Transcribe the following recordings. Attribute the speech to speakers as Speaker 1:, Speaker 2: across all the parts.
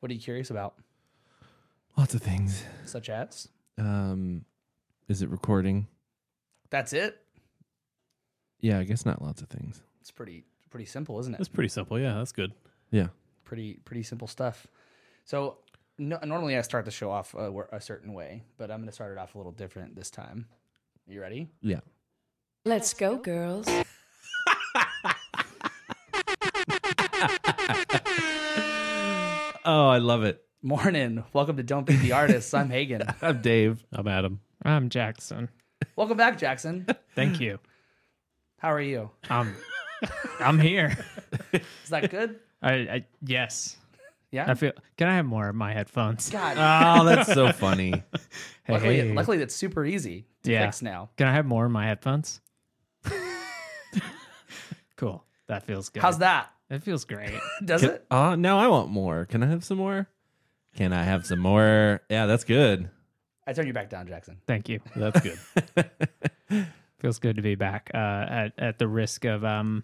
Speaker 1: What are you curious about?
Speaker 2: Lots of things.
Speaker 1: Such as?
Speaker 2: Um, is it recording?
Speaker 1: That's it.
Speaker 2: Yeah, I guess not lots of things.
Speaker 1: It's pretty pretty simple, isn't
Speaker 3: That's
Speaker 1: it?
Speaker 3: pretty simple. Yeah, that's good.
Speaker 2: Yeah.
Speaker 1: Pretty pretty simple stuff. So no, normally I start the show off a, a certain way, but I'm going to start it off a little different this time. You ready?
Speaker 2: Yeah.
Speaker 4: Let's go, girls.
Speaker 2: Oh, I love it.
Speaker 1: Morning. Welcome to Don't Be the Artist. I'm Hagen.
Speaker 2: I'm Dave.
Speaker 3: I'm Adam.
Speaker 5: I'm Jackson.
Speaker 1: Welcome back, Jackson.
Speaker 5: Thank you.
Speaker 1: How are you?
Speaker 5: Um, I'm here.
Speaker 1: Is that good?
Speaker 5: I, I yes.
Speaker 1: Yeah.
Speaker 5: I feel. Can I have more of my headphones?
Speaker 1: God.
Speaker 3: Uh,
Speaker 2: Oh, that's so funny.
Speaker 5: Hey,
Speaker 1: luckily,
Speaker 5: hey.
Speaker 1: luckily that's super easy to
Speaker 5: Yeah.
Speaker 1: fix now.
Speaker 5: Can I have more of my headphones? cool. That feels good.
Speaker 1: How's that?
Speaker 5: It feels great.
Speaker 1: Does
Speaker 2: Can,
Speaker 1: it?
Speaker 2: uh, now I want more. Can I have some more? Can I have some more? Yeah, that's good.
Speaker 1: I turn you back down, Jackson.
Speaker 5: Thank you.
Speaker 3: That's good.
Speaker 5: Feels good to be back. Uh, at at the risk of um,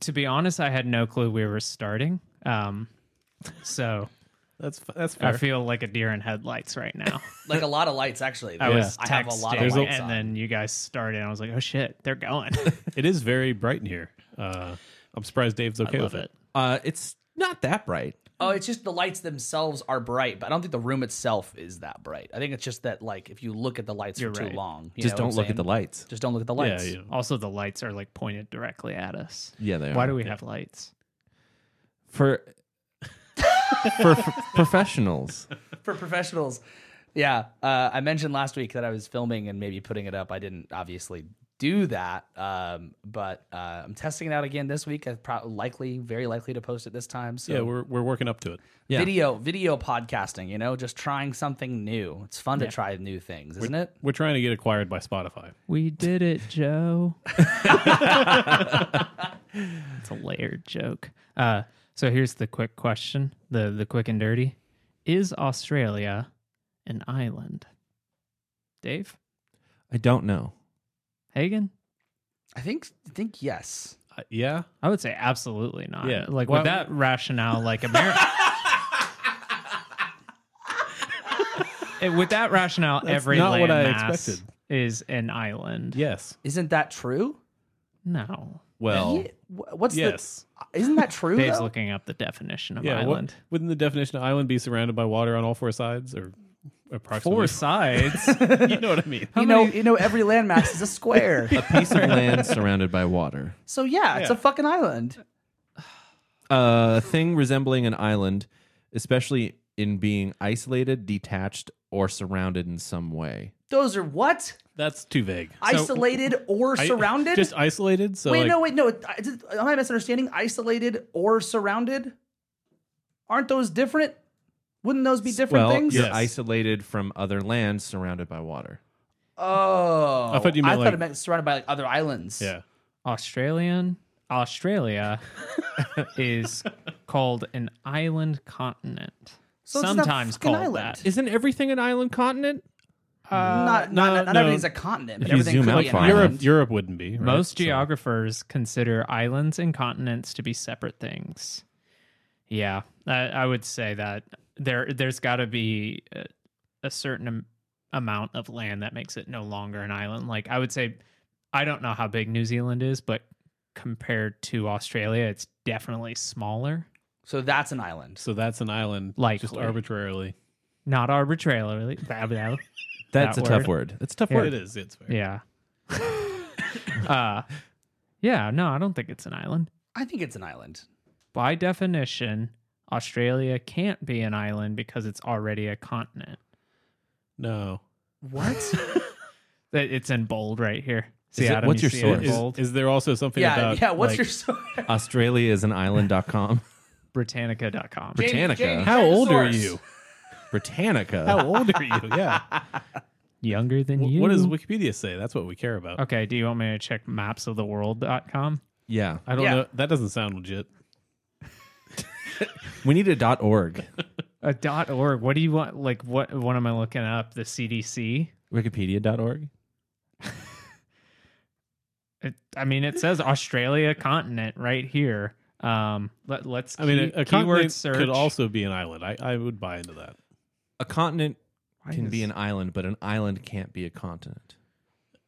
Speaker 5: to be honest, I had no clue we were starting. Um, so
Speaker 3: that's f- that's
Speaker 5: I
Speaker 3: fair.
Speaker 5: feel like a deer in headlights right now.
Speaker 1: Like a lot of lights, actually.
Speaker 5: I
Speaker 3: Yeah.
Speaker 5: was texting,
Speaker 1: I have a lot of
Speaker 3: There's a-
Speaker 1: lights
Speaker 5: and
Speaker 1: on.
Speaker 5: then you guys started. and I was like, oh shit, they're going.
Speaker 3: it is very bright in here. Uh, I'm surprised Dave's okay with it.
Speaker 2: Uh, it's not that bright.
Speaker 1: Oh, it's just the lights themselves are bright, but I don't think the room itself is that bright. I think it's just that like if you look at the lights
Speaker 5: You're
Speaker 1: for
Speaker 5: right.
Speaker 1: too long, you
Speaker 2: Just
Speaker 1: know what
Speaker 2: don't
Speaker 1: I'm
Speaker 2: look at the
Speaker 1: saying?
Speaker 2: lights.
Speaker 1: Just don't look at the lights.
Speaker 3: Yeah, you know.
Speaker 5: Also, the lights are like pointed directly at us.
Speaker 2: Yeah, they
Speaker 5: Why
Speaker 2: are.
Speaker 5: do we have lights?
Speaker 2: for for f- professionals?
Speaker 1: For professionals, yeah. Uh, I mentioned last week that I was filming and maybe putting it up. I didn't obviously do that, um, but uh, I'm testing it out again this week. I pro- likely, very likely to post it this time. So
Speaker 3: Yeah, we're we're working up to it.
Speaker 2: Yeah.
Speaker 1: video, video podcasting. You know, just trying something new. It's fun to try new things, isn't it?
Speaker 3: We're trying to get acquired by Spotify.
Speaker 5: We did it, Joe. it's a layered joke. Uh, so here's the quick question: the the quick and dirty. Is Australia an island? Dave
Speaker 2: I don't know.
Speaker 5: Hagen,
Speaker 1: I think. I think yes.
Speaker 3: Uh, yeah,
Speaker 5: I would say absolutely not.
Speaker 3: Yeah.
Speaker 5: Like
Speaker 3: Why-
Speaker 5: with that rationale, like America. Eh, With that rationale, every
Speaker 3: not
Speaker 5: landmass
Speaker 3: what I expected.
Speaker 5: is an island.
Speaker 3: yes,
Speaker 1: Isn't that true?
Speaker 5: No,
Speaker 2: Well,
Speaker 1: Yeah, wh- What's
Speaker 3: yes,
Speaker 1: the? Isn't that true?
Speaker 5: Dave's
Speaker 1: though?
Speaker 5: looking up the definition of
Speaker 3: yeah. what-
Speaker 5: island.
Speaker 3: wouldn't the definition of island be surrounded by water on all four sides or approximately?
Speaker 5: Four sides.
Speaker 3: you know what I mean?
Speaker 1: you know, you know, every landmass is a square.
Speaker 2: piece of land surrounded by water.
Speaker 1: so yeah, it's a
Speaker 3: Yeah.
Speaker 1: fucking island.
Speaker 2: a thing resembling an island, especially in being isolated, detached, or surrounded in some way.
Speaker 1: Those are what
Speaker 3: That's too vague.
Speaker 1: isolated or
Speaker 3: I-
Speaker 1: surrounded.
Speaker 3: just isolated. So
Speaker 1: wait,
Speaker 3: like,
Speaker 1: no, wait, no. I- I- Am I misunderstanding? Isolated or surrounded? Aren't those different? Wouldn't those be different
Speaker 2: well,
Speaker 1: things?
Speaker 2: you're
Speaker 3: Yes.
Speaker 2: isolated from other land, surrounded by water.
Speaker 1: Oh,
Speaker 3: I thought you meant like-
Speaker 1: it meant surrounded by like other islands.
Speaker 3: yeah,
Speaker 5: Australian Australia is called an island continent.
Speaker 1: So it's not
Speaker 5: Sometimes
Speaker 1: fucking
Speaker 5: called
Speaker 1: island. Uh,
Speaker 5: that.
Speaker 2: Isn't everything an island continent?
Speaker 1: not not,
Speaker 3: no,
Speaker 1: not
Speaker 3: no.
Speaker 1: everything's a continent. But
Speaker 2: If you
Speaker 1: everything
Speaker 2: zoom
Speaker 1: could
Speaker 2: out
Speaker 1: be an
Speaker 2: far enough.
Speaker 1: island.
Speaker 3: Europe Europe wouldn't be right?
Speaker 5: Most
Speaker 3: So-
Speaker 5: geographers consider islands and continents to be separate things. Yeah, I, I would say that there there's got to be a, a certain am- amount of land that makes it no longer an island. Like I would say, I don't know how big New Zealand is, but compared to Australia, it's definitely smaller.
Speaker 1: So that's an island.
Speaker 3: So that's an island, like just
Speaker 5: Likely.
Speaker 3: arbitrarily.
Speaker 5: Not arbitrarily. blah, blah.
Speaker 2: That's
Speaker 5: That
Speaker 2: a tough word. That's a tough
Speaker 3: It
Speaker 2: word.
Speaker 3: is. It's fair.
Speaker 5: Yeah. uh, yeah, no, I don't think it's an island.
Speaker 1: I think it's an island.
Speaker 5: By definition, Australia can't be an island because it's already a continent.
Speaker 3: No.
Speaker 1: What?
Speaker 5: It- It's in bold right here. See,
Speaker 2: Is it-
Speaker 5: Adam,
Speaker 2: what's
Speaker 5: you
Speaker 2: your
Speaker 5: see it in
Speaker 2: source?
Speaker 3: Is,
Speaker 5: bold?
Speaker 3: is there also something
Speaker 1: yeah,
Speaker 3: about
Speaker 1: yeah. What's
Speaker 3: like,
Speaker 1: your story?
Speaker 2: Australia is an island.com. Jane-
Speaker 5: Britannica.com.
Speaker 2: Britannica.
Speaker 3: How
Speaker 1: James
Speaker 3: old are
Speaker 1: Source.
Speaker 3: you?
Speaker 2: Britannica.
Speaker 3: How old are you? Yeah.
Speaker 5: Younger than
Speaker 3: Wh-
Speaker 5: you.
Speaker 3: What does Wikipedia say? That's what we care about.
Speaker 5: Okay, do you want me to check mapsoftheworld.com?
Speaker 2: Yeah.
Speaker 3: I don't
Speaker 1: Yeah.
Speaker 3: know. That doesn't sound legit.
Speaker 2: We need a dot org.
Speaker 5: A dot org. What do you want? Like, what? What am I looking up? The CDC.
Speaker 2: Wikipedia.org.
Speaker 5: It, I mean, it says Australia continent right here. Um, let, let's.
Speaker 3: I mean,
Speaker 5: key,
Speaker 3: a, a
Speaker 5: keyword
Speaker 3: continent
Speaker 5: search
Speaker 3: could also be an island. I, I would buy into that.
Speaker 2: A continent
Speaker 5: Why
Speaker 2: can
Speaker 5: is-
Speaker 2: be an island, but an island can't be a continent.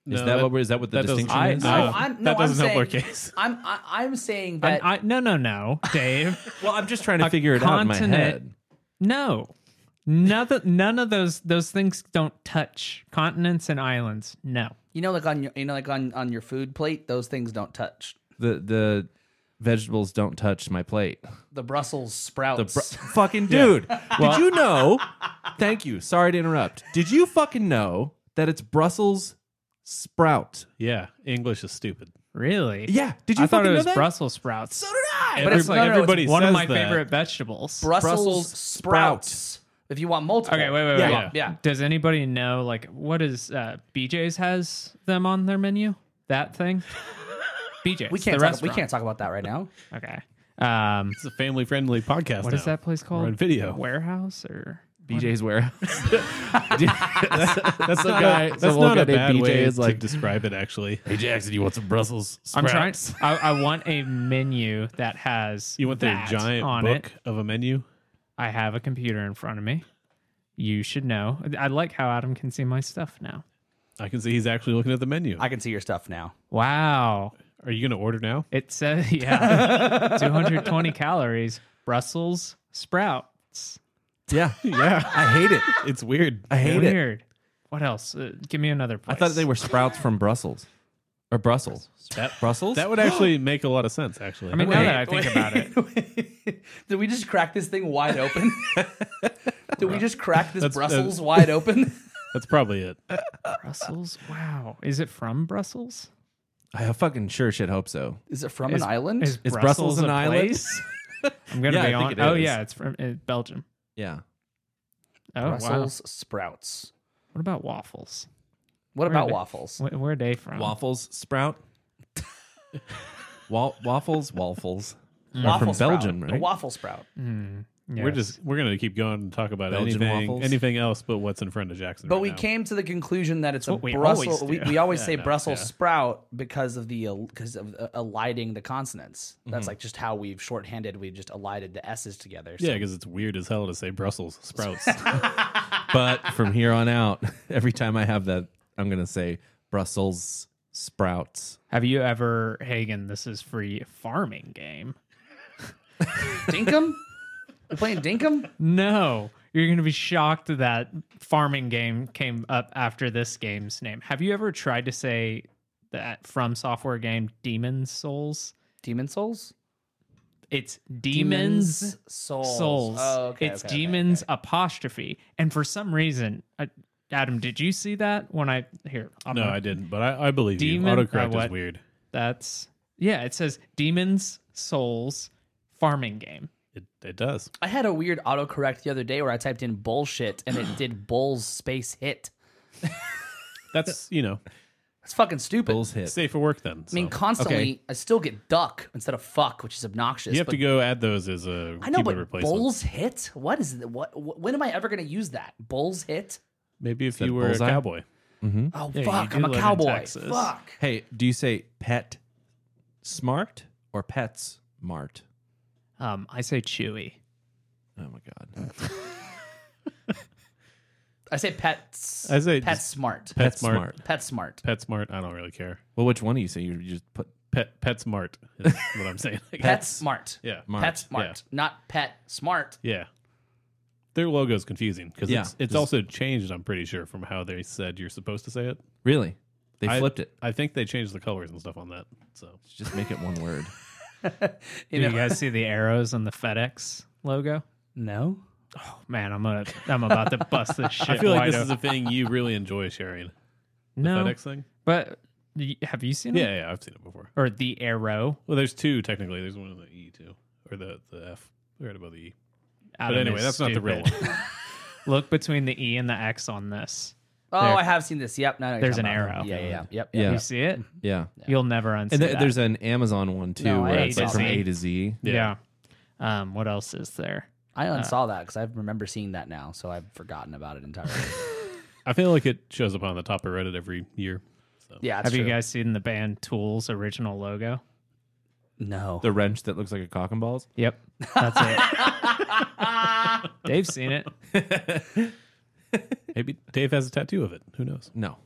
Speaker 2: Is
Speaker 3: No,
Speaker 2: that, what we're, is that what the
Speaker 3: that doesn't-
Speaker 2: distinction
Speaker 1: I,
Speaker 2: is?
Speaker 1: no,
Speaker 3: No,
Speaker 1: I'm, no,
Speaker 3: that doesn't
Speaker 1: I'm
Speaker 3: help our
Speaker 1: saying-
Speaker 3: case.
Speaker 1: I'm I, I'm saying
Speaker 5: an
Speaker 1: that
Speaker 5: I, no, no, no, Dave.
Speaker 2: well, I'm just trying to
Speaker 5: a
Speaker 2: figure it out in my
Speaker 5: continent-
Speaker 2: head.
Speaker 5: no, none of, none of those those things don't touch continents and islands. No,
Speaker 1: you know, like on your you know, like on on your food plate, those things don't touch.
Speaker 2: The the vegetables don't touch my plate.
Speaker 1: The Brussels
Speaker 2: The
Speaker 1: sprouts.
Speaker 2: br- fucking dude. Did you know? Thank you. Sorry to interrupt. Did you fucking know that it's Brussels sprout?
Speaker 3: Yeah, English is stupid.
Speaker 5: really.
Speaker 2: Yeah. Did you
Speaker 5: I thought
Speaker 2: fucking
Speaker 5: it
Speaker 2: know
Speaker 5: was
Speaker 2: that?
Speaker 5: Brussels sprouts.
Speaker 2: So did I.
Speaker 1: But it's-
Speaker 3: Every-
Speaker 1: no, no, it's
Speaker 3: everybody
Speaker 5: One of
Speaker 3: says
Speaker 5: my
Speaker 3: that.
Speaker 5: favorite vegetables.
Speaker 1: Brussels,
Speaker 2: Brussels
Speaker 1: sprouts.
Speaker 2: sprouts.
Speaker 1: If you want multiple.
Speaker 5: Okay, wait, wait, wait.
Speaker 2: Yeah.
Speaker 5: wait.
Speaker 1: Yeah.
Speaker 5: Does anybody know like what is uh, BJ's has them on their menu? That thing. BJ's.
Speaker 1: We can't
Speaker 5: The
Speaker 1: talk, we
Speaker 5: restaurant.
Speaker 1: can't talk about that right now.
Speaker 5: Okay. Um,
Speaker 3: It's a family friendly podcast.
Speaker 5: what is that place called?
Speaker 3: on video.
Speaker 5: Warehouse or
Speaker 2: BJ's warehouse.
Speaker 3: That's
Speaker 2: Some
Speaker 3: not
Speaker 2: guy-
Speaker 3: a,
Speaker 2: some
Speaker 3: that's
Speaker 2: old
Speaker 3: not
Speaker 2: guy
Speaker 3: a
Speaker 2: named
Speaker 3: bad
Speaker 2: BJ
Speaker 3: way
Speaker 2: is
Speaker 3: to
Speaker 2: like-
Speaker 3: describe it. Actually,
Speaker 2: hey Jackson, you want some Brussels?
Speaker 5: I'm trying. I, I want a menu that has
Speaker 3: you want their
Speaker 5: that
Speaker 3: giant
Speaker 5: on
Speaker 3: book
Speaker 5: it.
Speaker 3: of a menu?
Speaker 5: I have a computer in front of me. You should know. I like how Adam can see my stuff now.
Speaker 3: I can see he's actually looking at the menu.
Speaker 1: I can see your stuff now.
Speaker 5: Wow.
Speaker 3: Are you going to order now?
Speaker 5: It says yeah, 220 calories. Brussels sprouts.
Speaker 2: Yeah, yeah. I hate it.
Speaker 3: It's weird.
Speaker 2: I hate it.
Speaker 5: Weird. What else? Uh, give me another
Speaker 2: I
Speaker 5: place.
Speaker 2: thought they were sprouts from Brussels, or Brussels. Brussels.
Speaker 3: That would actually make a lot of sense. Actually,
Speaker 5: I mean, now that I think about it,
Speaker 1: Did we just crack this thing wide open? Did we just crack this
Speaker 3: That's-
Speaker 1: Brussels
Speaker 3: that's-
Speaker 1: wide open?
Speaker 3: that's probably it.
Speaker 5: uh, Brussels. Wow. Is it from Brussels?
Speaker 2: I fucking sure should hope so.
Speaker 1: Is it from an island?
Speaker 5: Is
Speaker 2: Is Brussels
Speaker 5: Brussels,
Speaker 2: an
Speaker 5: a
Speaker 2: island?
Speaker 5: place? I'm
Speaker 2: Yeah,
Speaker 5: gonna be
Speaker 2: I think
Speaker 5: on.
Speaker 2: it
Speaker 5: Oh
Speaker 2: is.
Speaker 5: yeah, it's from uh, Belgium.
Speaker 2: Yeah.
Speaker 5: Oh wow.
Speaker 1: Brussels sprouts.
Speaker 5: What about waffles?
Speaker 1: What
Speaker 5: Where
Speaker 1: about
Speaker 5: they-
Speaker 1: waffles?
Speaker 5: Where, where are they from?
Speaker 2: Waffles sprout. Wa- waffles, waffles. Are
Speaker 1: waffle
Speaker 2: from
Speaker 1: sprout.
Speaker 2: Belgium,
Speaker 1: A
Speaker 2: right?
Speaker 1: waffle sprout.
Speaker 5: Yes.
Speaker 3: We're just we're going to keep going and talk about
Speaker 2: Belgian
Speaker 3: anything
Speaker 2: waffles?
Speaker 3: anything else but what's in front of Jackson.
Speaker 1: But
Speaker 3: right
Speaker 1: we
Speaker 3: now.
Speaker 1: came to the conclusion that it's a
Speaker 5: what we
Speaker 1: Brussels.
Speaker 5: always
Speaker 1: we,
Speaker 5: do.
Speaker 1: we always say
Speaker 3: no,
Speaker 1: Brussels
Speaker 3: yeah.
Speaker 1: sprout because of the because of uh, eliding the consonants. That's like just how we've shorthanded. We've just elided the s's together. So
Speaker 3: Yeah, because it's weird as hell to say Brussels sprouts.
Speaker 2: But from here on out, every time I have that, I'm gonna say Brussels sprouts.
Speaker 5: Have you ever, Hagen? This is free farming game.
Speaker 1: Dinkum. We're playing Dinkum.
Speaker 5: No, you're gonna be shocked that farming game came up after this game's name. Have you ever tried to say that from software game Demon Souls?
Speaker 1: Demon Souls.
Speaker 5: It's demons.
Speaker 1: Souls.
Speaker 5: souls.
Speaker 1: Oh, okay,
Speaker 5: it's
Speaker 1: okay, okay,
Speaker 5: demons
Speaker 1: okay.
Speaker 5: apostrophe. And for some reason, I, Adam, did you see that when I here? I'm
Speaker 3: no,
Speaker 5: gonna-
Speaker 3: I didn't. But I, I believe
Speaker 5: Demon-
Speaker 3: you.
Speaker 5: uh,
Speaker 3: Autocorrect
Speaker 5: what?
Speaker 3: is weird.
Speaker 5: That's yeah. It says demons souls farming game.
Speaker 3: It, it does.
Speaker 1: I had a weird autocorrect the other day where I typed in bullshit and it did bulls space hit.
Speaker 3: That's you know
Speaker 1: That's fucking stupid.
Speaker 2: Bulls hit.
Speaker 3: safe for work then.
Speaker 1: I mean,
Speaker 3: so.
Speaker 1: constantly,
Speaker 2: Okay.
Speaker 1: I still get duck instead of fuck, which is obnoxious.
Speaker 3: you have
Speaker 1: but
Speaker 3: to go add those as a
Speaker 1: I know,
Speaker 3: keyboard
Speaker 1: but
Speaker 3: replacement.
Speaker 1: bulls hit. What is it? What? wh- When am I ever going to use that? Bulls hit.
Speaker 3: Maybe if
Speaker 2: Said
Speaker 3: you were
Speaker 2: bullseye?
Speaker 3: a cowboy.
Speaker 1: Oh
Speaker 5: Hmm? Yeah, you
Speaker 1: fuck!
Speaker 5: do
Speaker 1: I'm
Speaker 5: live
Speaker 1: a
Speaker 5: in
Speaker 1: cowboy.
Speaker 5: Texas.
Speaker 1: Fuck.
Speaker 2: Hey, do you say pet smart or pets mart?
Speaker 5: Um, I say chewy.
Speaker 2: Oh my god.
Speaker 1: I say pets.
Speaker 3: I say
Speaker 1: pet
Speaker 3: just
Speaker 1: smart.
Speaker 3: Pet
Speaker 2: PetSmart.
Speaker 3: smart.
Speaker 1: Pet smart.
Speaker 3: Pet smart. I don't really care.
Speaker 2: Well, which one do you say? You you just put
Speaker 3: Pet pet smart is what I'm saying. I guess.
Speaker 1: Pet smart.
Speaker 3: Yeah.
Speaker 2: Mart.
Speaker 1: Pet smart. Not pet smart.
Speaker 3: Yeah. Their logo's confusing because
Speaker 2: Yeah,
Speaker 3: it's, it's
Speaker 2: just-
Speaker 3: also changed, I'm pretty sure, from how they said you're supposed to say it.
Speaker 2: really. They
Speaker 3: I-
Speaker 2: flipped it.
Speaker 3: I think they changed the colors and stuff on that. So
Speaker 2: Just make it one word.
Speaker 5: Do you guys see the arrows on the FedEx logo?
Speaker 1: No.
Speaker 5: Man, I'm gonna, I'm about to bust this shit.
Speaker 3: I feel like
Speaker 5: wide
Speaker 3: this is
Speaker 5: open.
Speaker 3: a thing you really enjoy sharing.
Speaker 5: no, Hmm.
Speaker 3: FedEx thing?
Speaker 5: but y- have you seen it?
Speaker 3: Yeah, yeah, I've seen it before.
Speaker 5: Or the arrow?
Speaker 3: Well, there's two technically. There's one on the E too, or the the F right above the E. But
Speaker 5: Adam
Speaker 3: anyway,
Speaker 5: is
Speaker 3: that's not the real
Speaker 5: stupid.
Speaker 3: one.
Speaker 5: Look between the E and the X on this.
Speaker 1: Oh,
Speaker 5: There.
Speaker 1: I have seen this. Yep. No, no, you're
Speaker 5: There's
Speaker 1: talking
Speaker 5: an
Speaker 1: about-
Speaker 5: arrow.
Speaker 1: Yeah, yeah, yeah. Yep.
Speaker 2: Yeah.
Speaker 5: You see it?
Speaker 2: Yeah.
Speaker 5: You'll never unsee
Speaker 2: And
Speaker 5: that.
Speaker 2: th- there's an Amazon one too,
Speaker 1: No, I
Speaker 2: where
Speaker 1: hate
Speaker 2: it's like
Speaker 1: that.
Speaker 2: from
Speaker 1: Z.
Speaker 2: A to Z.
Speaker 5: yeah. Um, what else is there?
Speaker 1: I unsaw that because I remember seeing that now, so I've forgotten about it entirely.
Speaker 3: I feel like it shows up on the top of Reddit every year.
Speaker 1: yeah. It's
Speaker 5: Have you
Speaker 1: true.
Speaker 5: guys seen the band Tool's original logo?
Speaker 1: No.
Speaker 2: The wrench that looks like a cock and balls.
Speaker 5: Yep. That's it. Dave's seen it.
Speaker 3: Maybe Dave has a tattoo of it. Who knows?
Speaker 2: No.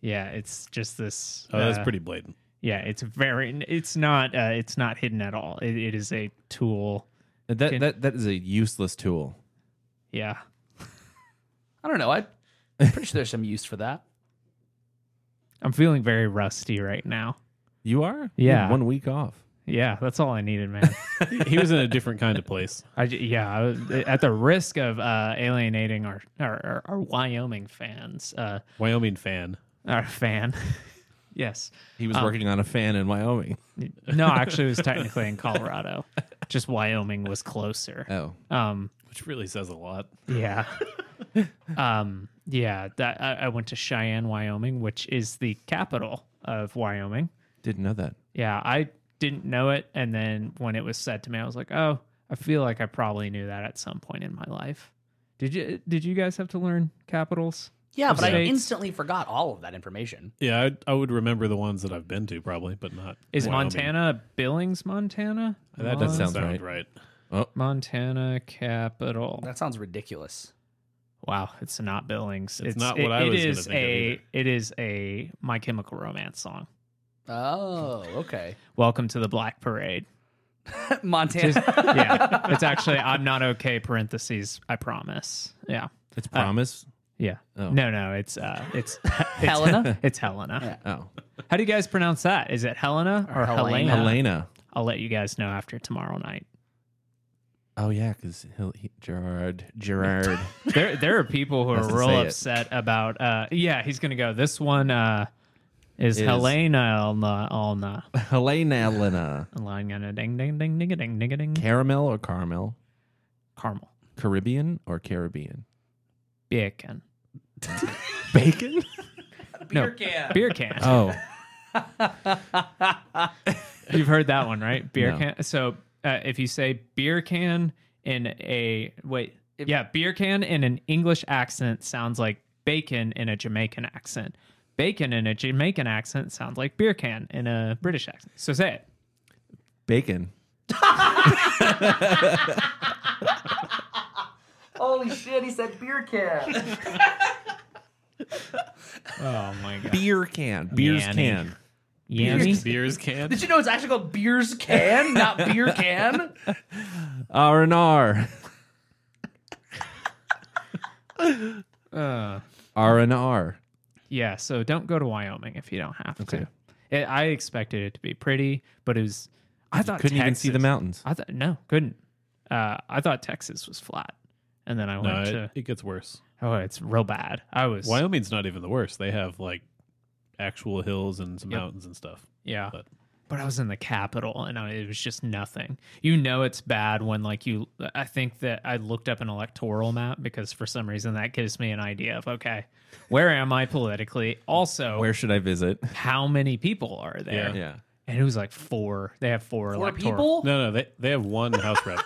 Speaker 5: Yeah, it's just this.
Speaker 3: Oh, that's
Speaker 5: uh,
Speaker 3: pretty blatant.
Speaker 5: Yeah, it's very. It's not. Uh, it's not hidden at all. It, it is a tool.
Speaker 2: That that that is a useless tool.
Speaker 5: Yeah.
Speaker 1: I don't know. I, I'm pretty sure there's some use for that.
Speaker 5: I'm feeling very rusty right now.
Speaker 2: You are?
Speaker 5: Yeah.
Speaker 2: You're One week off.
Speaker 5: Yeah, that's all I needed, man.
Speaker 3: He was in a different kind of place.
Speaker 5: I j- yeah, I was- at the risk of uh, alienating our our, our, our Wyoming fans, uh,
Speaker 3: Wyoming fan.
Speaker 5: our fan. yes.
Speaker 2: He was working on a fan in Wyoming.
Speaker 5: No, actually, it was technically in Colorado. Just Wyoming was closer.
Speaker 2: Oh.
Speaker 5: Um,
Speaker 3: Which really says a lot.
Speaker 5: yeah. um, yeah. That I, I went to Cheyenne, Wyoming, which is the capital of Wyoming.
Speaker 2: Didn't know that.
Speaker 5: Yeah, I didn't know it, and then when it was said to me, I was like, "Oh, I feel like I probably knew that at some point in my life." Did you Did you guys have to learn capitals?
Speaker 1: Yeah, but I
Speaker 5: States.
Speaker 1: instantly forgot all of that information.
Speaker 3: Yeah, I, I would remember the ones that I've been to probably, but not.
Speaker 5: Is
Speaker 3: Wyoming.
Speaker 5: Montana Billings, Montana?
Speaker 3: That
Speaker 5: Mon-
Speaker 3: doesn't
Speaker 2: sounds
Speaker 3: sound
Speaker 2: right.
Speaker 3: right.
Speaker 5: Montana capital.
Speaker 1: That sounds ridiculous.
Speaker 5: Wow, it's not Billings.
Speaker 3: It's not what I
Speaker 5: it
Speaker 3: was gonna
Speaker 5: is
Speaker 3: think of
Speaker 5: a
Speaker 3: either.
Speaker 5: it is a My Chemical Romance song.
Speaker 1: Oh, okay.
Speaker 5: Welcome to the Black Parade.
Speaker 1: Montana.
Speaker 5: Yeah, it's actually I'm not okay. Parentheses, I promise. Yeah,
Speaker 2: It's promise.
Speaker 5: yeah.
Speaker 2: Oh.
Speaker 5: No, no, it's uh, it's, it's
Speaker 1: Helena?
Speaker 5: It's Helena.
Speaker 2: oh.
Speaker 5: How do you guys pronounce that? Is it Helena or, Helena?
Speaker 1: Helena.
Speaker 2: Helena.
Speaker 5: I'll let you guys know after tomorrow night.
Speaker 2: Oh yeah, because he'll he, Gerard. Gerard.
Speaker 5: There, there are people who
Speaker 2: Has
Speaker 5: are
Speaker 2: to
Speaker 5: real
Speaker 2: say it.
Speaker 5: upset about. Uh, yeah, he's gonna go. This one uh, is,
Speaker 2: Is-
Speaker 5: Helena Elna Elna.
Speaker 2: Helena Helena.
Speaker 5: Line gonna ding ding ding ding ding ding ding.
Speaker 2: Caramel or caramel?
Speaker 5: Caramel
Speaker 2: Caribbean or Caribbean?
Speaker 5: bacon
Speaker 2: Bacon?
Speaker 5: No.
Speaker 1: can.
Speaker 5: beer can.
Speaker 2: oh.
Speaker 5: You've heard that one, right? Beer
Speaker 2: No.
Speaker 5: can. So uh, if you say beer can in a wait, yeah, beer can in an English accent sounds like bacon in a Jamaican accent. Bacon in a Jamaican accent sounds like beer can in a British accent. So say it.
Speaker 2: Bacon.
Speaker 1: Holy shit, he said beer can.
Speaker 5: Oh my god.
Speaker 2: Beer can. Beers
Speaker 5: Yanny.
Speaker 2: can.
Speaker 5: Yummy.
Speaker 3: Beers can.
Speaker 1: Did you know it's actually called beer's can, not beer can?
Speaker 2: R and R.
Speaker 5: Uh,
Speaker 2: R and R.
Speaker 5: yeah. So don't go to Wyoming if you don't have
Speaker 2: Okay.
Speaker 5: to. It, I expected it to be pretty, but it was. I thought
Speaker 2: Couldn't even see the
Speaker 5: Texas-
Speaker 2: mountains.
Speaker 5: I thought no, couldn't. Uh, I thought Texas was flat, and then I went
Speaker 3: No,
Speaker 5: to
Speaker 3: it, it gets worse.
Speaker 5: Oh, it's real bad. I was.
Speaker 3: Wyoming's not even the worst. They have like actual hills and some
Speaker 5: Yep.
Speaker 3: mountains and stuff.
Speaker 5: Yeah. But,
Speaker 3: But-
Speaker 5: I was in the capital and I, it was just nothing. You know, it's bad when, like, you. I think that I looked up an electoral map because for some reason that gives me an idea of, okay, where am I politically? Also,
Speaker 2: Where should I visit?
Speaker 5: how many people are there?
Speaker 3: Yeah.
Speaker 2: Yeah.
Speaker 5: And it was like four. They have four,
Speaker 1: Four
Speaker 5: electoral.
Speaker 1: people?
Speaker 3: No, no, they they have one house rep.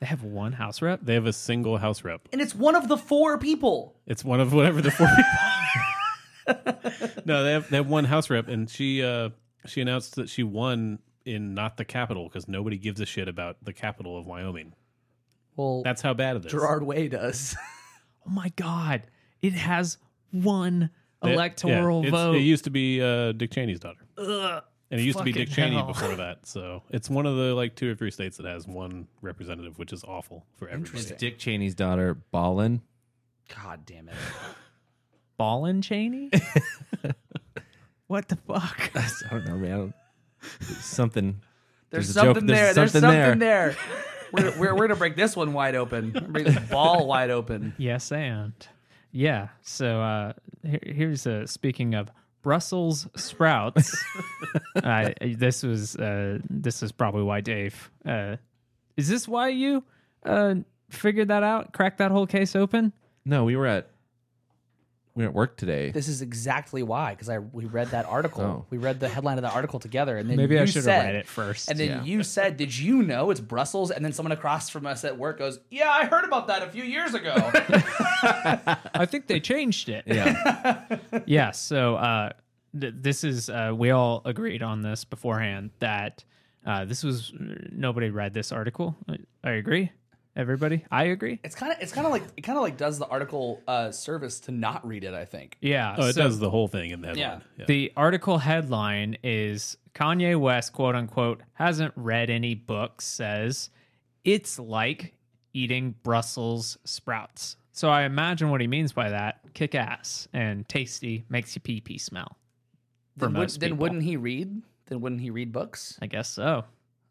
Speaker 5: They have one house rep.
Speaker 3: They have a single house rep.
Speaker 1: And it's one of the four people.
Speaker 3: It's one of whatever the four people. no, they have they have one house rep, and she uh she announced that she won in not the capital because nobody gives a shit about the capital of Wyoming.
Speaker 1: Well,
Speaker 3: That's how bad it is.
Speaker 1: Gerard Way does.
Speaker 5: Oh my God. It has one
Speaker 3: It-
Speaker 5: electoral
Speaker 3: yeah, it's-
Speaker 5: vote.
Speaker 3: It used to be uh, Dick Cheney's daughter. and it used to be
Speaker 5: fucking
Speaker 3: Dick Cheney
Speaker 5: hell.
Speaker 3: before that. So it's one of the like two or three states that has one representative, which is awful for everybody.
Speaker 1: Interesting.
Speaker 2: Dick Cheney's daughter, Ballin.
Speaker 1: God damn it.
Speaker 5: Ballin Cheney? what the fuck?
Speaker 2: I don't know, man. I don't- Something.
Speaker 1: There's,
Speaker 2: There's a joke-
Speaker 1: something there. There's something, there. we're, we're, we're to break this one wide open. Break this ball wide open.
Speaker 5: Yes, and yeah. So uh, here, here's a speaking of Brussels sprouts. uh, this was uh, this is probably why Dave. Uh, is this why you uh, figured that out? Cracked that whole case open?
Speaker 2: No, we were at we were at work today.
Speaker 1: This is exactly why, because I we read that article.
Speaker 2: Oh.
Speaker 1: We read the headline of the article together, and then
Speaker 5: Maybe I
Speaker 1: you
Speaker 5: should have
Speaker 1: said-
Speaker 5: read it first.
Speaker 1: And then you said, "Did you know it's Brussels?" And then someone across from us at work goes, "Yeah, I heard about that a few years ago."
Speaker 5: I think they changed it.
Speaker 2: Yeah.
Speaker 5: yeah so uh th- this is uh we all agreed on this beforehand that Uh, this was nobody read this article. I, I agree. Everybody, I agree.
Speaker 1: It's kind of it's kind of like it kind of like does the article uh, service to not read it. I think.
Speaker 5: Yeah.
Speaker 3: Oh, it
Speaker 5: so-
Speaker 3: does the whole thing in the headline. Yeah.
Speaker 5: The article headline is Kanye West, quote unquote, hasn't read any books, says it's like eating Brussels sprouts. So I imagine what he means by that kick ass and tasty, makes you pee pee smell. For
Speaker 1: Then, would,
Speaker 5: most
Speaker 1: then
Speaker 5: people.
Speaker 1: wouldn't he read? Then wouldn't he read books?
Speaker 5: I guess so.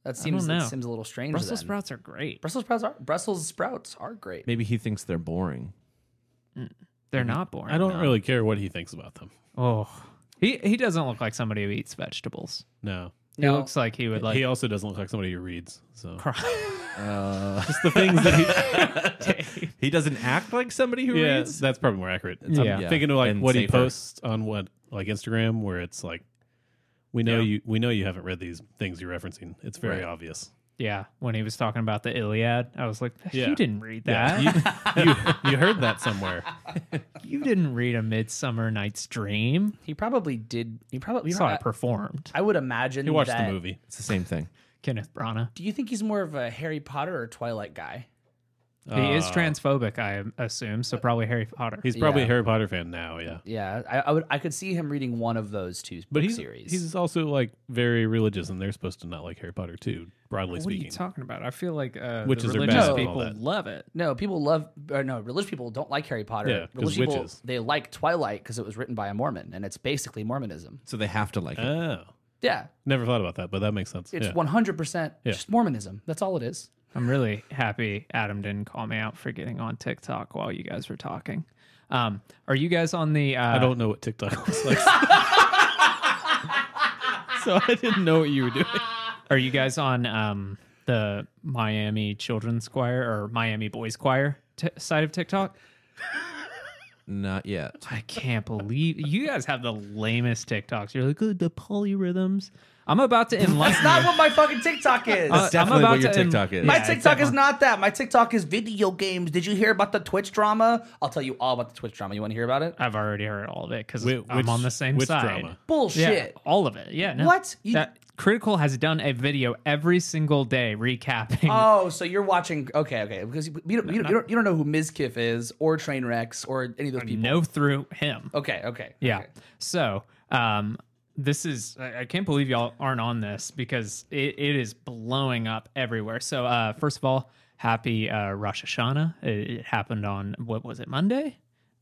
Speaker 1: That seems
Speaker 5: know.
Speaker 1: that seems a little strange.
Speaker 5: Brussels
Speaker 1: then.
Speaker 5: sprouts are great.
Speaker 1: Brussels sprouts are Brussels sprouts are great.
Speaker 2: Maybe he thinks they're boring.
Speaker 5: They're not boring.
Speaker 3: I don't
Speaker 5: though.
Speaker 3: really care what he thinks about them.
Speaker 5: Oh, he he doesn't look like somebody who eats vegetables.
Speaker 3: No.
Speaker 5: He looks like he would like
Speaker 3: he also doesn't look like somebody who reads. So
Speaker 2: Uh,
Speaker 3: just the things that he
Speaker 2: he doesn't act like somebody who
Speaker 3: yeah,
Speaker 2: reads.
Speaker 3: that's probably more accurate. It's-
Speaker 5: Yeah.
Speaker 3: I'm thinking of like
Speaker 2: And
Speaker 3: what he
Speaker 2: safer.
Speaker 3: posts on what like Instagram, where it's like, we know you, we know you haven't read these things you're referencing. It's very
Speaker 2: Right.
Speaker 3: obvious.
Speaker 5: yeah. When he was talking about the Iliad, I was like,
Speaker 3: Yeah.
Speaker 5: you didn't read that.
Speaker 3: Yeah, you, you, you heard that somewhere.
Speaker 5: You didn't read A Midsummer Night's Dream.
Speaker 1: He probably did. He probably.
Speaker 5: You saw
Speaker 1: I,
Speaker 5: it performed.
Speaker 1: I would imagine.
Speaker 3: You watched
Speaker 1: that,
Speaker 3: the movie.
Speaker 2: It's the same thing.
Speaker 5: Kenneth Branagh.
Speaker 1: Do you think he's more of a Harry Potter or Twilight guy?
Speaker 5: he is
Speaker 3: Uh,
Speaker 5: transphobic, I assume, so probably Harry Potter.
Speaker 3: He's probably
Speaker 1: Yeah.
Speaker 3: a Harry Potter fan now. Yeah,
Speaker 1: Yeah, I, I would. I could see him reading one of those two
Speaker 3: but
Speaker 1: book
Speaker 3: he's
Speaker 1: series.
Speaker 3: he's also like very religious, and they're supposed to not like Harry Potter too, broadly
Speaker 5: what are
Speaker 3: speaking.
Speaker 5: you talking about? I feel like uh,
Speaker 3: Which
Speaker 5: the
Speaker 3: is their
Speaker 5: religious
Speaker 1: bad with all
Speaker 5: people
Speaker 3: that.
Speaker 5: love it.
Speaker 1: no, people love. Or no, religious people don't like Harry Potter.
Speaker 3: Yeah,
Speaker 1: religious
Speaker 3: 'cause
Speaker 1: people
Speaker 3: witches.
Speaker 1: they like Twilight because it was written by a Mormon and it's basically Mormonism.
Speaker 2: So they have to like it.
Speaker 3: oh,
Speaker 1: Yeah,
Speaker 3: never thought about that, but that makes sense.
Speaker 1: it's
Speaker 3: yeah.
Speaker 1: one hundred percent
Speaker 3: Yeah.
Speaker 1: just Mormonism. That's all it is.
Speaker 5: I'm really happy Adam didn't call me out for getting on TikTok while you guys were talking. Um, are you guys on the? Uh,
Speaker 3: I don't know what TikTok looks like.
Speaker 2: So I didn't know what you were doing.
Speaker 5: Are you guys on um, the Miami Children's Choir or Miami Boys Choir t- side of TikTok?
Speaker 2: Not yet.
Speaker 5: I can't believe you guys have the lamest TikToks. You're like, "Oh, the polyrhythms. I'm about to enlighten
Speaker 1: Not
Speaker 5: you.
Speaker 1: what my fucking TikTok is.
Speaker 5: Uh, I'm
Speaker 2: definitely what
Speaker 5: about
Speaker 2: your
Speaker 5: to en-
Speaker 2: TikTok is.
Speaker 5: Yeah,
Speaker 1: My
Speaker 5: it's
Speaker 1: TikTok is
Speaker 5: definitely-
Speaker 1: not that. My TikTok is video games. Did you hear about the Twitch drama? I'll tell you all about the Twitch drama. You want to hear about it?
Speaker 5: I've already heard all of it because
Speaker 3: Whi- which-
Speaker 5: I'm on the same
Speaker 3: which
Speaker 5: side.
Speaker 3: drama?
Speaker 5: Yeah,
Speaker 1: Bullshit.
Speaker 5: all of it. Yeah. No,
Speaker 1: What? You-
Speaker 5: That Critical has done a video every single day recapping.
Speaker 1: Oh, so you're watching? Okay, okay. Because you, you, don't, you, don't, you don't you don't know who Mizkiff is or Trainwrecks or any of those people.
Speaker 5: no, through him.
Speaker 1: Okay, okay.
Speaker 5: Yeah.
Speaker 1: okay.
Speaker 5: So, um, this is I, I can't believe y'all aren't on this because it, it is blowing up everywhere. So, uh, first of all, happy uh, Rosh Hashanah. It, it happened on what was it Monday?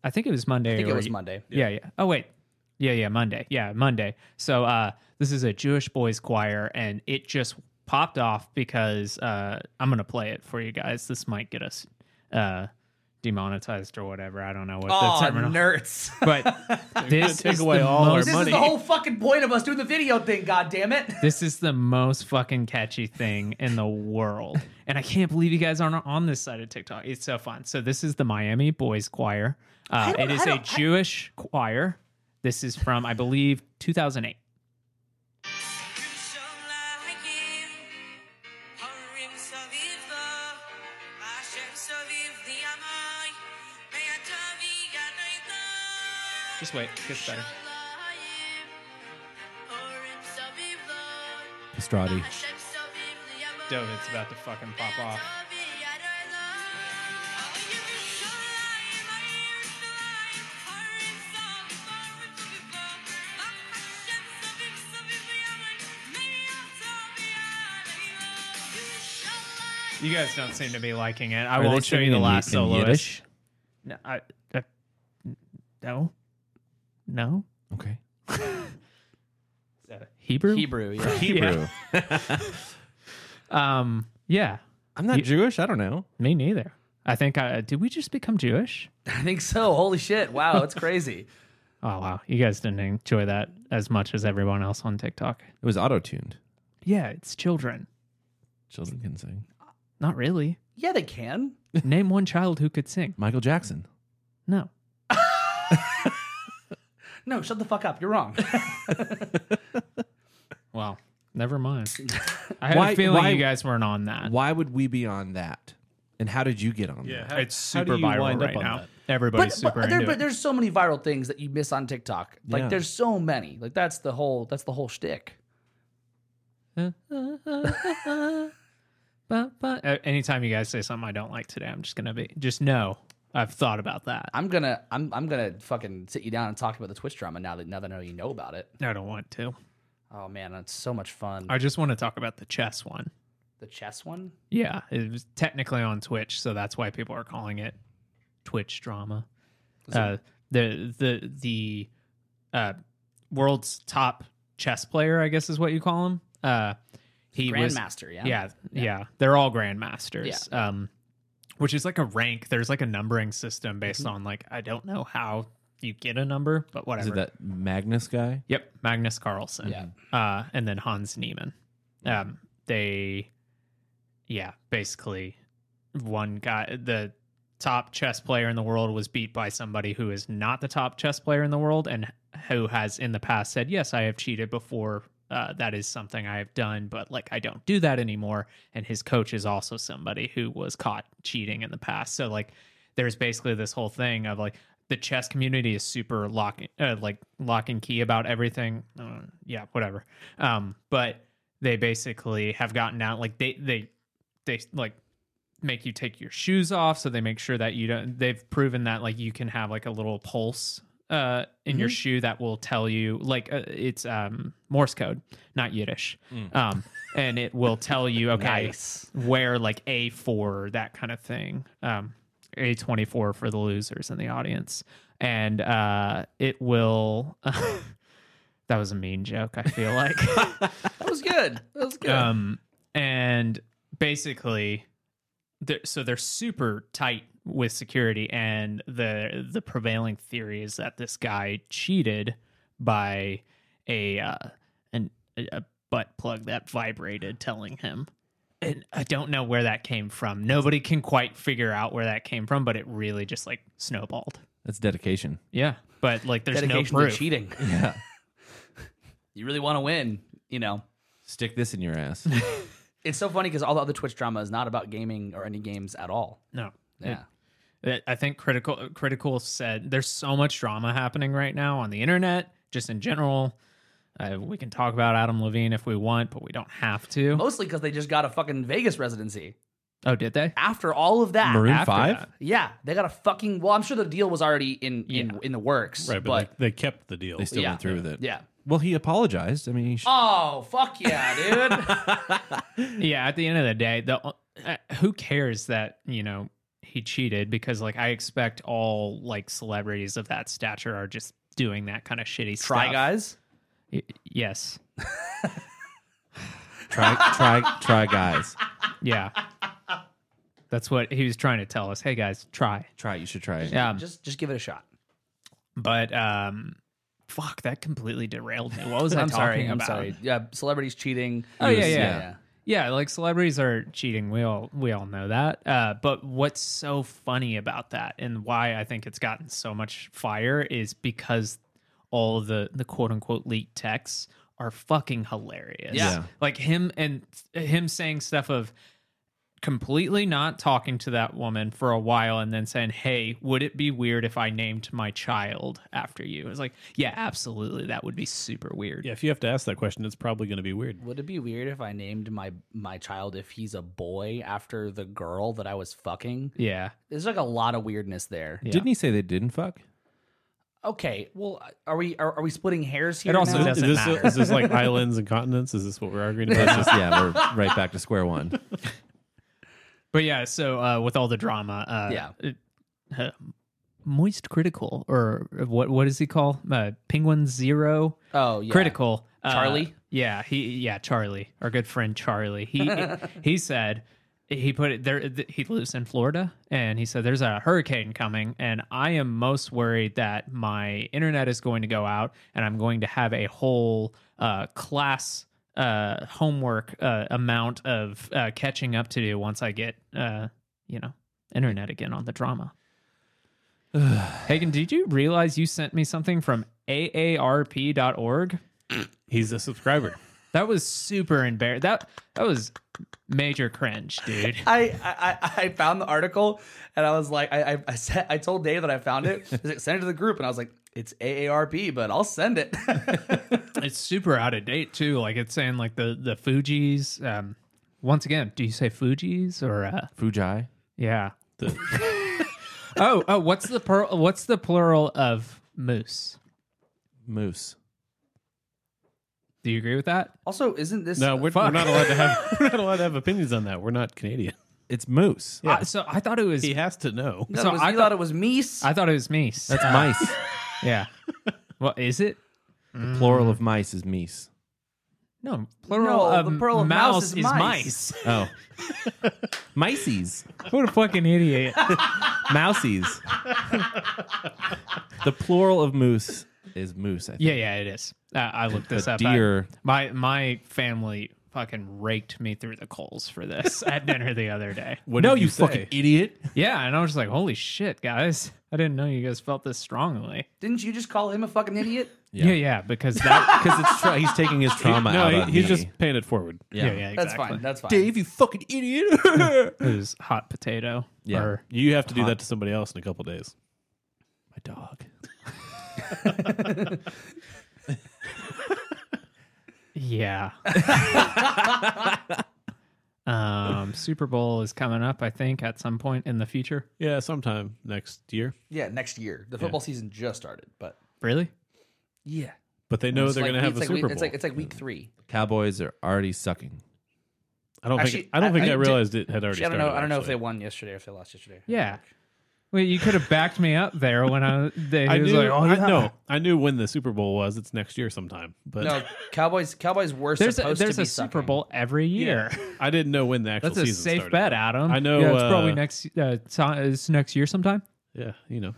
Speaker 5: I think it was Monday.
Speaker 1: I think
Speaker 5: or-
Speaker 1: it was Monday.
Speaker 5: Yeah. yeah, Oh wait. Yeah, yeah, Monday. Yeah, Monday. So uh this is a Jewish boys choir and it just popped off because uh I'm going to play it for you guys. This might get us uh demonetized or whatever. I don't know what
Speaker 1: Oh,
Speaker 5: the terminal
Speaker 1: nerds.
Speaker 5: but this
Speaker 3: take
Speaker 5: is
Speaker 3: away
Speaker 5: the
Speaker 3: all our
Speaker 5: most,
Speaker 1: This is the whole fucking point of us doing the video thing. God damn it.
Speaker 5: This is the most fucking catchy thing in the world, and I can't believe you guys aren't on this side of TikTok. It's so fun. So this is the Miami Boys Choir. Uh,
Speaker 1: don't-
Speaker 5: it is
Speaker 1: I
Speaker 5: a
Speaker 1: don't- I-
Speaker 5: Jewish choir. This is from, I believe, 2008. Just wait, gets better.
Speaker 2: Pastrati.
Speaker 5: Dope, it's about to fucking pop off. You guys don't seem to be liking it. I
Speaker 2: Are they
Speaker 5: won't show you
Speaker 2: singing
Speaker 5: the
Speaker 2: in Ye-
Speaker 5: last
Speaker 2: in
Speaker 5: soloist.
Speaker 2: Yiddish?
Speaker 5: No, I, I, no, no.
Speaker 2: Okay.
Speaker 5: Hebrew.
Speaker 1: Hebrew. Yeah.
Speaker 2: Hebrew.
Speaker 5: Um. Yeah.
Speaker 2: I'm not Jewish. I don't know.
Speaker 5: Me neither. I think I did. We just become Jewish.
Speaker 1: I think so. Holy shit. Wow, it's crazy.
Speaker 5: Oh wow, you guys didn't enjoy that as much as everyone else on TikTok.
Speaker 2: It was auto tuned.
Speaker 5: Yeah, it's children.
Speaker 2: Children can sing.
Speaker 5: Not really.
Speaker 1: Yeah, they can.
Speaker 5: Name one child who could sing.
Speaker 2: Michael Jackson.
Speaker 5: No.
Speaker 1: No, shut the fuck up. You're wrong.
Speaker 5: Wow. Never mind. I had
Speaker 2: Why-
Speaker 5: a feeling
Speaker 2: why-
Speaker 5: you guys weren't on that.
Speaker 2: Why would we be on that? And how did you get on that?
Speaker 5: it's super viral right now.
Speaker 1: but,
Speaker 5: Everybody's super
Speaker 1: but, there,
Speaker 5: into
Speaker 1: but
Speaker 5: it.
Speaker 1: there's so many viral things that you miss on TikTok. Like
Speaker 2: Yeah.
Speaker 1: there's so many. Like that's the whole that's the whole shtick.
Speaker 5: But, but uh, anytime you guys say something I don't like today, I'm just gonna be just know I've thought about that.
Speaker 1: I'm gonna I'm I'm gonna fucking sit you down and talk about the Twitch drama now that now that I know you know about it.
Speaker 5: I don't want to.
Speaker 1: Oh man, that's so much fun.
Speaker 5: I just want to talk about the chess one.
Speaker 1: the chess one?
Speaker 5: Yeah, it was technically on Twitch, so that's why people are calling it Twitch drama. Uh, the the the uh, world's top chess player, I guess, is what you call him. Uh, he was
Speaker 1: Grandmaster, yeah.
Speaker 5: yeah, yeah, They're all grandmasters. Um, which is like a rank. There's like a numbering system based on like I don't know how you get a number, but
Speaker 2: Is
Speaker 5: whatever.
Speaker 2: it that Magnus guy?
Speaker 5: Yep, Magnus Carlsen.
Speaker 1: Yeah.
Speaker 5: Uh, and then Hans Niemann. Um, they, yeah, basically, one guy, the top chess player in the world, was beat by somebody who is not the top chess player in the world and who has in the past said, "Yes, I have cheated before. Uh, that is something I have done, but like I don't do that anymore." And his coach is also somebody who was caught cheating in the past. So like, there's basically this whole thing of like the chess community is super lock uh, like lock and key about everything. Uh, yeah, whatever. Um, but they basically have gotten out like they they they like make you take your shoes off so they make sure that you don't they've proven that like you can have like a little pulse uh in your shoe that will tell you like uh, it's um morse code not yiddish um and it will tell you okay
Speaker 1: Nice.
Speaker 5: where like a4 that kind of thing um a24 for the losers in the audience and uh it will that was a mean joke i feel like
Speaker 1: That was good. That was good.
Speaker 5: um, and basically, they're, so they're super tight with security, and the the prevailing theory is that this guy cheated by a uh, an a butt plug that vibrated, telling him. And I don't know where that came from. Nobody can quite figure out where that came from, but it really just like snowballed.
Speaker 2: That's dedication.
Speaker 5: Yeah, but like there's
Speaker 1: Dedication
Speaker 5: no
Speaker 1: to
Speaker 5: proof.
Speaker 1: cheating.
Speaker 2: Yeah.
Speaker 1: you really want to win, you know.
Speaker 2: Stick this in your ass.
Speaker 1: It's so funny because all the other Twitch drama is not about gaming or any games at all.
Speaker 5: No,
Speaker 1: Yeah.
Speaker 5: that I think critical critical said there's so much drama happening right now on the internet, just in general. Uh, we can talk about Adam Levine if we want, but we don't have to.
Speaker 1: Mostly because they just got a fucking Vegas residency.
Speaker 5: Oh, did they?
Speaker 1: After all of that,
Speaker 2: Maroon
Speaker 5: After
Speaker 2: Five.
Speaker 5: that.
Speaker 1: yeah, they got a fucking. Well, I'm sure the deal was already in in, in the works,
Speaker 3: Right, but,
Speaker 1: but,
Speaker 3: like, they kept the deal.
Speaker 2: They still
Speaker 1: Yeah.
Speaker 2: went through with it.
Speaker 1: yeah.
Speaker 2: Well, he apologized. I mean, he sh-
Speaker 1: Oh fuck yeah, dude!
Speaker 5: Yeah. At the end of the day, the uh, who cares that you know he cheated because like I expect all like celebrities of that stature are just doing that kind of shitty
Speaker 1: Try
Speaker 5: stuff.
Speaker 1: guys.
Speaker 5: Y- yes. Oh.
Speaker 2: try, try, try, guys.
Speaker 5: Yeah. That's what he was trying to tell us. Hey guys, try.
Speaker 2: Try. it. You should try it.
Speaker 5: Yeah.
Speaker 1: Just just give it a shot.
Speaker 5: but um fuck that completely derailed me what was i
Speaker 1: I'm
Speaker 5: talking
Speaker 1: sorry. I'm
Speaker 5: about
Speaker 1: sorry. Yeah, celebrities cheating.
Speaker 5: oh yeah yeah,
Speaker 2: Yeah.
Speaker 5: yeah like celebrities are cheating we all we all know that uh but what's so funny about that and why i think it's gotten so much fire is because all the the quote unquote leaked texts are fucking hilarious
Speaker 1: Yeah.
Speaker 2: Yeah.
Speaker 5: like him and him saying stuff of completely not talking to that woman for a while and then saying, Hey, would it be weird if I named my child after you? It's like, Yeah, absolutely. That would be super weird.
Speaker 3: yeah, if you have to ask that question, it's probably going to be weird.
Speaker 1: Would it be weird if I named my my child if he's a boy after the girl that I was fucking?
Speaker 5: Yeah.
Speaker 1: There's like a lot of weirdness there.
Speaker 5: Yeah.
Speaker 2: Didn't he say they didn't fuck?
Speaker 1: Okay, well, are we are, are we splitting hairs here?
Speaker 5: It also
Speaker 1: now?
Speaker 5: doesn't
Speaker 3: is this,
Speaker 5: matter.
Speaker 3: Is this like islands and continents? Is this what we're arguing about?
Speaker 2: That's just yeah. We're right back to square one.
Speaker 5: But yeah, so uh, with all the drama, uh,
Speaker 1: Yeah.
Speaker 5: it- uh, Moist Critical, or uh, what? What does he call uh, Penguin Zero?
Speaker 1: Oh, yeah.
Speaker 5: Critical. uh,
Speaker 1: Charlie?
Speaker 5: yeah, he yeah Charlie, our good friend Charlie. He he said he put it there. th- He lives in Florida, and he said there's a hurricane coming, and I am most worried that my internet is going to go out, and I'm going to have a whole uh, class uh, homework uh, amount of uh, catching up to do once I get uh, you know internet again on the drama. Hagen, did you realize you sent me something from aarp.org?
Speaker 3: He's a subscriber.
Speaker 5: That was super embarrassing. That that was major cringe, dude.
Speaker 1: I, I I- I found the article and I was like I I, I, said, I told Dave that I found it. He's like, Send it to the group and I was like It's AARP, but I'll send it.
Speaker 5: It's super out of date too. Like it's saying like the the Fuji's. Um, once again, do you say Fuji's or uh,
Speaker 2: Fuji.
Speaker 5: yeah?
Speaker 3: The-
Speaker 5: oh oh, what's the per- what's the plural of moose?
Speaker 2: Moose.
Speaker 5: Do you agree with that?
Speaker 1: also, isn't this
Speaker 3: no, we're, we're not allowed to have we're not allowed to have opinions on that. We're not Canadian.
Speaker 2: It's moose.
Speaker 5: I- Uh, so I thought it was
Speaker 3: He has to know.
Speaker 1: No,
Speaker 5: So
Speaker 1: it was-
Speaker 5: I
Speaker 1: you
Speaker 5: thought-
Speaker 1: thought it was meese.
Speaker 5: I thought it was meese.
Speaker 2: That's mice.
Speaker 5: yeah. Well, is it?
Speaker 2: The plural of mice is meese.
Speaker 5: No, plural
Speaker 1: No,
Speaker 5: of,
Speaker 1: the plural of
Speaker 5: mouse,
Speaker 1: mouse
Speaker 5: is,
Speaker 1: is
Speaker 5: mice.
Speaker 1: mice.
Speaker 2: Oh. Mices.
Speaker 5: what a fucking idiot.
Speaker 2: Mousies. the plural of moose is moose, I think.
Speaker 5: yeah, yeah, it is. Uh, I looked this
Speaker 2: A
Speaker 5: up.
Speaker 2: deer.
Speaker 5: I- my my family fucking raked me through the coals for this at dinner the other day.
Speaker 3: What
Speaker 2: no,
Speaker 3: did
Speaker 2: you,
Speaker 3: say?
Speaker 2: fucking idiot.
Speaker 5: Yeah, and I was just like, holy shit, guys. I didn't know you guys felt this strongly.
Speaker 1: Didn't you just call him a fucking idiot?
Speaker 2: Yeah.
Speaker 5: Yeah, yeah, because that.
Speaker 2: Because it's tra- he's taking his trauma
Speaker 3: no,
Speaker 2: out
Speaker 3: he-
Speaker 2: on
Speaker 3: he's
Speaker 2: me.
Speaker 3: just paying it forward.
Speaker 5: yeah, yeah, exactly.
Speaker 1: That's fine. That's fine.
Speaker 2: Dave, you fucking idiot.
Speaker 5: It was hot potato.
Speaker 2: Yeah.
Speaker 5: Or,
Speaker 3: You have to do that to somebody else in a couple days.
Speaker 2: My dog.
Speaker 5: yeah. um, Super Bowl is coming up, I think, at some point in the future.
Speaker 3: Yeah, sometime next year.
Speaker 1: Yeah, next year. The football season just started, but
Speaker 5: Really?
Speaker 1: yeah,
Speaker 3: But they know
Speaker 1: It's
Speaker 3: they're
Speaker 1: like
Speaker 3: going to have a
Speaker 1: week- it's like
Speaker 3: Super
Speaker 1: week-
Speaker 3: Bowl.
Speaker 1: It's like it's like week three.
Speaker 2: Cowboys are already sucking.
Speaker 3: I don't
Speaker 1: Actually,
Speaker 3: think I don't
Speaker 1: I-
Speaker 3: think
Speaker 1: I
Speaker 3: I,
Speaker 1: did-
Speaker 3: realized it had already.
Speaker 1: Actually, I don't know.
Speaker 3: started,
Speaker 1: I don't know if
Speaker 3: actually.
Speaker 1: they won yesterday or if they lost yesterday.
Speaker 5: Yeah. Well, you could have backed me up there when I. They,
Speaker 3: I
Speaker 5: he was
Speaker 3: knew.
Speaker 5: like, oh,
Speaker 3: I,
Speaker 5: yeah.
Speaker 3: no, I knew when the Super Bowl was. It's next year sometime. But
Speaker 1: No, Cowboys. Cowboys were
Speaker 5: There's a,
Speaker 1: supposed
Speaker 5: there's
Speaker 1: to be
Speaker 5: a Super
Speaker 1: sucking.
Speaker 5: Bowl every year.
Speaker 3: I didn't know when the actual
Speaker 5: That's a
Speaker 3: season
Speaker 5: safe
Speaker 3: started.
Speaker 5: bet, Adam.
Speaker 3: I know,
Speaker 5: Yeah, it's
Speaker 3: uh,
Speaker 5: probably next. Uh, so- it's next year sometime.
Speaker 3: Yeah, you know.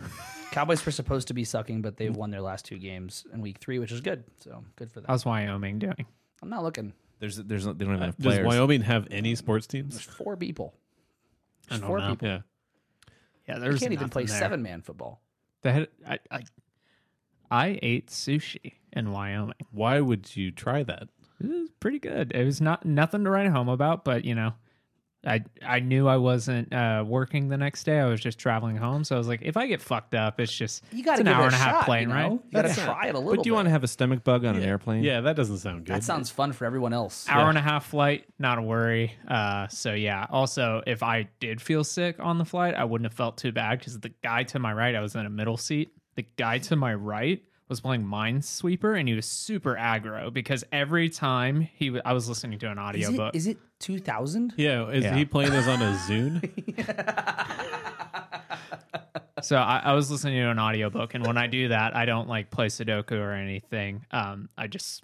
Speaker 1: Cowboys were supposed to be sucking, but
Speaker 5: Mm.
Speaker 1: they've won their last two games in week three, which is good. So good for them.
Speaker 5: How's Wyoming doing?
Speaker 1: I'm not looking.
Speaker 2: There's, there's, they don't even have
Speaker 3: Does
Speaker 2: players.
Speaker 3: Wyoming have any sports
Speaker 1: There's
Speaker 3: teams?
Speaker 1: four people.
Speaker 5: I
Speaker 1: There's
Speaker 5: don't
Speaker 1: four
Speaker 5: know.
Speaker 1: people.
Speaker 3: Yeah.
Speaker 5: Yeah,
Speaker 1: You
Speaker 5: there's
Speaker 1: can't even
Speaker 5: nothing
Speaker 1: play
Speaker 5: there.
Speaker 1: seven man football.
Speaker 5: They had, I, I, I ate sushi in Wyoming.
Speaker 3: Why would you try that?
Speaker 5: It was pretty good. It was not nothing to write home about, but you know, I I knew I wasn't uh, working the next day. I was just traveling home, so I was like, if I get fucked up, it's just
Speaker 1: You got
Speaker 5: it's
Speaker 1: to
Speaker 5: an
Speaker 1: give
Speaker 5: hour
Speaker 1: it a
Speaker 5: and a half
Speaker 1: shot,
Speaker 5: plane
Speaker 1: you know?
Speaker 5: ride.
Speaker 1: You got to try it a little.
Speaker 2: But do you
Speaker 1: bit.
Speaker 2: want to have a stomach bug on an airplane?
Speaker 3: Yeah, that doesn't sound good.
Speaker 1: That sounds fun for everyone else.
Speaker 5: hour and a half flight not a worry uh so yeah also if i did feel sick on the flight i wouldn't have felt too bad because the guy to my right i was in a middle seat the guy to my right was playing minesweeper and he was super aggro because every time he w- I was listening to an
Speaker 1: Is
Speaker 5: audiobook
Speaker 1: it, is it 2000?
Speaker 3: Yeah, is
Speaker 5: Yeah.
Speaker 3: he playing this on a Zune?
Speaker 5: So I, I was listening to an audiobook, and when I do that, I don't like play Sudoku or anything. Um, I just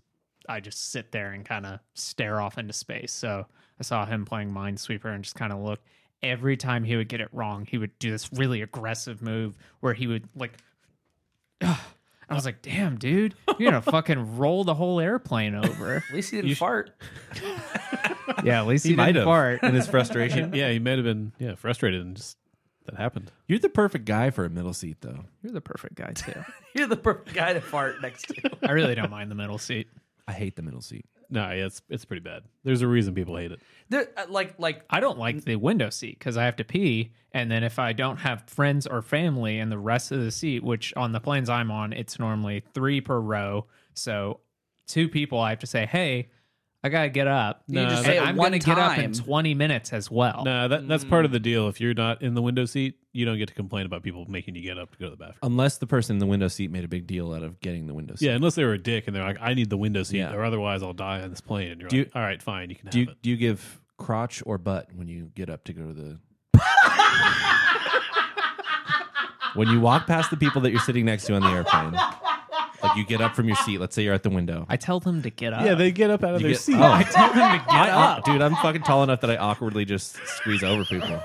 Speaker 5: I just sit there and kind of stare off into space. So I saw him playing Minesweeper and just kind of look. Every time he would get it wrong, he would do this really aggressive move where he would like. I was like, "Damn, dude, you're gonna fucking roll the whole airplane over."
Speaker 1: At least he didn't fart.
Speaker 5: yeah, at least he,
Speaker 2: might
Speaker 5: didn't
Speaker 2: have
Speaker 5: fart.
Speaker 2: in his frustration.
Speaker 3: yeah, he might have been yeah frustrated and just that happened.
Speaker 2: You're the perfect guy for a middle seat, though.
Speaker 5: You're the perfect guy too.
Speaker 1: You're the perfect guy to fart next to.
Speaker 5: I really don't mind the middle seat.
Speaker 2: I hate the middle seat.
Speaker 3: No, yeah, it's it's pretty bad. There's a reason people hate it.
Speaker 1: There, uh, like, like
Speaker 5: I don't like the window seat because I have to pee, and then if I don't have friends or family in the rest of the seat, which on the planes I'm on, it's normally three per row, so two people I have to say, "Hey, I gotta get up."
Speaker 1: you
Speaker 3: No,
Speaker 1: just
Speaker 5: And
Speaker 1: say it
Speaker 5: I'm
Speaker 1: one
Speaker 5: gonna get up in
Speaker 1: time.
Speaker 5: 20 minutes as well.
Speaker 3: No, that that's part of the deal. If you're not in the window seat, you don't get to complain about people making you get up to go to the bathroom.
Speaker 2: Unless the person in the window seat made a big deal out of getting the window seat.
Speaker 3: Yeah, unless they were a dick and they're like, "I need the window seat,
Speaker 2: Yeah.
Speaker 3: or otherwise I'll die on this plane." And you're
Speaker 2: Do
Speaker 3: like,
Speaker 2: you-
Speaker 3: "All right, fine, you can have
Speaker 2: Do you,
Speaker 3: it."
Speaker 2: do you give crotch or butt when you get up to go to the? when you walk past the people that you're sitting next to on the airplane, like you get up from your seat. Let's say you're at the window.
Speaker 5: I tell them to get up.
Speaker 3: Yeah, they get up out of
Speaker 2: You
Speaker 3: their
Speaker 2: get-
Speaker 3: seat.
Speaker 2: oh.
Speaker 5: I tell them to
Speaker 2: I-
Speaker 5: get
Speaker 2: I-
Speaker 5: up.
Speaker 2: dude, I'm fucking tall enough that I awkwardly just squeeze over people.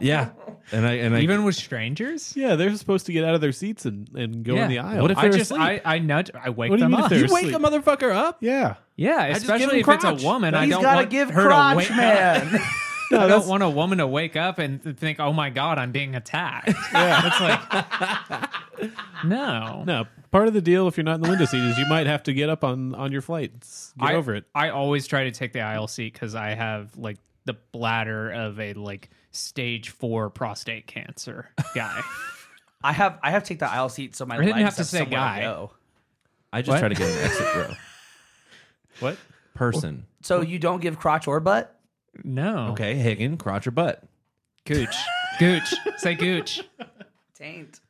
Speaker 2: Yeah, and I and I
Speaker 5: Even with strangers.
Speaker 3: Yeah, they're supposed to get out of their seats and, and go in the aisle.
Speaker 2: What if
Speaker 5: I
Speaker 2: they're
Speaker 5: just I,
Speaker 2: asleep?
Speaker 5: I nudge I wake
Speaker 3: What do you
Speaker 5: them
Speaker 3: mean if
Speaker 5: up?
Speaker 3: they're
Speaker 2: you wake a
Speaker 3: asleep?
Speaker 2: motherfucker up.
Speaker 3: yeah,
Speaker 5: yeah,
Speaker 2: just give
Speaker 5: especially if
Speaker 2: them
Speaker 5: it's
Speaker 2: crotch.
Speaker 5: a woman. I
Speaker 1: he's
Speaker 5: don't
Speaker 1: got to
Speaker 5: want
Speaker 1: give
Speaker 5: her to
Speaker 1: crotch,
Speaker 5: wake up.
Speaker 1: man.
Speaker 5: I don't want a woman to wake up and th- think, "Oh my god, I'm being attacked." Yeah, it's like no.
Speaker 3: no. Part of the deal, if you're not in the window seat, is you might have to get up on on your flight. It's- Get
Speaker 5: I,
Speaker 3: over it.
Speaker 5: I always try to take the aisle seat because I have like the bladder of a like stage four prostate cancer guy.
Speaker 1: I have I have to take the aisle seat so my
Speaker 5: I didn't
Speaker 1: legs
Speaker 5: have to say
Speaker 1: somewhere
Speaker 5: guy.
Speaker 1: go.
Speaker 2: I just
Speaker 5: What?
Speaker 2: try to get an exit row.
Speaker 3: What?
Speaker 2: Person.
Speaker 1: So you don't give crotch or butt?
Speaker 5: No.
Speaker 2: Okay, Higgin, crotch or butt.
Speaker 5: Gooch. Gooch. Say gooch.
Speaker 1: Taint.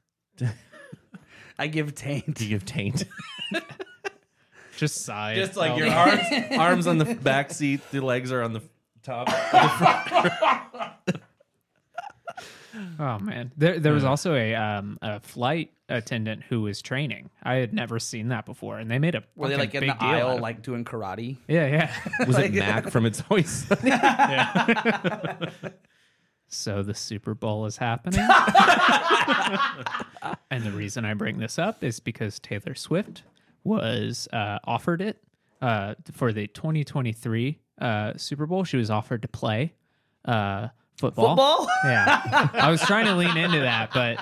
Speaker 1: I give taint.
Speaker 2: Do you give taint?
Speaker 5: Just sigh.
Speaker 2: Just like
Speaker 5: Oh,
Speaker 2: your arms, arms on the back seat, the legs are on the top.
Speaker 5: Oh man, there there was also a um a flight attendant who was training. I had never seen that before, and they made a
Speaker 1: Were they
Speaker 5: fucking
Speaker 1: like in
Speaker 5: big
Speaker 1: the
Speaker 5: deal out
Speaker 1: aisle,
Speaker 5: of-
Speaker 1: like doing karate?
Speaker 5: yeah yeah.
Speaker 2: Was it Mac from It's Always Sunny?
Speaker 5: so the Super Bowl is happening, and the reason I bring this up is because Taylor Swift was uh, offered it uh, for the 2023 uh, Super Bowl. She was offered to play uh, football.
Speaker 1: Football?
Speaker 5: Yeah, I was trying to lean into that, but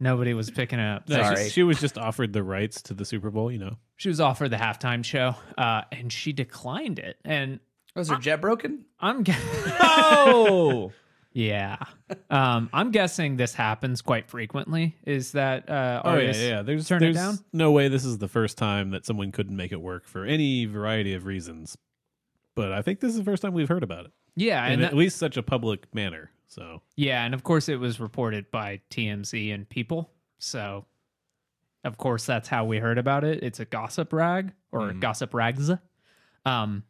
Speaker 5: nobody was picking it up.
Speaker 3: No, she-
Speaker 1: Sorry.
Speaker 3: She, was just offered the rights to the Super Bowl, you know.
Speaker 5: she was offered the halftime show uh, and she declined it and
Speaker 1: Was her Oh, jet broken?
Speaker 5: i'm gu-
Speaker 2: Oh,
Speaker 5: yeah um, i'm guessing this happens quite frequently is that uh
Speaker 3: Oh yeah,
Speaker 5: artists
Speaker 3: yeah. There's,
Speaker 5: turn
Speaker 3: there's
Speaker 5: it down
Speaker 3: no way this is the first time that someone couldn't make it work for any variety of reasons. But I think this is the first time we've heard about it,
Speaker 5: yeah
Speaker 3: in
Speaker 5: and
Speaker 3: at
Speaker 5: that-
Speaker 3: least such a public manner. So
Speaker 5: yeah and of course it was reported by tmz and people so of course that's how we heard about it it's a gossip rag or
Speaker 3: Mm-hmm.
Speaker 5: gossip rags um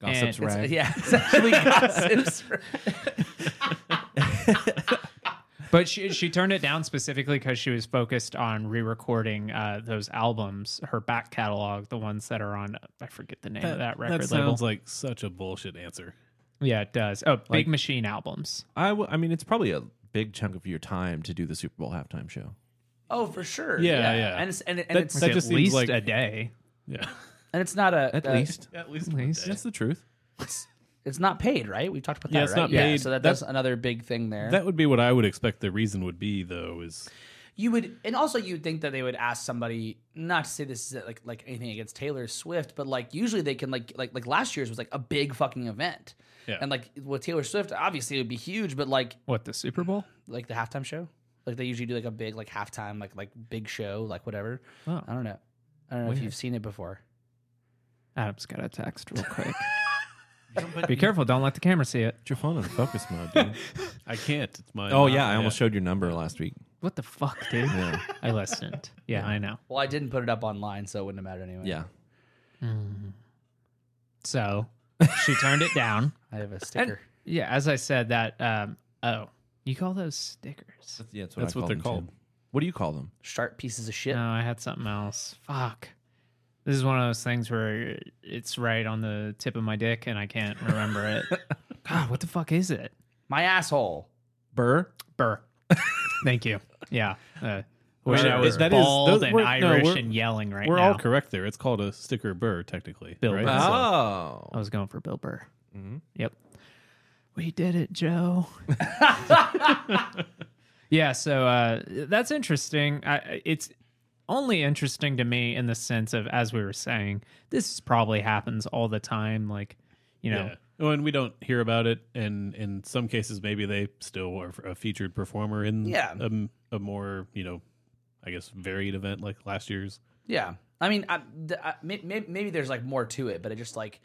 Speaker 2: gossip's
Speaker 5: And-
Speaker 1: It's-
Speaker 2: rag.
Speaker 1: Yeah, it's actually gossips.
Speaker 5: But she she turned it down specifically because she was focused on re-recording uh, those albums, her back catalog, the ones that are on I forget the name of that record label.
Speaker 3: sounds like such a bullshit answer.
Speaker 5: yeah, it does. Oh,
Speaker 2: Like-
Speaker 5: Big Machine albums.
Speaker 2: I, w- I mean, it's probably a big chunk of your time to do the Super Bowl halftime show.
Speaker 1: Oh, for sure.
Speaker 3: Yeah, yeah.
Speaker 1: And it's and, it- and
Speaker 3: That-
Speaker 1: it's
Speaker 3: that
Speaker 5: at
Speaker 3: just seems
Speaker 5: least
Speaker 3: like-
Speaker 5: a day.
Speaker 3: Yeah,
Speaker 1: and it's not a
Speaker 2: At
Speaker 1: uh,
Speaker 2: least.
Speaker 3: at least.
Speaker 5: At least.
Speaker 2: That's the truth.
Speaker 1: It's not paid, right? We've talked about that.
Speaker 3: Yeah, it's
Speaker 1: right?
Speaker 3: not
Speaker 1: Yeah,
Speaker 3: paid.
Speaker 1: so that,
Speaker 3: That-
Speaker 1: that's another big thing there.
Speaker 3: That would be what I would expect the reason would be, though. Is
Speaker 1: you would and also you'd think that they would ask somebody not to say this is like like anything against Taylor Swift, but like usually they can like like like last year's was like a big fucking event.
Speaker 3: Yeah.
Speaker 1: And like with Taylor Swift, obviously it would be huge, but like
Speaker 5: What the Super Bowl?
Speaker 1: like the halftime show. Like they usually do like a big like halftime like like big show, like whatever.
Speaker 5: Oh.
Speaker 1: I don't know. I don't know if you've seen it before.
Speaker 5: Adam's got a text real quick. Be careful! Don't let the camera see it.
Speaker 2: Put your phone on focus mode, dude.
Speaker 3: I can't. It's my.
Speaker 2: oh, yeah. I almost showed your number last week.
Speaker 5: What the fuck, dude? I listened. Yeah, I know.
Speaker 1: Well, I didn't put it up online, so it wouldn't have mattered anyway.
Speaker 2: Yeah.
Speaker 5: So she turned it down.
Speaker 1: I have a sticker.
Speaker 5: Yeah, as I said, that. Um, oh, you call those stickers?
Speaker 2: That's, yeah, that's what,
Speaker 3: That's
Speaker 2: I
Speaker 3: what they're
Speaker 2: them, too.
Speaker 3: called.
Speaker 2: What do you call them?
Speaker 1: Sharp pieces of shit.
Speaker 5: No, I had something else. Fuck. This is one of those things where it's right on the tip of my dick and I can't remember it. God, what the fuck is it?
Speaker 1: My asshole.
Speaker 2: Burr?
Speaker 5: Burr. Thank you. Yeah. Uh, wish
Speaker 3: Burr.
Speaker 5: I was
Speaker 3: That is-
Speaker 5: bald
Speaker 3: those-
Speaker 5: and
Speaker 3: we're- no,
Speaker 5: Irish
Speaker 3: we're-
Speaker 5: and yelling right
Speaker 3: We're
Speaker 5: now.
Speaker 3: all correct there. It's called a sticker burr, technically.
Speaker 5: Bill
Speaker 3: right?
Speaker 5: Burr.
Speaker 3: So-
Speaker 2: Oh.
Speaker 5: I was going for Bill Burr.
Speaker 3: Mm-hmm.
Speaker 5: Yep. We did it, Joe. yeah, so uh, that's interesting. I- I, it's only interesting to me in the sense of, as we were saying, this probably happens all the time. Like, you know,
Speaker 3: Yeah. Oh, and we don't hear about it, and in some cases, maybe they still are a featured performer in
Speaker 1: Yeah.
Speaker 3: um, a, more, you know, I guess varied event like last year's.
Speaker 1: Yeah, I mean, I, th- I, may, may- maybe there's like more to it, but it just like,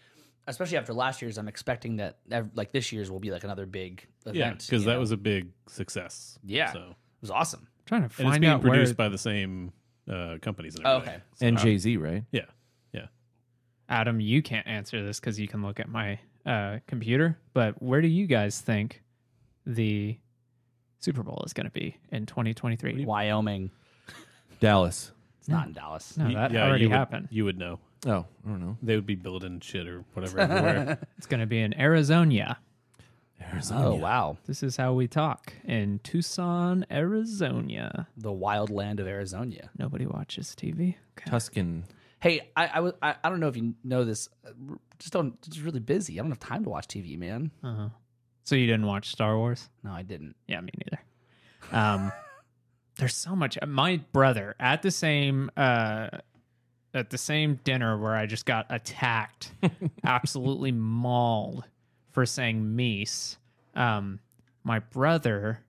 Speaker 1: especially after last year's, I'm expecting that ev- like this year's will be like another big event.
Speaker 3: Yeah, because
Speaker 1: you
Speaker 3: that
Speaker 1: know?
Speaker 3: was a big success.
Speaker 1: Yeah.
Speaker 3: so
Speaker 1: it was awesome.
Speaker 5: trying to
Speaker 3: and it's
Speaker 5: find
Speaker 3: being
Speaker 5: out where.
Speaker 3: produced by the same uh, companies. And
Speaker 1: Oh,
Speaker 3: everything.
Speaker 1: okay.
Speaker 2: And Jay Z, right?
Speaker 3: Yeah, yeah.
Speaker 5: Adam, you can't answer this because you can look at my uh, computer. But where do you guys think the Super Bowl is going to be in 2023?
Speaker 1: Wyoming.
Speaker 2: Dallas.
Speaker 1: It's not in Dallas.
Speaker 5: No, that
Speaker 3: yeah,
Speaker 5: already
Speaker 3: you would-
Speaker 5: happened.
Speaker 3: you would know.
Speaker 2: Oh, I don't know.
Speaker 3: They would be building shit or whatever everywhere.
Speaker 5: It's going to be in Arizona.
Speaker 2: Arizona.
Speaker 1: Oh wow,
Speaker 5: This is how we talk in Tucson, Arizona.
Speaker 1: the wild land of Arizona.
Speaker 5: Nobody watches TV. Okay.
Speaker 2: Tuscan.
Speaker 1: Hey, I I, was, I I don't know if you know this. uh, Just don't. Just really busy. I don't have time to watch TV, man.
Speaker 5: So you didn't watch Star Wars?
Speaker 1: No, I didn't.
Speaker 5: Yeah, me neither. Um, there's so much. My brother at the same uh, at the same dinner where I just got attacked, absolutely mauled for saying meese. Um, my brother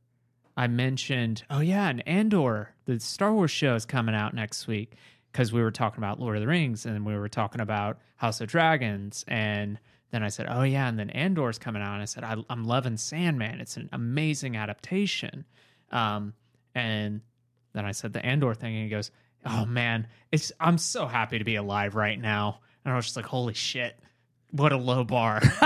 Speaker 5: I mentioned, oh yeah, and Andor, the Star Wars show is coming out next week because we were talking about Lord of the Rings and we were talking about House of Dragons. And then I said, oh yeah, and then Andor's coming out. And I said, I, I'm loving Sandman. It's an amazing adaptation. Um, and then I said the Andor thing, and he goes, oh man, it's I'm so happy to be alive right now. And I was just like, holy shit. What a low bar!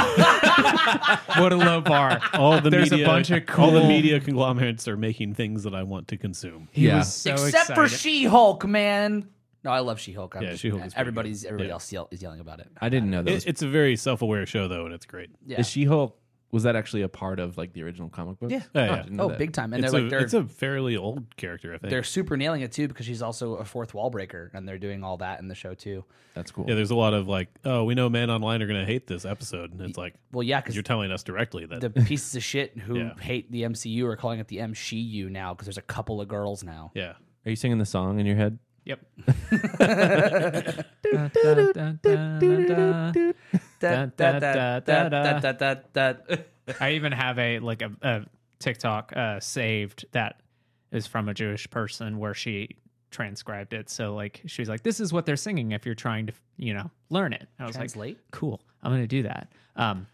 Speaker 5: what a low bar!
Speaker 3: All the
Speaker 5: There's a
Speaker 3: media,
Speaker 5: bunch of
Speaker 3: all the
Speaker 5: cool-
Speaker 3: media conglomerates are making things that I want to consume.
Speaker 5: He
Speaker 2: Yeah.
Speaker 5: was so
Speaker 1: Except for
Speaker 5: excited.
Speaker 1: She Hulk, man. No, I love She Hulk.
Speaker 3: Yeah, She-Hulk is pretty
Speaker 1: Everybody's everybody
Speaker 3: Yeah.
Speaker 1: else yell, is yelling about it.
Speaker 2: I didn't know that.
Speaker 3: It, it's a very self-aware show though, and it's great.
Speaker 1: Yeah.
Speaker 2: Is She Hulk? Was that actually a part of like the original comic book?
Speaker 1: Yeah.
Speaker 3: Oh, yeah.
Speaker 1: oh, big time. And
Speaker 3: it's,
Speaker 1: they're
Speaker 3: a,
Speaker 1: like they're
Speaker 3: it's a fairly old character, I think.
Speaker 1: they're super nailing it too because she's also a fourth wall breaker, and they're doing all that in the show too.
Speaker 2: That's cool.
Speaker 3: yeah, there's a lot of like, oh, we know men online are going to hate this episode, and it's like,
Speaker 1: Well, yeah, because
Speaker 3: you're telling us directly that
Speaker 1: the pieces of shit who
Speaker 3: Yeah.
Speaker 1: hate the MCU are calling it the MCU now because there's a couple of girls now.
Speaker 3: Yeah.
Speaker 2: Are you singing the song in your head?
Speaker 5: Yep.
Speaker 1: Da, da, da, da, da, da, da, da.
Speaker 5: I even have a like a, a TikTok uh, saved that is from a Jewish person where she transcribed it. So like she's like, "This is what they're singing if you're trying to you know learn it." I was
Speaker 1: Translate?
Speaker 5: like, "Cool, I'm gonna do that." Um,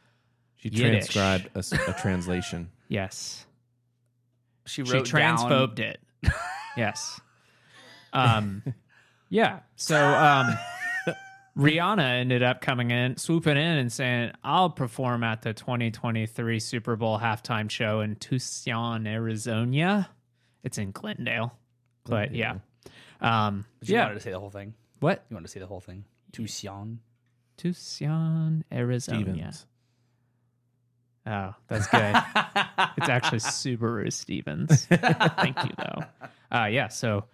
Speaker 2: She
Speaker 5: Yiddish.
Speaker 2: transcribed a, s- a translation.
Speaker 5: yes,
Speaker 1: She
Speaker 5: she
Speaker 1: wrote
Speaker 5: transphobed
Speaker 1: down-
Speaker 5: it. yes. Um, yeah. So um, Rihanna ended up coming in, swooping in, and saying, "I'll perform at the 2023 Super Bowl halftime show in Tucson, Arizona. It's in Glendale, but yeah, um,
Speaker 1: But you
Speaker 5: yeah.
Speaker 1: wanted to say the whole thing.
Speaker 5: What
Speaker 1: You wanted to say the whole thing. Tucson.
Speaker 5: Tucson, Arizona?
Speaker 2: Stevens.
Speaker 5: Oh, that's good. it's actually Subaru Stevens. Thank you, though. Uh, yeah. So,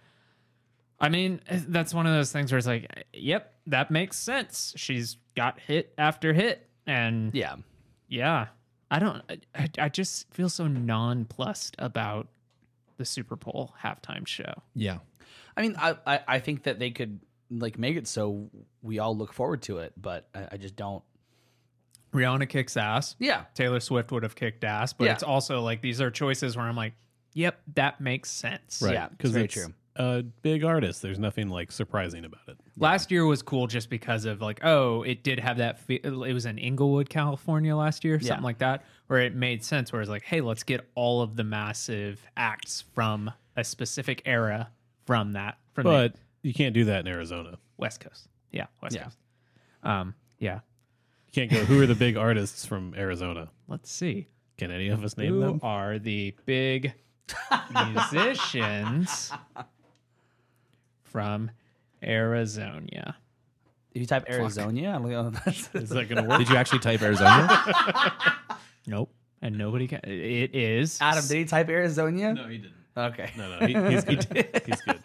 Speaker 5: I mean, that's one of those things where it's like, yep, that makes sense. She's got hit after hit, and yeah,
Speaker 1: Yeah.
Speaker 5: I don't. I, I just feel so nonplussed about the Super Bowl halftime show.
Speaker 2: Yeah.
Speaker 1: I mean, I, I, I think that they could like make it so we all look forward to it, but I, I just don't.
Speaker 5: Rihanna kicks ass.
Speaker 1: Yeah.
Speaker 5: Taylor Swift would have kicked ass, but
Speaker 1: Yeah.
Speaker 5: it's also like these are choices where I'm like, yep, that makes sense.
Speaker 1: Right. Yeah, it's very true.
Speaker 3: A big artist. There's nothing like surprising about it.
Speaker 5: Last year was cool just because of like, oh, it did have that. Fe- it was in Inglewood, California last year, something
Speaker 1: Yeah.
Speaker 5: like that, where it made sense. Where it's like, hey, let's get all of the massive acts from a specific era from that from
Speaker 3: But
Speaker 5: the
Speaker 3: you can't do that in Arizona.
Speaker 5: West Coast. Yeah, West
Speaker 1: Yeah.
Speaker 5: Coast. Um, yeah.
Speaker 3: You can't go. Who are the big artists from Arizona?
Speaker 5: Let's see.
Speaker 3: Can any of us name
Speaker 5: Who
Speaker 3: them?
Speaker 5: are the big musicians from Arizona?
Speaker 1: If you type Arizona, I don't know. That's,
Speaker 3: Is that going to work?
Speaker 2: Did you actually type Arizona?
Speaker 5: Nope. And nobody can. It is
Speaker 1: Adam, did he type Arizona?
Speaker 3: no, he didn't.
Speaker 1: Okay.
Speaker 3: No, no, he, he's good. he's good.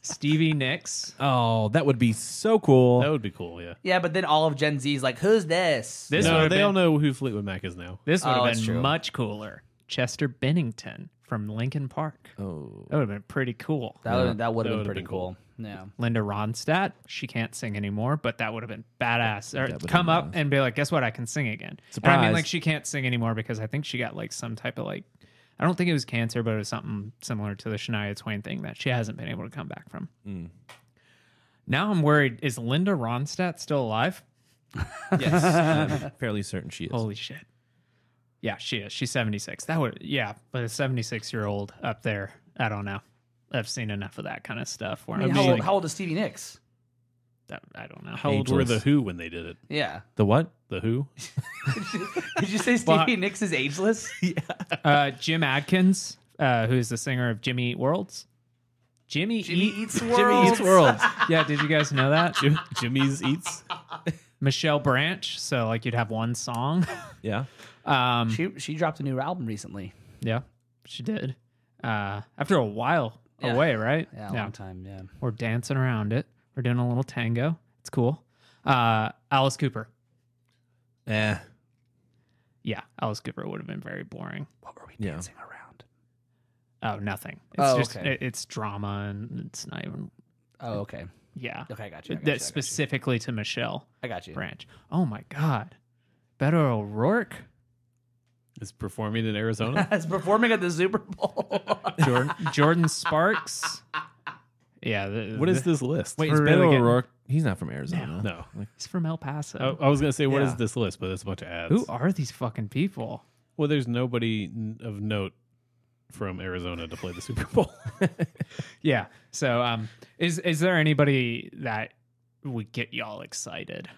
Speaker 5: Stevie Nicks.
Speaker 2: oh, that would be so cool.
Speaker 3: That would be cool. Yeah.
Speaker 1: Yeah, but then all of Gen Z's like, who's this?
Speaker 5: This
Speaker 3: no,
Speaker 5: would have
Speaker 3: they all
Speaker 5: been,
Speaker 3: know who Fleetwood Mac is now.
Speaker 5: this would
Speaker 1: Oh,
Speaker 5: have
Speaker 1: that's
Speaker 5: been
Speaker 1: true.
Speaker 5: much cooler. Chester Bennington from Lincoln Park.
Speaker 2: oh.
Speaker 5: That would have been pretty cool.
Speaker 1: That would that would have been
Speaker 3: would've
Speaker 1: pretty
Speaker 3: been
Speaker 1: cool. Yeah.
Speaker 5: Linda Ronstadt, she can't sing anymore, but that would have been badass. Or
Speaker 2: That would've
Speaker 5: come
Speaker 2: been
Speaker 5: up
Speaker 2: badass.
Speaker 5: and be like, guess what? I can sing again. And I mean,
Speaker 2: Surprise.
Speaker 5: like, she can't sing anymore because I think she got like some type of like, I don't think it was cancer, but it was something similar to the Shania Twain thing that she hasn't been able to come back from. Now I'm worried. Is Linda Ronstadt still alive?
Speaker 2: Yes. I'm fairly certain she is.
Speaker 5: Holy shit. Yeah, she is. She's 76. That would, yeah, but a 76 year old up there, I don't know. I've seen enough of that kind of stuff where
Speaker 1: I
Speaker 5: I
Speaker 1: mean,
Speaker 5: am
Speaker 1: how,
Speaker 5: just
Speaker 1: old,
Speaker 5: like,
Speaker 1: how old is Stevie Nicks?
Speaker 5: that, I don't know.
Speaker 3: How old were the
Speaker 2: Ageless.
Speaker 3: Who when they did it?
Speaker 1: Yeah.
Speaker 2: The what?
Speaker 3: The Who?
Speaker 1: Did you say
Speaker 5: Well,
Speaker 1: Stevie Nicks is ageless?
Speaker 5: Uh, Jim Adkins, uh, who's the singer of Jimmy Eat Worlds. Jimmy,
Speaker 1: Jimmy
Speaker 5: Eat.
Speaker 1: eats worlds.
Speaker 5: yeah, did you guys know that?
Speaker 3: Jim, Jimmy's Eats?
Speaker 5: Michelle Branch. So, like, you'd have one song.
Speaker 2: Yeah.
Speaker 5: Um,
Speaker 1: She she dropped a new album recently.
Speaker 5: yeah, she did. Uh, after a while
Speaker 1: Yeah.
Speaker 5: away, right?
Speaker 1: Yeah, a long time. Yeah.
Speaker 5: We're dancing around it. We're doing a little tango. It's cool. Uh, Alice Cooper.
Speaker 2: Eh.
Speaker 5: Yeah, Alice Cooper would have been very boring.
Speaker 1: What were we
Speaker 2: Yeah.
Speaker 1: dancing around?
Speaker 5: Oh, nothing. It's
Speaker 1: Oh,
Speaker 5: just
Speaker 1: okay.
Speaker 5: it- it's drama and it's not even
Speaker 2: Mm.
Speaker 1: Oh, okay.
Speaker 5: yeah.
Speaker 1: Okay, I got you. I got you, I
Speaker 5: That
Speaker 1: got
Speaker 5: specifically to Michelle
Speaker 1: I got you.
Speaker 5: Branch. Oh my god. Better O'Rourke?
Speaker 3: is performing in Arizona.
Speaker 1: It's performing at the Super Bowl.
Speaker 5: Jordan, Jordan Sparks. Yeah. The,
Speaker 3: what is
Speaker 5: the,
Speaker 3: this list?
Speaker 2: Wait, is
Speaker 5: For
Speaker 2: Beto
Speaker 5: really good-
Speaker 2: O'Rourke? He's not from Arizona.
Speaker 3: no.
Speaker 5: He's from El Paso.
Speaker 3: Oh,
Speaker 1: Oh,
Speaker 3: I, I was gonna say what is
Speaker 2: Yeah.
Speaker 3: this list, but it's a bunch of ads.
Speaker 5: Who are these fucking people?
Speaker 3: Well, there's nobody n- of note from Arizona to play the Super Bowl.
Speaker 5: Yeah. So, um, is is there anybody that would get y'all excited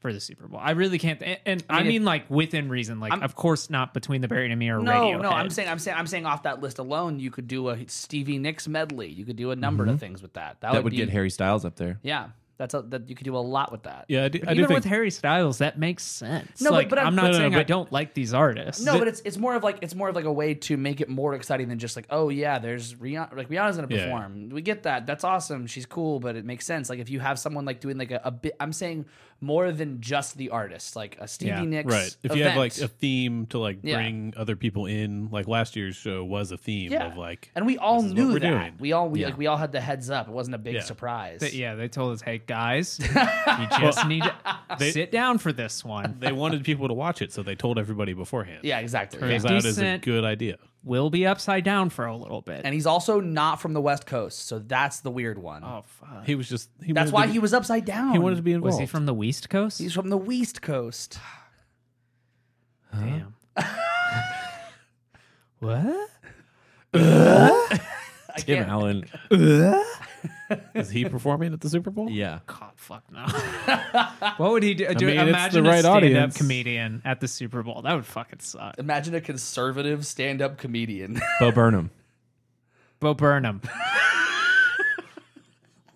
Speaker 5: for the Super Bowl? I really can't, and, and I,
Speaker 1: I mean,
Speaker 5: mean, like within reason. Like,
Speaker 1: I'm-
Speaker 5: of course, not between the Barry and me or
Speaker 1: no,
Speaker 5: Radiohead.
Speaker 1: no, I'm saying, I'm saying, I'm saying, off that list alone, you could do a Stevie Nicks medley. You could do a number of things with that. That,
Speaker 2: Mm-hmm. That would
Speaker 1: be,
Speaker 2: get Harry Styles up there.
Speaker 1: Yeah, that's a, that you could do a lot with that.
Speaker 3: yeah, I do, I do
Speaker 5: even
Speaker 3: think
Speaker 5: with Harry Styles, that makes sense.
Speaker 1: No, but-
Speaker 5: like,
Speaker 1: but I'm-
Speaker 5: I'm,
Speaker 1: no,
Speaker 5: not
Speaker 1: no,
Speaker 5: saying
Speaker 1: but-
Speaker 5: I don't like these artists.
Speaker 1: No, but it's it's more of like it's more of like a way to make it more exciting than just like oh yeah, there's Rihanna like Rihanna's gonna
Speaker 3: Yeah, yeah.
Speaker 1: perform. We get that. That's awesome. She's cool, but it makes sense. Like if you have someone like doing like a, a bit, I'm saying more than just the artist, like a Stevie
Speaker 5: Yeah,
Speaker 1: Nicks.
Speaker 3: right. If you have like a theme to like
Speaker 1: Yeah.
Speaker 3: bring other people in, like last year's show was a theme
Speaker 1: Yeah.
Speaker 3: of like
Speaker 1: and we all
Speaker 3: this is what
Speaker 1: knew
Speaker 3: we're
Speaker 1: that.
Speaker 3: doing.
Speaker 1: We all we,
Speaker 2: Yeah.
Speaker 1: like we all had the heads up. It wasn't a big
Speaker 3: Yeah.
Speaker 1: surprise.
Speaker 5: That- yeah, they told us, hey guys, you just need to
Speaker 3: they-
Speaker 5: sit down for this one.
Speaker 3: they wanted people to watch it, so they told everybody beforehand.
Speaker 1: Yeah, exactly.
Speaker 5: Turns
Speaker 3: turns out is a
Speaker 5: Decent.
Speaker 3: good idea.
Speaker 5: We'll be upside down for a little bit.
Speaker 1: And he's also not from the West Coast, so that's the weird one.
Speaker 5: oh fuck,
Speaker 3: He was just he
Speaker 1: that's
Speaker 3: wanted
Speaker 1: why
Speaker 3: to
Speaker 1: he
Speaker 3: be,
Speaker 1: was upside down.
Speaker 3: he wanted to be involved.
Speaker 5: was he from the West Coast?
Speaker 1: He's from the West Coast.
Speaker 5: Damn. what?
Speaker 1: I
Speaker 2: Tim
Speaker 1: can't-
Speaker 2: Allen.
Speaker 3: is he performing at the Super Bowl?
Speaker 2: Yeah.
Speaker 5: God, fuck no. what would he do? do
Speaker 3: mean, it's
Speaker 5: imagine
Speaker 3: the right
Speaker 5: a stand-up
Speaker 3: audience.
Speaker 5: comedian at the Super Bowl. That would fucking suck.
Speaker 1: Imagine a conservative stand-up comedian.
Speaker 2: Bo Burnham.
Speaker 5: Bo Burnham.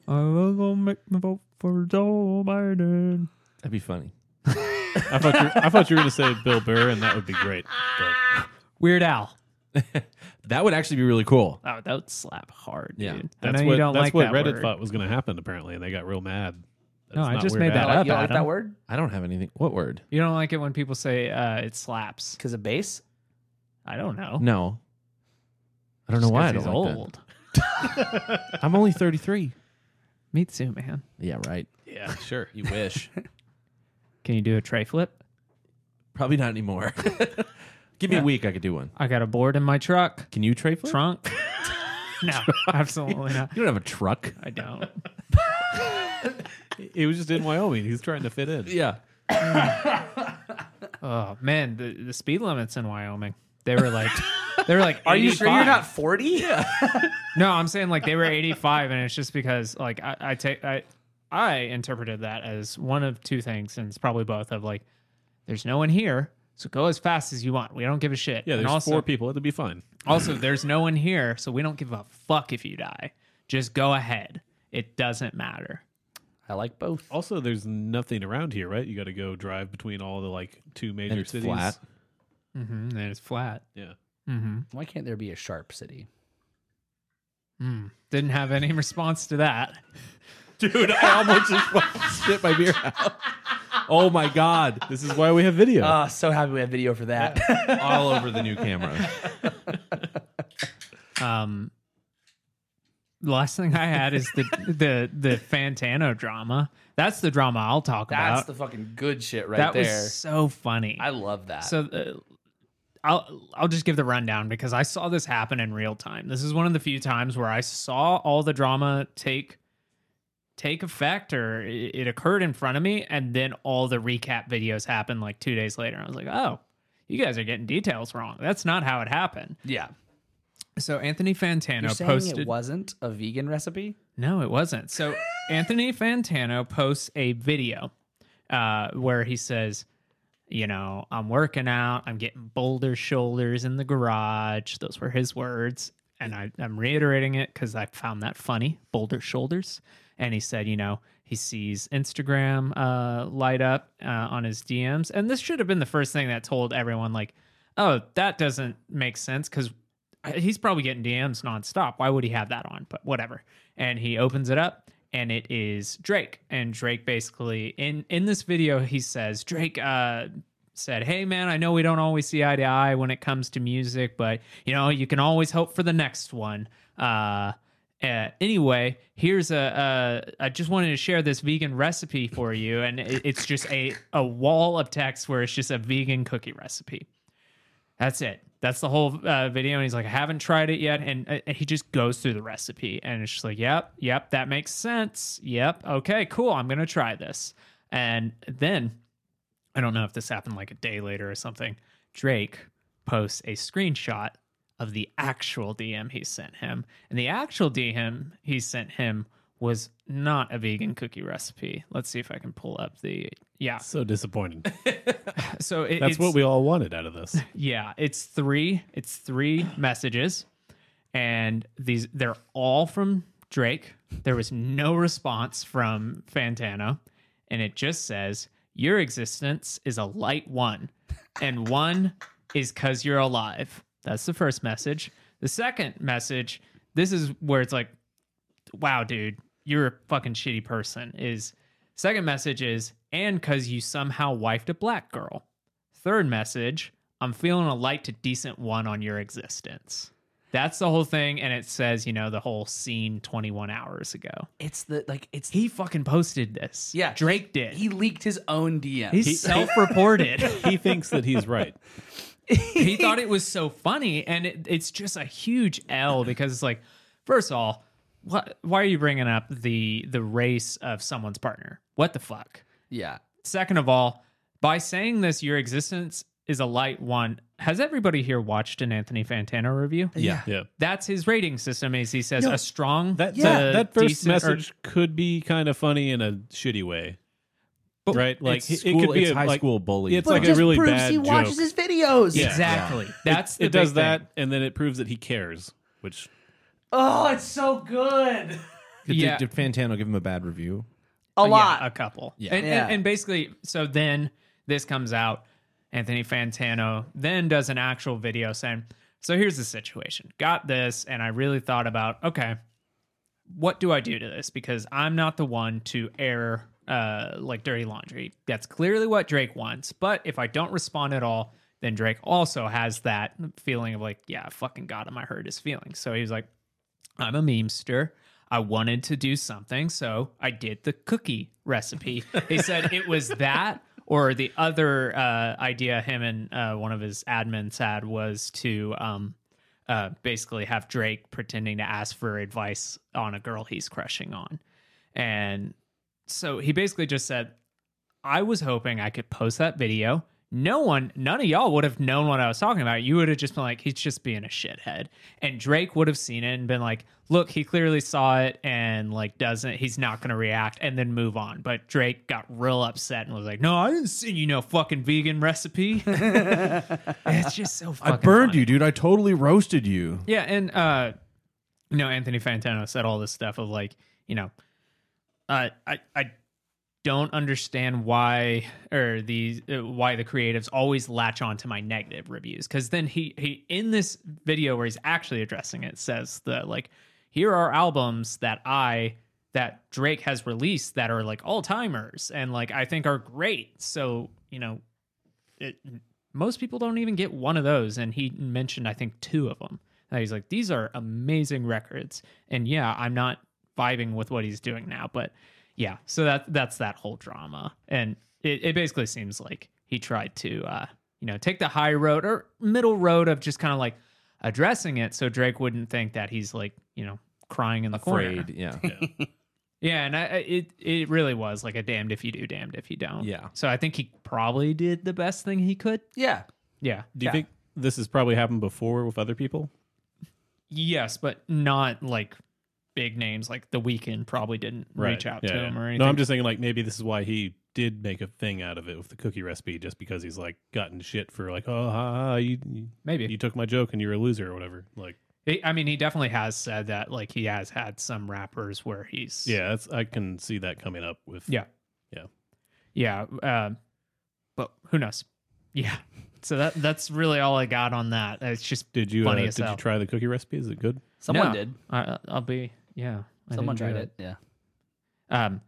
Speaker 5: I will go make my vote for Joe Biden.
Speaker 2: That'd be funny.
Speaker 3: I thought you, I thought you were going to say Bill Burr, and that would be great. But
Speaker 5: Weird Al.
Speaker 2: That would actually be really cool.
Speaker 5: Oh, that would slap hard,
Speaker 2: Yeah.
Speaker 5: dude. I
Speaker 3: that's
Speaker 5: know
Speaker 3: what
Speaker 5: you don't
Speaker 3: that's
Speaker 5: like
Speaker 3: what
Speaker 5: that
Speaker 3: Reddit
Speaker 5: word.
Speaker 3: thought was going to happen apparently, and they got real mad. that
Speaker 5: No,
Speaker 3: it's
Speaker 5: I
Speaker 3: not
Speaker 5: just
Speaker 3: Weird
Speaker 5: made that
Speaker 1: You
Speaker 3: Al.
Speaker 1: don't
Speaker 5: up.
Speaker 1: like, you don't like that
Speaker 5: Adam.
Speaker 1: word?
Speaker 2: I don't have anything. What word?
Speaker 5: You don't like it when people say uh, it slaps.
Speaker 1: Because of bass?
Speaker 5: I don't know.
Speaker 2: No. I don't know why I don't
Speaker 5: he's
Speaker 2: like
Speaker 5: old.
Speaker 2: that. I'm only 33.
Speaker 5: Me too, man.
Speaker 2: Yeah, right.
Speaker 3: Yeah, sure.
Speaker 2: You wish.
Speaker 5: Can you do a tray flip?
Speaker 2: Probably not anymore. Give me a week. I could do one.
Speaker 5: I got a board in my truck.
Speaker 2: Can you trade flip?
Speaker 5: Trunk? no, absolutely not.
Speaker 2: You don't have a truck.
Speaker 5: I don't.
Speaker 3: He was just in Wyoming. He's trying to fit in.
Speaker 2: Yeah.
Speaker 5: Oh man, the, the speed limits in Wyoming. They were like, they were like,
Speaker 1: Are you sure you're
Speaker 5: 85.
Speaker 1: not 40? Yeah.
Speaker 5: No, I'm saying like they were 85, and it's just because like I, I take I I interpreted that as one of two things, and it's probably both of like, there's no one here, so go as fast as you want. We don't give a shit.
Speaker 3: Yeah,
Speaker 5: and
Speaker 3: there's
Speaker 5: also,
Speaker 3: four people. It'd be fun.
Speaker 5: Also, there's no one here, so we don't give a fuck if you die. Just go ahead. It doesn't matter.
Speaker 1: I like both.
Speaker 3: Also, there's nothing around here, right? You got to go drive between all the like two major
Speaker 2: And it's
Speaker 3: cities.
Speaker 2: flat.
Speaker 5: Mm-hmm, and it's flat.
Speaker 3: Yeah.
Speaker 5: Mm-hmm.
Speaker 1: Why can't there be a sharp city?
Speaker 5: Mm. Didn't have any response to that.
Speaker 2: Dude, I almost just fucking spit my beer out. Oh my God. Uh,
Speaker 3: This is why we have video.
Speaker 1: Ah, so happy we have video for that.
Speaker 2: All over the new camera.
Speaker 5: Um, the last thing I had is the the the Fantano drama. That's the drama I'll talk
Speaker 1: That's
Speaker 5: about.
Speaker 1: the fucking good shit right
Speaker 5: that
Speaker 1: there.
Speaker 5: was so funny.
Speaker 1: I love that.
Speaker 5: so uh, I'll I'll just give the rundown because I saw this happen in real time. This is one of the few times where I saw all the drama take take effect or it, it occurred in front of me and then all the recap videos happened like 2 days later. I was like, "Oh, you guys are getting details wrong. That's not how it happened."
Speaker 1: yeah.
Speaker 5: So Anthony Fantano
Speaker 1: You're saying
Speaker 5: posted
Speaker 1: it wasn't a vegan recipe?
Speaker 5: no, it wasn't. So Anthony Fantano posts a video uh, where he says, you know, I'm working out, I'm getting bolder shoulders in the garage. Those were his words. And I, I'm reiterating it because I found that funny, bolder shoulders. And he said, you know, he sees Instagram uh, light up uh, on his DMs. And this should have been the first thing that told everyone, like, oh, that doesn't make sense because he's probably getting DMs nonstop. Why would he have that on? But whatever. And he opens it up and it is Drake. And Drake basically in in this video he says, Drake uh said, Hey man, I know we don't always see eye to eye when it comes to music, but you know, you can always hope for the next one. Uh uh, anyway, here's a, a. I just wanted to share this vegan recipe for you, and it, it's just a a wall of text where it's just a vegan cookie recipe. That's it. That's the whole uh, video. And he's like, I haven't tried it yet. And, uh, and he just goes through the recipe. And it's just like, yep, yep, that makes sense. Yep. Okay, cool. I'm going to try this. And then I don't know if this happened like a day later or something. Drake posts a screenshot of the actual DM he sent him. And the actual DM he sent him was not a vegan cookie recipe. Let's see if I can pull up the. Yeah.
Speaker 3: So disappointing.
Speaker 5: So it,
Speaker 3: That's
Speaker 5: it's-
Speaker 3: what we all wanted out of this.
Speaker 5: yeah, it's three. It's three messages, and these they're all from Drake. There was no response from Fantano, and it just says your existence is a light one, and one is cause you're alive. That's the first message. The second message, this is where it's like, wow, dude, you're a fucking shitty person. Is second message is and cause you somehow wifed a black girl. Third message, I'm feeling a light to decent one on your existence. That's the whole thing. And it says, you know, the whole scene 21 hours ago.
Speaker 1: It's the like it's
Speaker 5: He fucking posted this.
Speaker 1: yeah.
Speaker 5: Drake did.
Speaker 1: He leaked his own DM.
Speaker 5: He's self reported.
Speaker 3: He thinks that he's right.
Speaker 5: he thought it was so funny. And it, it's just a huge L because it's like, first of all, what, why are you bringing up the the race of someone's partner? What the fuck?
Speaker 1: yeah.
Speaker 5: Second of all, by saying this, your existence is a light one. Has everybody here watched an Anthony Fantano review?
Speaker 1: Yeah.
Speaker 3: Yeah.
Speaker 5: That's his rating system. Is he says
Speaker 1: No,
Speaker 5: a strong
Speaker 3: That
Speaker 5: to
Speaker 3: that, that first
Speaker 5: decent or-
Speaker 3: message could be kind of funny in a shitty way.
Speaker 5: But
Speaker 3: right? Like
Speaker 2: it's
Speaker 3: it-
Speaker 2: school,
Speaker 3: it could be
Speaker 2: it's
Speaker 3: a,
Speaker 2: high
Speaker 3: like,
Speaker 2: school bully.
Speaker 3: it's
Speaker 2: But
Speaker 3: like a
Speaker 1: just
Speaker 3: really
Speaker 1: proves
Speaker 3: bad
Speaker 1: he watches
Speaker 3: joke.
Speaker 1: his videos.
Speaker 3: Yeah.
Speaker 5: exactly. That's the
Speaker 3: it does
Speaker 5: big thing.
Speaker 3: that and then it proves that he cares, which
Speaker 1: Oh, it's so good. Oh,
Speaker 2: Did,
Speaker 5: yeah.
Speaker 2: did Fantano give him a bad review?
Speaker 1: A
Speaker 5: Yeah,
Speaker 1: lot.
Speaker 5: a couple.
Speaker 2: Yeah.
Speaker 5: And,
Speaker 1: Yeah.
Speaker 5: And, and basically, so then this comes out. Anthony Fantano then does an actual video saying, So here's the situation. Got this. And I really thought about, okay, what do I do to this? Because I'm not the one to air uh, like dirty laundry. That's clearly what Drake wants. But if I don't respond at all, then Drake also has that feeling of like, yeah, I fucking got him. I hurt his feelings. So he's like, I'm a memester. I wanted to do something, so I did the cookie recipe. He said it was that or the other uh, idea him and uh, one of his admins had was to um, uh, basically have Drake pretending to ask for advice on a girl he's crushing on. And so he basically just said, I was hoping I could post that video. No one, none of y'all would have known what I was talking about. You would have just been like, he's just being a shithead. And Drake would have seen it and been like, look, he clearly saw it and like doesn't, he's not going to react and then move on. But Drake got real upset and was like, no, I didn't send you no fucking vegan recipe. it's just so fucking
Speaker 2: I burned
Speaker 5: funny.
Speaker 2: you, dude. I totally roasted you.
Speaker 5: Yeah, and uh you know, Anthony Fantano said all this stuff of like, you know, uh, I I don't understand why or the uh, why the creatives always latch on to my negative reviews because then he he in this video where he's actually addressing it says the like here are albums that I that Drake has released that are like all timers and like I think are great so you know it, most people don't even get one of those and he mentioned I think two of them and he's like these are amazing records and yeah I'm not vibing with what he's doing now but yeah so that that's that whole drama and it, it basically seems like he tried to uh you know take the high road or middle road of just kind of like addressing it so drake wouldn't think that he's like you know crying in the corner
Speaker 2: Afraid. Yeah.
Speaker 5: yeah and I, I- it it really was like a damned if you do damned if you don't
Speaker 2: Yeah.
Speaker 5: so i think he probably did the best thing he could
Speaker 1: yeah.
Speaker 5: yeah
Speaker 3: do you
Speaker 1: Yeah.
Speaker 3: think this has probably happened before with other people?
Speaker 5: yes but not like big names like the weekend probably didn't reach out
Speaker 3: Yeah,
Speaker 5: to
Speaker 3: yeah.
Speaker 5: him or anything
Speaker 3: No, I'm just thinking like maybe this is why he did make a thing out of it with the cookie recipe just because he's like gotten shit for like, oh, ha, ha, you, you
Speaker 5: maybe
Speaker 3: you took my joke and you're a loser or whatever. Like,
Speaker 5: He- I mean, he definitely has said that. Like, he has had some rappers where he's
Speaker 3: yeah, that's, I can see that coming up with.
Speaker 5: Yeah. yeah. Um, but who knows? Yeah. So that that's really all I got on that. It's just
Speaker 3: Did you uh,
Speaker 5: Funny
Speaker 3: did
Speaker 5: as
Speaker 3: you
Speaker 5: hell.
Speaker 3: try the cookie recipe? Is it good?
Speaker 1: Someone
Speaker 5: No,
Speaker 1: did.
Speaker 5: I, I'll be yeah. I
Speaker 1: Someone
Speaker 5: didn't
Speaker 1: tried
Speaker 5: do
Speaker 1: it. Yeah.
Speaker 5: Um,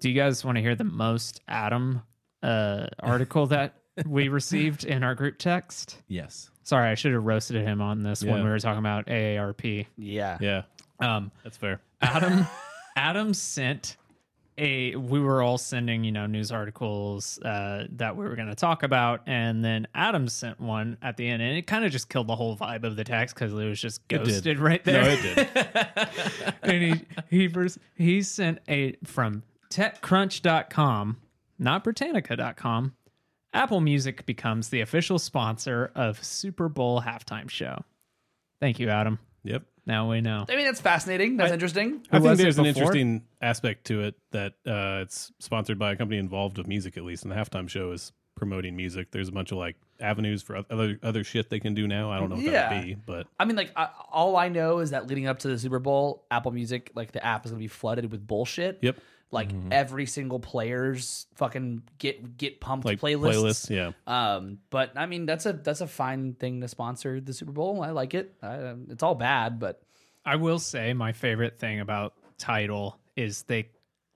Speaker 5: do you guys want to hear the most Adam uh article that we received in our group text?
Speaker 2: Yes.
Speaker 5: Sorry, I should have roasted him on this when
Speaker 3: Yeah.
Speaker 5: we were talking about AARP.
Speaker 1: Yeah.
Speaker 3: Yeah,
Speaker 5: Um,
Speaker 3: that's fair.
Speaker 5: Adam Adam sent a we were all sending you know news articles uh, that we were going to talk about, and then Adam sent one at the end, and it kind of just killed the whole vibe of the text because it was just
Speaker 3: did.
Speaker 5: ghosted right there.
Speaker 3: No, it did.
Speaker 5: and he he vers- he sent a from techcrunch.com, not britannica.com. Apple Music becomes the official sponsor of Super Bowl halftime show. Thank you, Adam.
Speaker 3: Yep.
Speaker 5: Now we know.
Speaker 1: I mean, that's fascinating. That's interesting.
Speaker 3: I think
Speaker 5: was it
Speaker 3: there's an
Speaker 5: before?
Speaker 3: interesting aspect to it that uh, it's sponsored by a company involved with music, at least. And the halftime show is promoting music. There's a bunch of like avenues for oth- other other shit they can do now. I don't know what that
Speaker 1: Yeah.
Speaker 3: would be, but
Speaker 1: I mean, like I, all I know is that leading up to the Super Bowl, Apple Music, like the app is going to be flooded with bullshit.
Speaker 3: yep,
Speaker 1: Like every single player's fucking get get pumped
Speaker 3: like
Speaker 1: playlists.
Speaker 3: playlists. Yeah,
Speaker 1: Um, but I mean, that's a that's a fine thing to sponsor the Super Bowl. I like it. I, um, it's all bad, but
Speaker 5: I will say my favorite thing about title is they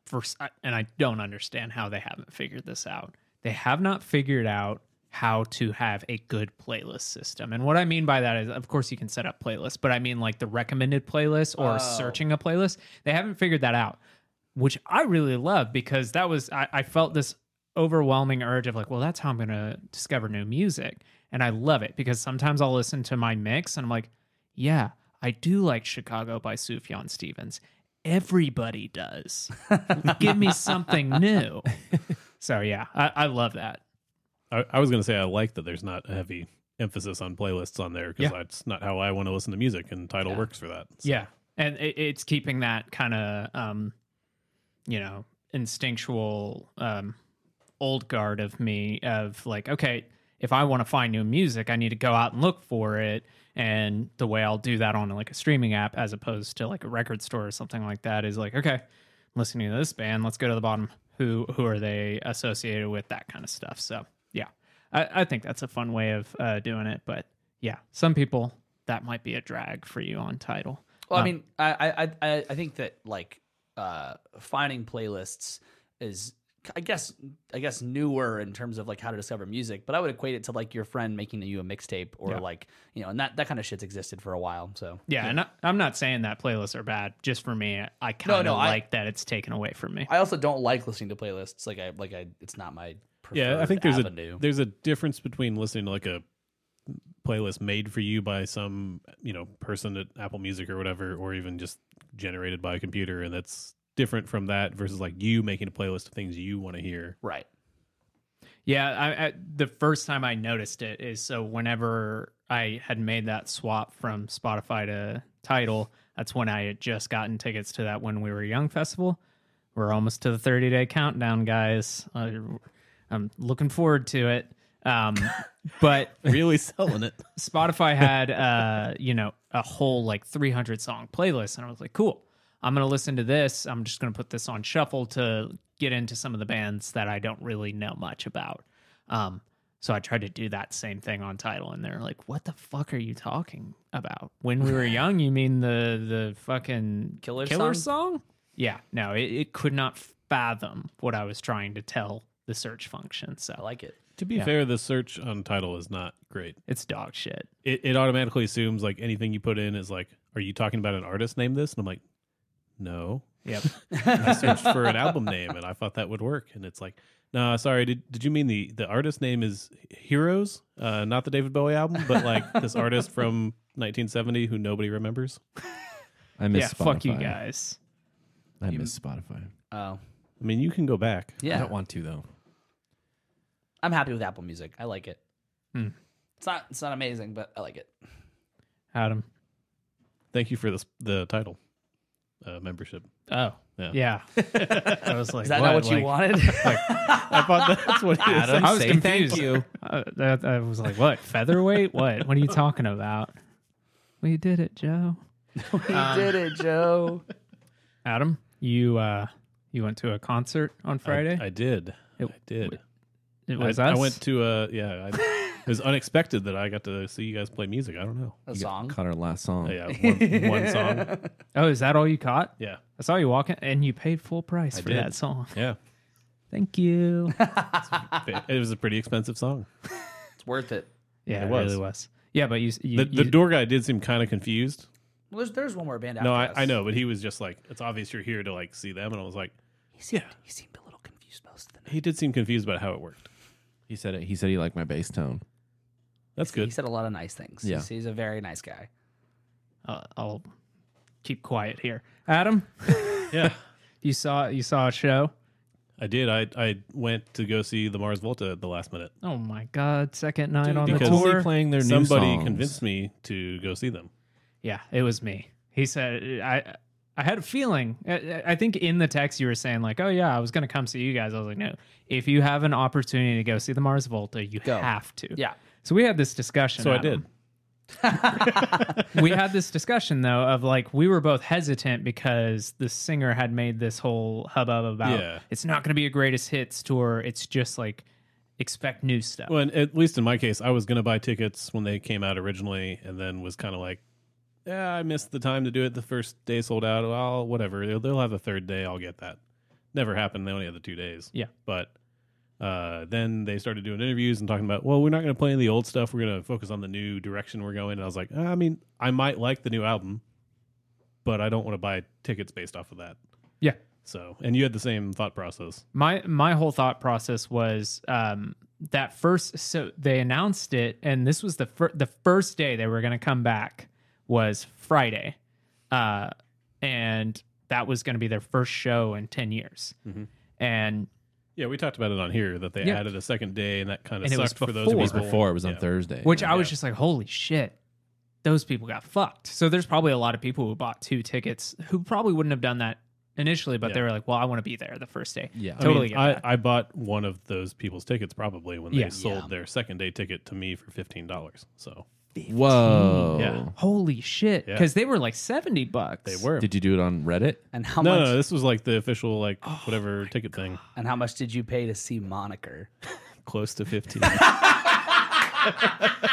Speaker 5: first and I don't understand how they haven't figured this out. They have not figured out how to have a good playlist system. And what I mean by that is of course you can set up playlists, but I mean like the recommended playlist or searching a playlist. They haven't figured that out, which I really love because that was I, I felt this overwhelming urge of like, well, that's how I'm gonna discover new music. And I love it because sometimes I'll listen to my mix and I'm like, yeah, I do like Chicago by Sufjan Stevens. Everybody does. Give me something new. So yeah, I, I love that.
Speaker 3: I, I was gonna say I like that. There's not a heavy emphasis on playlists on there because
Speaker 5: Yeah.
Speaker 3: that's not how I want to listen to music, and title works for that. So-
Speaker 5: Yeah, and it, it's keeping that kind of um, you know instinctual um, old guard of me of like, okay, if I want to find new music, I need to go out and look for it. And the way I'll do that on like a streaming app, as opposed to like a record store or something like that, is like, okay, I'm listening to this band, let's go to the bottom. Who who are they associated with? That kind of stuff. So yeah, I, I think that's a fun way of uh, doing it. But yeah, some people that might be a drag for you on title.
Speaker 1: Well, I
Speaker 5: Um,
Speaker 1: mean, I, I- I, I, I think that like uh, finding playlists is, I guess, I guess newer in terms of like how to discover music. But I would equate it to like your friend making you a mixtape or
Speaker 5: Yeah.
Speaker 1: like you know, and that that kind of shit's existed for a while. So
Speaker 5: Yeah, and I, I'm not saying that playlists are bad. Just for me, I kind of
Speaker 1: no, I-
Speaker 5: like that it's taken away from me.
Speaker 1: I also don't like listening to playlists. Like I, like I, it's not my preferred
Speaker 3: yeah. I think there's
Speaker 1: avenue.
Speaker 3: a there's a difference between listening to like a playlist made for you by some you know person at Apple Music or whatever, or even just generated by a computer, and that's different from that versus like you making a playlist of things you want to hear.
Speaker 1: right.
Speaker 5: Yeah, I, I, the first time I noticed it is so whenever I had made that swap from Spotify to Title, that's when I had just gotten tickets to that When We Were Young festival. We're almost to the 30 day countdown, guys. I, I'm looking forward to it. Um, but
Speaker 3: Really selling it.
Speaker 5: Spotify had uh, you know, a whole like 300 song playlist and I was like, cool. I'm going to listen to this. I'm just going to put this on shuffle to get into some of the bands that I don't really know much about. Um so I tried to do that same thing on title and they're like, "What the fuck are you talking about? When we were young, you mean the the fucking
Speaker 1: Killer
Speaker 5: song? Yeah, no, it, it could not fathom what I was trying to tell the search function.
Speaker 1: I
Speaker 5: So
Speaker 1: like it.
Speaker 3: To be fair, the search on title is not great.
Speaker 5: it's dog shit.
Speaker 3: It, it automatically assumes like anything you put in is like, are you talking about an artist named this? And I'm like, no.
Speaker 5: Yep.
Speaker 3: I searched for an album name and I thought that would work. And it's like, nah, sorry, did, did you mean the, the artist name is Heroes? Uh, not the David Bowie album, but like this artist from 1970 who nobody remembers.
Speaker 2: I miss
Speaker 5: yeah,
Speaker 2: Spotify.
Speaker 5: fuck you guys.
Speaker 2: I miss Spotify.
Speaker 1: Oh
Speaker 3: I mean, you can go back.
Speaker 2: I
Speaker 1: yeah.
Speaker 2: don't want to though.
Speaker 1: I'm happy with Apple Music. I like it. It's not it's not amazing, but I like it.
Speaker 5: Adam.
Speaker 3: Thank you for this, the title uh, membership.
Speaker 5: Oh,
Speaker 3: Yeah.
Speaker 5: yeah. I was like,
Speaker 1: Is that not what
Speaker 5: Like,
Speaker 1: you wanted?
Speaker 3: I thought that's what it is.
Speaker 5: I was confused. Uh, that, I was like, what? Featherweight? what? What are you talking about? We did it, Joe.
Speaker 1: You did it, Joe.
Speaker 5: Adam, you uh, you went to a concert on Friday.
Speaker 3: I, I did.
Speaker 5: It-
Speaker 3: I did.
Speaker 5: it was
Speaker 3: I,
Speaker 5: us.
Speaker 3: I went to a yeah. I, it was unexpected that I got to see you guys play music. I don't know.
Speaker 1: A
Speaker 2: You got
Speaker 1: song.
Speaker 2: Caught our last song.
Speaker 3: Yeah, one, one song.
Speaker 5: oh, is that all you caught?
Speaker 3: Yeah,
Speaker 5: I saw you walking, and you paid full price for
Speaker 3: did.
Speaker 5: that song.
Speaker 3: yeah.
Speaker 5: Thank you.
Speaker 3: It was a pretty expensive song.
Speaker 1: It's worth it.
Speaker 5: yeah, it,
Speaker 3: was.
Speaker 5: really was. Yeah, but you, you,
Speaker 3: The, the
Speaker 5: you-
Speaker 3: door guy did seem kind of confused.
Speaker 1: Well, there's, there's one more band.
Speaker 3: No,
Speaker 1: after
Speaker 3: I, I
Speaker 1: us.
Speaker 3: know, but he was just like, "It's obvious you're here to like see them," and I was like,
Speaker 1: He seemed,
Speaker 3: Yeah.
Speaker 1: he seemed a little confused most of the night.
Speaker 3: He did seem confused about how it worked.
Speaker 2: He said it. He said he liked my bass tone.
Speaker 3: That's
Speaker 1: He
Speaker 3: good.
Speaker 1: said a lot of nice things.
Speaker 2: Yeah.
Speaker 1: He's, he's a very nice guy.
Speaker 5: Uh, I'll keep quiet here. Adam,
Speaker 3: Yeah,
Speaker 5: you saw you saw a show.
Speaker 3: I did. I I went to go see the Mars Volta at the last minute.
Speaker 5: Oh my god, second night on the
Speaker 3: because-
Speaker 5: tour.
Speaker 2: playing their
Speaker 3: Somebody convinced me to go see them.
Speaker 5: Yeah, it was me. He said I I had a feeling. I I think in the text you were saying like, "Oh yeah, I was going to come see you guys." I was like, "No. If you have an opportunity to go see the Mars Volta, you
Speaker 1: Go.
Speaker 5: have to."
Speaker 1: Yeah.
Speaker 5: So we had this discussion.
Speaker 3: So I
Speaker 5: Adam.
Speaker 3: did.
Speaker 5: we had this discussion though of like we were both hesitant because the singer had made this whole hubbub about
Speaker 3: Yeah.
Speaker 5: it's not going to be a greatest hits tour. It's just like expect new stuff.
Speaker 3: Well, and at least in my case, I was going to buy tickets when they came out originally, and then was kind of like, "Yeah, I missed the time to do it. The first day sold out. Well, whatever. They'll, they'll have a third day. I'll get that." Never happened. They only had the two days.
Speaker 5: Yeah.
Speaker 3: But uh, then they started doing interviews and talking about, "Well, we're not going to play the old stuff. We're going to focus on the new direction we're going." And I was like, "I mean, I might like the new album, but I don't want to buy tickets based off of that."
Speaker 5: Yeah.
Speaker 3: So, and you had the same thought process.
Speaker 5: my my whole thought process was um that first so they announced it and this was the fir- the first day they were going to come back was Friday uh and that was going to be their first show in 10 years
Speaker 3: Mm-hmm.
Speaker 5: and
Speaker 3: Yeah, we talked about it on here that they
Speaker 5: Yeah.
Speaker 3: added a second day, and that kind of
Speaker 5: And it was
Speaker 3: sucked for those
Speaker 5: before.
Speaker 2: It
Speaker 3: people.
Speaker 2: was before. It was on
Speaker 3: Yeah.
Speaker 2: Thursday.
Speaker 5: which I was just like holy shit those people got fucked so there's probably a lot of people who bought two tickets who probably wouldn't have done that initially but they
Speaker 3: Yeah.
Speaker 5: were like well I want to be there the first day
Speaker 2: Yeah. I mean,
Speaker 5: totally
Speaker 3: I, mean,
Speaker 5: get
Speaker 3: I,
Speaker 5: that.
Speaker 3: I bought one of those people's tickets probably when they
Speaker 5: Yeah.
Speaker 3: sold their second day ticket to me for fifteen dollars. So
Speaker 2: Whoa.
Speaker 3: Yeah.
Speaker 5: holy shit
Speaker 3: Yeah.
Speaker 5: because they were like 70 bucks
Speaker 3: they were.
Speaker 2: Did you do it on Reddit?
Speaker 1: And how
Speaker 3: no,
Speaker 1: much
Speaker 3: no, this was like the official like
Speaker 2: Oh
Speaker 3: whatever ticket thing.
Speaker 1: and how much did you pay to see Moniker?
Speaker 3: Close to fifteen.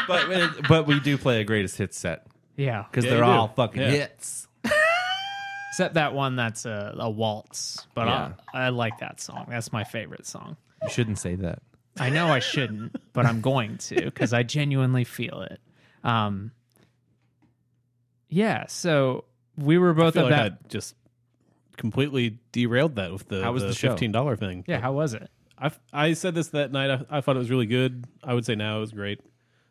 Speaker 2: but uh, but we do play a greatest hits set
Speaker 5: yeah
Speaker 2: because
Speaker 3: Yeah,
Speaker 2: they're
Speaker 3: you do.
Speaker 2: all fucking
Speaker 3: Yeah.
Speaker 2: hits.
Speaker 5: Except that one that's a, a waltz, but
Speaker 2: Yeah.
Speaker 5: I, I like that song. That's my favorite song.
Speaker 2: You shouldn't say that.
Speaker 5: I know I shouldn't, but I'm going to because I genuinely feel it. Um, yeah, so we were
Speaker 3: I
Speaker 5: both
Speaker 3: feel
Speaker 5: of
Speaker 3: like
Speaker 5: that.
Speaker 3: I just completely derailed that with the,
Speaker 2: How was
Speaker 3: the
Speaker 2: the show?
Speaker 3: fifteen dollar thing.
Speaker 5: yeah, how was it?
Speaker 3: I, I said this that night. I, I thought it was really good. I would say now it was great.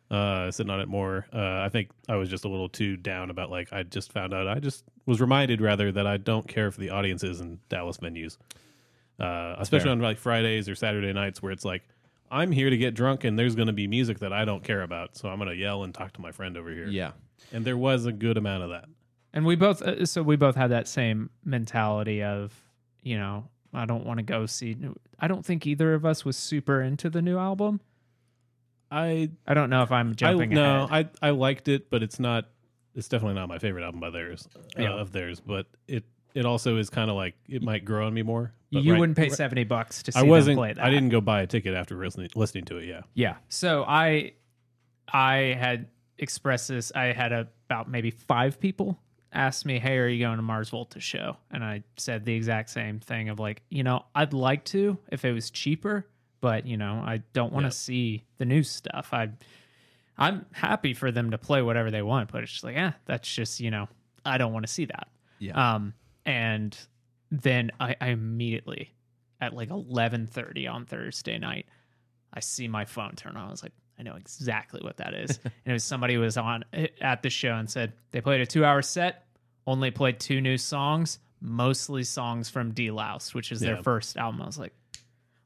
Speaker 3: Uh, sitting on it more. Uh, I think I was just a little too down about like I just found out. I just was reminded rather that I don't care for the audiences in Dallas venues, uh, especially on like Fridays or Saturday nights where it's like I'm here to get drunk and there's going to be music that I don't care about, so I'm going to yell and talk to my friend over here.
Speaker 2: Yeah.
Speaker 3: and there was a good amount of that.
Speaker 5: And we both, uh, so we both had that same mentality of, you know, I don't want to go see. New, I don't think either of us was super into the new album.
Speaker 3: I
Speaker 5: I don't know if I'm jumping.
Speaker 3: I, no,
Speaker 5: ahead.
Speaker 3: I I liked it, but it's not. It's definitely not my favorite album by theirs uh,
Speaker 5: Yeah.
Speaker 3: of theirs. But it it also is kind of like it might grow on me more. But
Speaker 5: you
Speaker 3: right-
Speaker 5: wouldn't pay seventy bucks to see
Speaker 3: I
Speaker 5: them
Speaker 3: wasn't.
Speaker 5: play that.
Speaker 3: I didn't go buy a ticket after listening, listening to it. Yeah,
Speaker 5: Yeah. So I I had expressed this. I had about maybe five people ask me, "Hey, are you going to Mars Volta show?" And I said the exact same thing of like, you know, I'd like to if it was cheaper, but you know, I don't want to
Speaker 3: Yeah.
Speaker 5: see the new stuff. I I'm happy for them to play whatever they want, but it's just like, yeah, that's just you know, I don't want to see that.
Speaker 2: Yeah.
Speaker 5: Um, and then I, I immediately at like eleven thirty on Thursday night, I see my phone turn on. I was like, I know exactly what that is. and it was somebody who was on eh, at the show and said they played a two hour set, only played two new songs, mostly songs from D Louse, which is their
Speaker 3: Yeah.
Speaker 5: first album. I was like,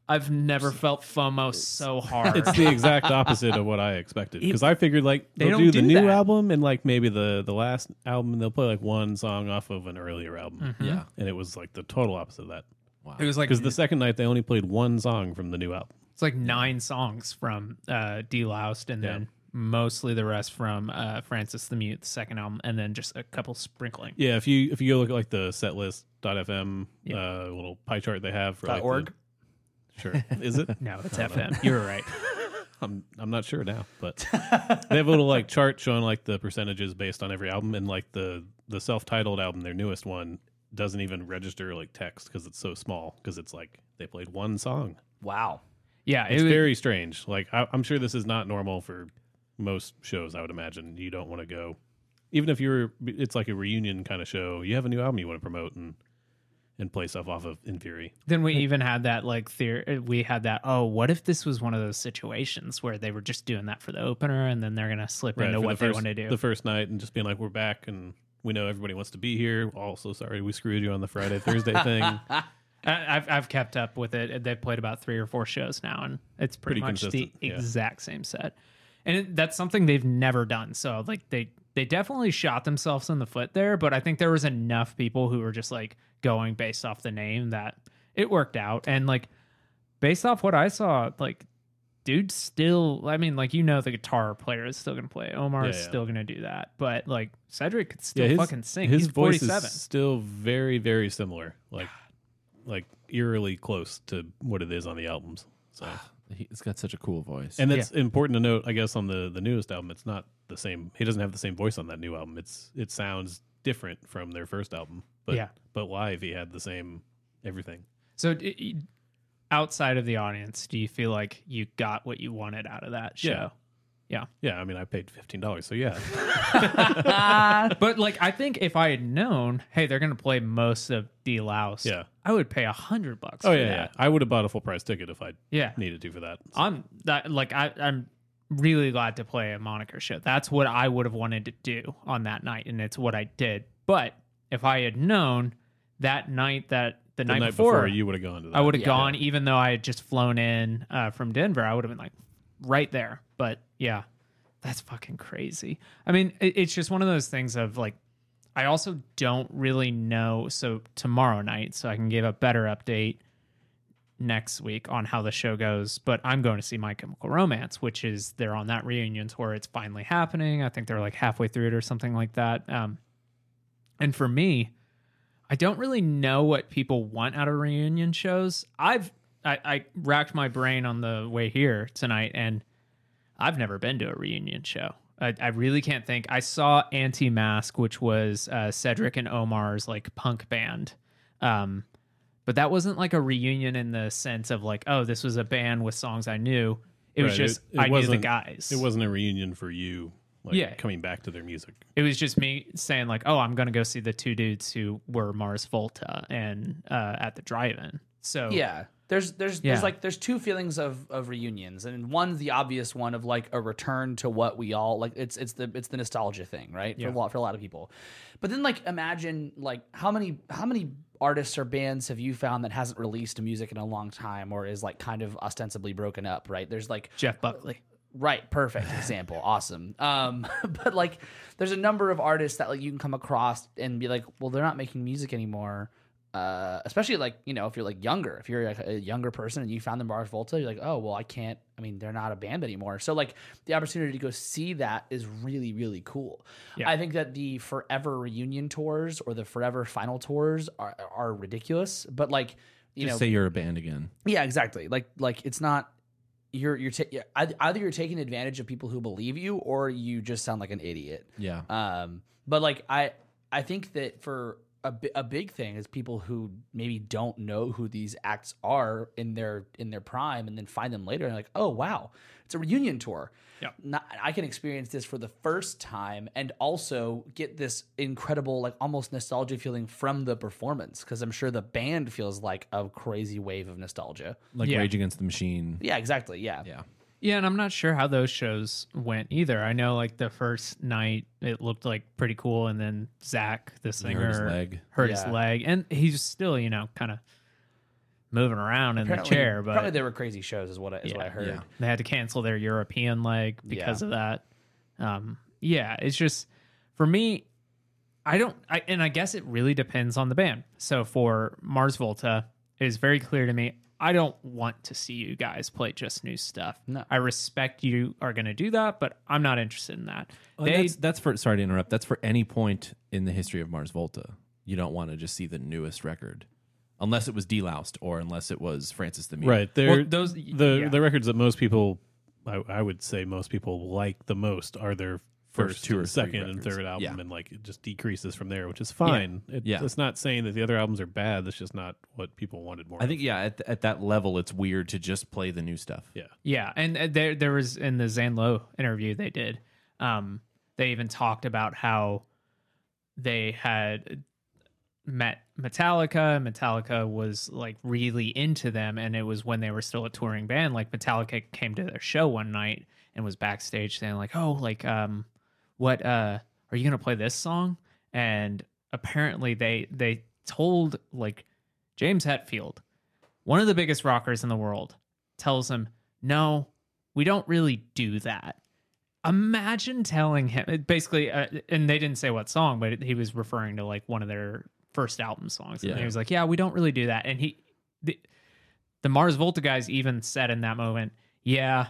Speaker 5: I've never felt FOMO so hard.
Speaker 3: it's the exact opposite of what I expected because I figured like
Speaker 5: They
Speaker 3: they'll
Speaker 5: don't
Speaker 3: do the
Speaker 5: do
Speaker 3: new
Speaker 5: that.
Speaker 3: album and like maybe the the last album and they'll play like one song off of an earlier album.
Speaker 5: Mm-hmm.
Speaker 2: Yeah.
Speaker 3: and it was like the total opposite of that
Speaker 2: Wow.
Speaker 5: it was like
Speaker 3: because the second night they only played one song from the new album.
Speaker 5: It's like nine songs from uh, D. Loust, and
Speaker 3: Yeah.
Speaker 5: then mostly the rest from uh, Francis the Mute, the second album, and then just a couple sprinkling.
Speaker 3: Yeah, if you if you go look at like the setlist.fm
Speaker 5: Yeah.
Speaker 3: uh, little pie chart they have for like, the-
Speaker 1: org?
Speaker 3: sure, is it?
Speaker 5: No, it's FM. You're right.
Speaker 3: I'm I'm not sure now, but they have a little like chart showing like the percentages based on every album, and like the the self titled album, their newest one, doesn't even register like text because it's so small because it's like they played one song.
Speaker 1: Wow.
Speaker 5: Yeah, it
Speaker 3: It's
Speaker 5: was,
Speaker 3: very strange. Like I, I'm sure this is not normal for most shows. I would imagine you don't want to go, even if you're. It's like a reunion kind of show. You have a new album you want to promote, and and play stuff off of in theory.
Speaker 5: Then we even had that like theory. We had that. Oh, what if this was one of those situations where they were just doing that for the opener, and then they're gonna slip into
Speaker 3: for
Speaker 5: what
Speaker 3: the
Speaker 5: they
Speaker 3: first,
Speaker 5: want to do.
Speaker 3: the first night and just being like, we're back and we know everybody wants to be here. Also, sorry we screwed you on the Friday Thursday thing.
Speaker 5: I, I've I've kept up with it. They've played about three or four shows now, and it's pretty,
Speaker 3: Pretty
Speaker 5: much the
Speaker 3: consistent, yeah.
Speaker 5: exact same set. And it, that's something they've never done. So like they they definitely shot themselves in the foot there. But I think there was enough people who were just like going based off the name that it worked out. And like based off what I saw, like dude's still. I mean, like you know, the guitar player is still gonna play. Omar is
Speaker 3: Yeah, yeah.
Speaker 5: still gonna do that. But like Cedric could still fucking sing.
Speaker 3: His
Speaker 5: He's
Speaker 3: voice
Speaker 5: 47.
Speaker 3: is still very, very similar, like like eerily close to what it is on the albums. So,
Speaker 2: He's got such a cool voice.
Speaker 3: and that's important to note, I guess, on the the newest album. It's not the same. He doesn't have the same voice on that new album. It's it sounds different from their first album. But
Speaker 5: Yeah.
Speaker 3: but live, he had the same everything.
Speaker 5: So, d- y- outside of the audience, do you feel like you got what you wanted out of that
Speaker 3: Yeah.
Speaker 5: show? Yeah.
Speaker 3: Yeah, I mean, I paid fifteen dollars, so yeah,
Speaker 5: But like, I think if I had known, hey, they're gonna play most of D Louse,
Speaker 3: Yeah.
Speaker 5: I would pay a hundred bucks.
Speaker 3: oh
Speaker 5: for
Speaker 3: yeah, yeah.
Speaker 5: that.
Speaker 3: I would have bought a full price ticket if I
Speaker 5: yeah,
Speaker 3: needed to for that. So,
Speaker 5: I'm that like I, I'm really glad to play a moniker show. That's what I would have wanted to do on that night, and it's what I did. But if I had known that night that the,
Speaker 3: the
Speaker 5: night, before,
Speaker 3: you would have gone to. That.
Speaker 5: I would have
Speaker 1: Yeah.
Speaker 5: gone, even though I had just flown in uh, from Denver. I would have been like right there. But yeah, that's fucking crazy. I mean, it, it's just one of those things of like, I also don't really know. So tomorrow night, so I can give a better update next week on how the show goes. But I'm going to see My Chemical Romance, which is they're on that reunion tour. It's finally happening. I think they're like halfway through it or something like that. Um, and for me, I don't really know what people want out of reunion shows. I've I, I racked my brain on the way here tonight, and I've never been to a reunion show. I, I really can't think. I saw Anti Mask, which was uh, Cedric and Omar's like punk band, um, but that wasn't like a reunion in the sense of like, oh, this was a band with songs I knew. It was
Speaker 3: Right,
Speaker 5: just
Speaker 3: it
Speaker 5: I knew the
Speaker 3: wasn't-
Speaker 5: guys.
Speaker 3: It wasn't a reunion for you, like
Speaker 5: Yeah.
Speaker 3: coming back to their music.
Speaker 5: it was just me saying like, "Oh, I'm gonna go see the two dudes who were Mars Volta and uh, at the drive-in." So
Speaker 1: Yeah. There's there's
Speaker 5: Yeah.
Speaker 1: there's like there's two feelings of of reunions. And one's the obvious one of like a return to what we all like it's it's the it's the nostalgia thing, right? For a lot for a lot of people. But then like imagine like how many how many artists or bands have you found that hasn't released music in a long time or is like kind of ostensibly broken up, right? There's like
Speaker 5: Jeff Buckley.
Speaker 1: Right, perfect example. awesome. Um, but like there's a number of artists that like you can come across and be like, well, they're not making music anymore. Uh, especially like, you know, if you're like younger, if you're like a younger person and you found the Mars Volta, you're like, oh, well, I can't, I mean, they're not a band anymore. So like the opportunity to go see that is really, really cool.
Speaker 5: Yeah.
Speaker 1: I think that the forever reunion tours or the forever final tours are, are ridiculous, but like, you
Speaker 2: Just
Speaker 1: know,
Speaker 2: say you're a band again.
Speaker 1: yeah, exactly. Like like it's not you're you're ta- yeah, eith- either you're taking advantage of people who believe you or you just sound like an idiot.
Speaker 2: Yeah.
Speaker 1: Um but like I I think that for a, bi- a big thing is people who maybe don't know who these acts are in their in their prime and then find them later and like, "Oh, wow. It's a reunion tour."
Speaker 5: Yeah.
Speaker 1: Not, I can experience this for the first time and also get this incredible like almost nostalgia feeling from the performance cuz I'm sure the band feels like a crazy wave of nostalgia.
Speaker 2: Like
Speaker 5: Yeah.
Speaker 2: Rage Against the Machine.
Speaker 1: Yeah, exactly. Yeah.
Speaker 2: Yeah.
Speaker 5: Yeah, and I'm not sure how those shows went either. I know like the first night it looked like pretty cool, and then Zach, the
Speaker 2: He hurt
Speaker 5: singer,
Speaker 2: his leg.
Speaker 5: hurt his
Speaker 1: Yeah.
Speaker 5: leg, and he's still you know kind of moving around in the
Speaker 1: Apparently-
Speaker 5: chair, but
Speaker 1: probably there were crazy shows, is what I, is what I
Speaker 5: Yeah.
Speaker 1: heard.
Speaker 2: Yeah.
Speaker 5: They had to cancel their European leg because
Speaker 1: Yeah.
Speaker 5: of that. Um, yeah, it's just for me, I don't, I, and I guess it really depends on the band. So for Mars Volta, it is very clear to me. I don't want to see you guys play just new stuff.
Speaker 1: No.
Speaker 5: I respect you are going to do that, but I'm not interested in that.
Speaker 2: And
Speaker 5: they,
Speaker 2: that's, that's for sorry to interrupt. That's for any point in the history of Mars Volta. You don't want to just see the newest record, unless it was Deloused or unless it was Francis the Mute.
Speaker 3: Right. They're,
Speaker 5: well, those,
Speaker 3: the
Speaker 5: yeah.
Speaker 3: the records that most people, I, I would say most people like the most are their
Speaker 2: First
Speaker 3: first,
Speaker 2: two or
Speaker 3: and
Speaker 2: three
Speaker 3: second and
Speaker 2: records.
Speaker 3: third album,
Speaker 2: Yeah.
Speaker 3: and like it just decreases from there, which is fine. It-
Speaker 2: Yeah.
Speaker 3: It's not saying that the other albums are bad. That's just not what people wanted more.
Speaker 2: I
Speaker 3: of.
Speaker 2: think yeah. At, at that level, it's weird to just play the new stuff.
Speaker 3: Yeah.
Speaker 5: Yeah, and uh, there there was in the Zan Lowe interview they did, um, they even talked about how they had met Metallica. and Metallica was like really into them, and it was when they were still a touring band. Like Metallica came to their show one night and was backstage saying like, "Oh, like um, what uh, are you gonna play this song?" And apparently they they told like James Hetfield, one of the biggest rockers in the world, tells him, "No, we don't really do that." imagine telling him it basically uh, and they didn't say what song but he was referring to like one of their first album songs and
Speaker 2: Yeah.
Speaker 5: he was like yeah we don't really do that and he the, the mars volta guys even said in that moment yeah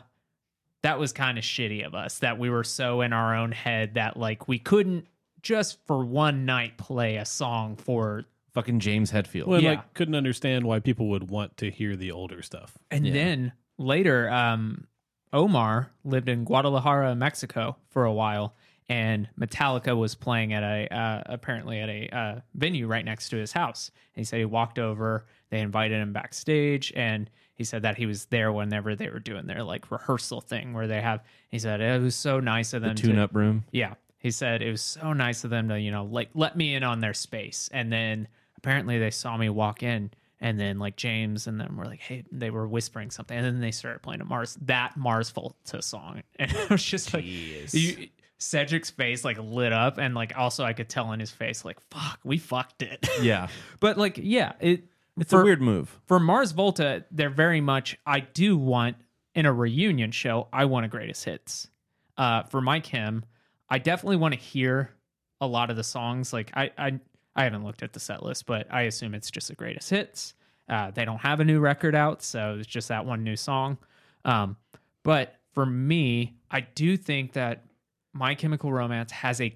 Speaker 5: that was kind of shitty of us that we were so in our own head that like we couldn't just for one night play a song for
Speaker 2: Fucking James Hetfield.
Speaker 3: Well, and,
Speaker 5: Yeah.
Speaker 3: like couldn't understand why people would want to hear the older stuff.
Speaker 5: And
Speaker 2: Yeah.
Speaker 5: then later, um, Omar lived in Guadalajara, Mexico for a while, and Metallica was playing at a uh, apparently at a uh, venue right next to his house. And he said he walked over, they invited him backstage, and he said that he was there whenever they were doing their like rehearsal thing where they have. He said it was so nice of
Speaker 2: the
Speaker 5: them
Speaker 2: tune
Speaker 5: to
Speaker 2: up room.
Speaker 5: yeah. He said it was so nice of them to, you know, like let me in on their space. And then apparently they saw me walk in and then like James and them were like, hey, they were whispering something. And then they started playing a Mars, that Mars Volta song. And it was just like, you, Cedric's face like lit up. And like also I could tell in his face, like, fuck, we fucked it.
Speaker 2: Yeah.
Speaker 5: but like, yeah, it,
Speaker 2: It's
Speaker 5: for-
Speaker 2: a weird move.
Speaker 5: for Mars Volta, they're very much. I do want in a reunion show. I want a greatest hits. Uh, for Mike Kim, I definitely want to hear a lot of the songs. Like I, I, I haven't looked at the set list, but I assume it's just the greatest hits. Uh, they don't have a new record out, so it's just that one new song. Um, but for me, I do think that My Chemical Romance has a